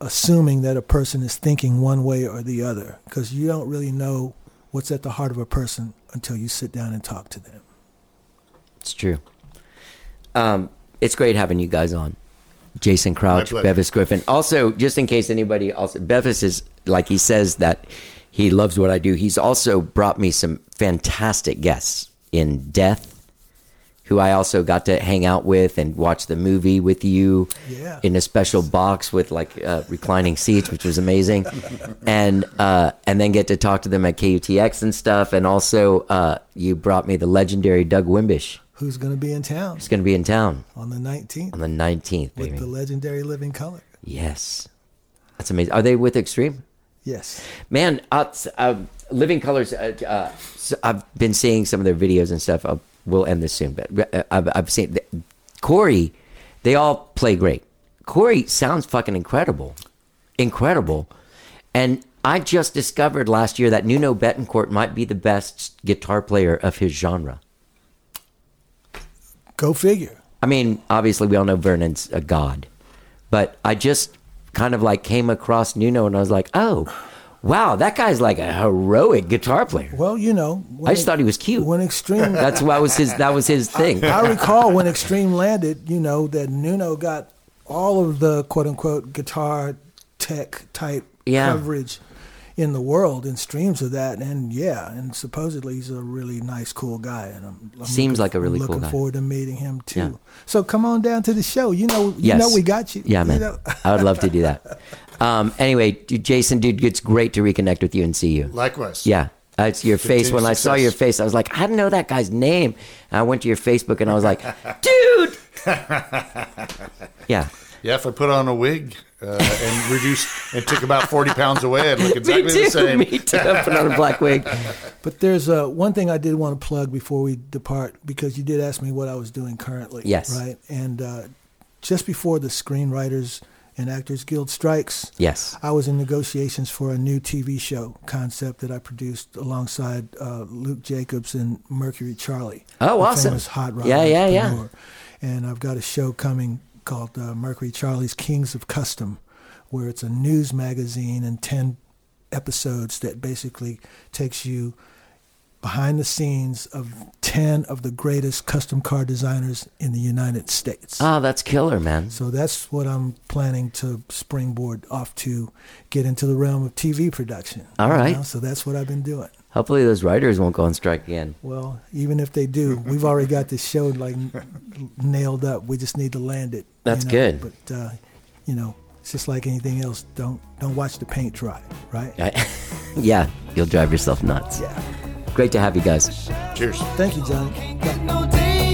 assuming that a person is thinking one way or the other because you don't really know what's at the heart of a person until you sit down and talk to them
It's true. Um, it's great having you guys on. Jason Crouch,
pleasure.
Bevis Griffin. Also, just in case anybody also, Bevis is like he says that he loves what I do. He's also brought me some fantastic guests in Death, who I also got to hang out with and watch the movie with you
Yeah.
in a special box with like uh, reclining seats, which was amazing, and uh, and then get to talk to them at KUTX and stuff. And also, uh, you brought me the legendary Doug Wimbish
who's going to be in town
going to be in town
on the 19th
on the 19th,
with
baby.
the legendary living color
yes. That's amazing. Are they with Extreme?
yes
<sighs> Man, uh, s- uh, Living Colors, uh, uh, s- I've been seeing some of their videos and stuff. I'll, we'll end this soon, but uh, I've, I've seen Corey, they all play great. Corey sounds fucking incredible. Incredible. And I just discovered last year that Nuno Betancourt might be the best guitar player of his genre.
go figure
I mean, obviously, we all know Vernon's a god, but I just kind of like came across Nuno and I was like, oh, wow, that guy's like a heroic guitar player.
well you know
I just thought he was cute.
when extreme
<laughs> That's what was his. That was his thing.
<laughs> I recall when Extreme landed, you know, that Nuno got all of the quote unquote guitar tech type
Yeah.
coverage in the world and streams of that. And yeah, and supposedly he's a really nice, cool guy. And I'm, I'm
Seems
looking-
like a really
I'm
cool
looking
guy.
forward to meeting him too.
Yeah.
So come on down to the show. You know, you
Yes.
know we got you.
Yeah,
You
man.
know?
I would love to do that. Um, anyway, dude, Jason, dude, it's great to reconnect with you and see you.
Likewise.
Yeah. It's your face.
Continued
When I saw
success.
your face, I was like, I didn't know that guy's name. And I went to your Facebook and I was like, dude.
<laughs>
Yeah.
Yeah, if I put on a wig uh, and reduced and took about 40 pounds away, I'd look
<laughs>
exactly
me too.
the same.
Me too. Put on a black wig.
But there's uh, one thing I did want to plug before we depart because you did ask me what I was doing currently.
Yes.
Right. And uh, just before the Screenwriters and Actors Guild strikes,
Yes.
I was in negotiations for a new TV show concept that I produced alongside uh, Luke Jacobs and Mercury Charlie.
Oh,
the
awesome.
Famous hot rod
Yeah, yeah, yeah.
entrepreneur. And I've got a show coming called uh, Mercury Charlie's Kings of Custom, where it's a news magazine and 10 episodes that basically takes you behind the scenes of 10 of the greatest custom car designers in the United States.
Oh, that's killer, man.
So that's what I'm planning to springboard off to get into the realm of TV production.
All
you
right.
know? So that's what I've been doing.
Hopefully, those writers won't go on strike again.
Well, even if they do, we've already got this show like n- nailed up. We just need to land it. you
That's
know?
good.
But uh, you know, it's just like anything else. Don't don't watch the paint dry, right?
I- <laughs> yeah, you'll drive yourself nuts.
Yeah.
Great to have you guys.
Cheers.
Thank you, John.
Get no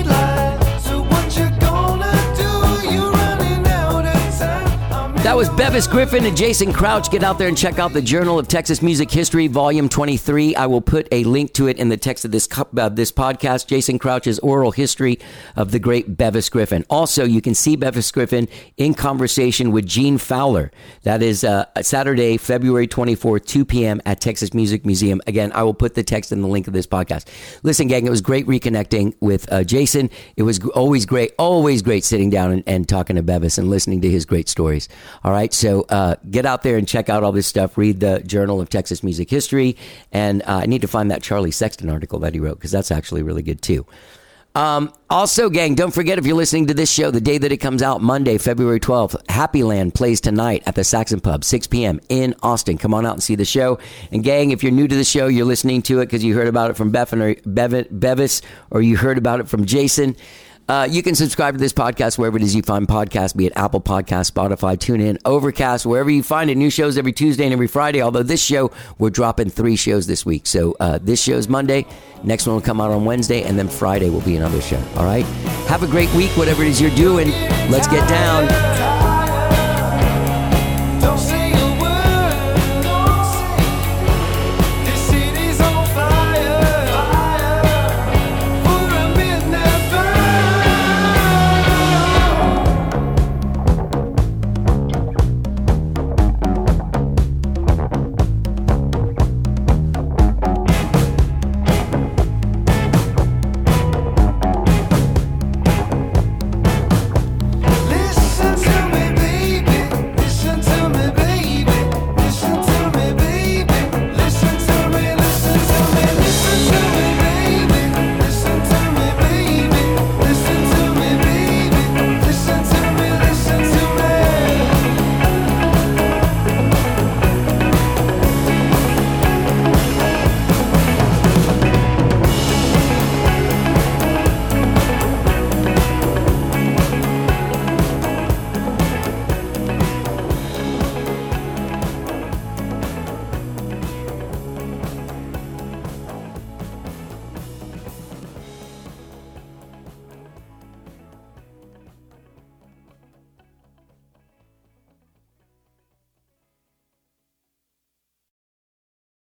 daylight, so what you gonna do? You running out of time. I'm
That was Bevis Griffin and Jason Crouch. Get out there and check out the Journal of Texas Music History, Volume 23. I will put a link to it in the text of this co- uh, this podcast. Jason Crouch's oral history of the great Bevis Griffin. Also, you can see Bevis Griffin in conversation with Gene Fowler. That is uh, Saturday, February 24, 2 p.m. at Texas Music Museum. Again, I will put the text in the link of this podcast. Listen, gang, it was great reconnecting with uh, Jason. It was g- always great, always great sitting down and, and talking to Bevis and listening to his great stories. All right, so uh, get out there and check out all this stuff. Read the Journal of Texas Music History, and uh, I need to find that Charlie Sexton article that he wrote because that's actually really good too. Um, also, gang, don't forget if you're listening to this show, the day that it comes out, Monday, February 12th, Happy Land plays tonight at the Saxon Pub, 6 p.m. in Austin. Come on out and see the show. And, gang, if you're new to the show, you're listening to it because you heard about it from Beffin or Bev- Bevis or you heard about it from Jason. Uh, you can subscribe to this podcast wherever it is you find podcasts, be it Apple Podcasts, Spotify, TuneIn, Overcast, wherever you find it. New shows every Tuesday and every Friday. Although this show, we're dropping three shows this week. So uh, this show's Monday. Next one will come out on Wednesday, and then Friday will be another show. All right. Have a great week, whatever it is you're doing. Let's get down.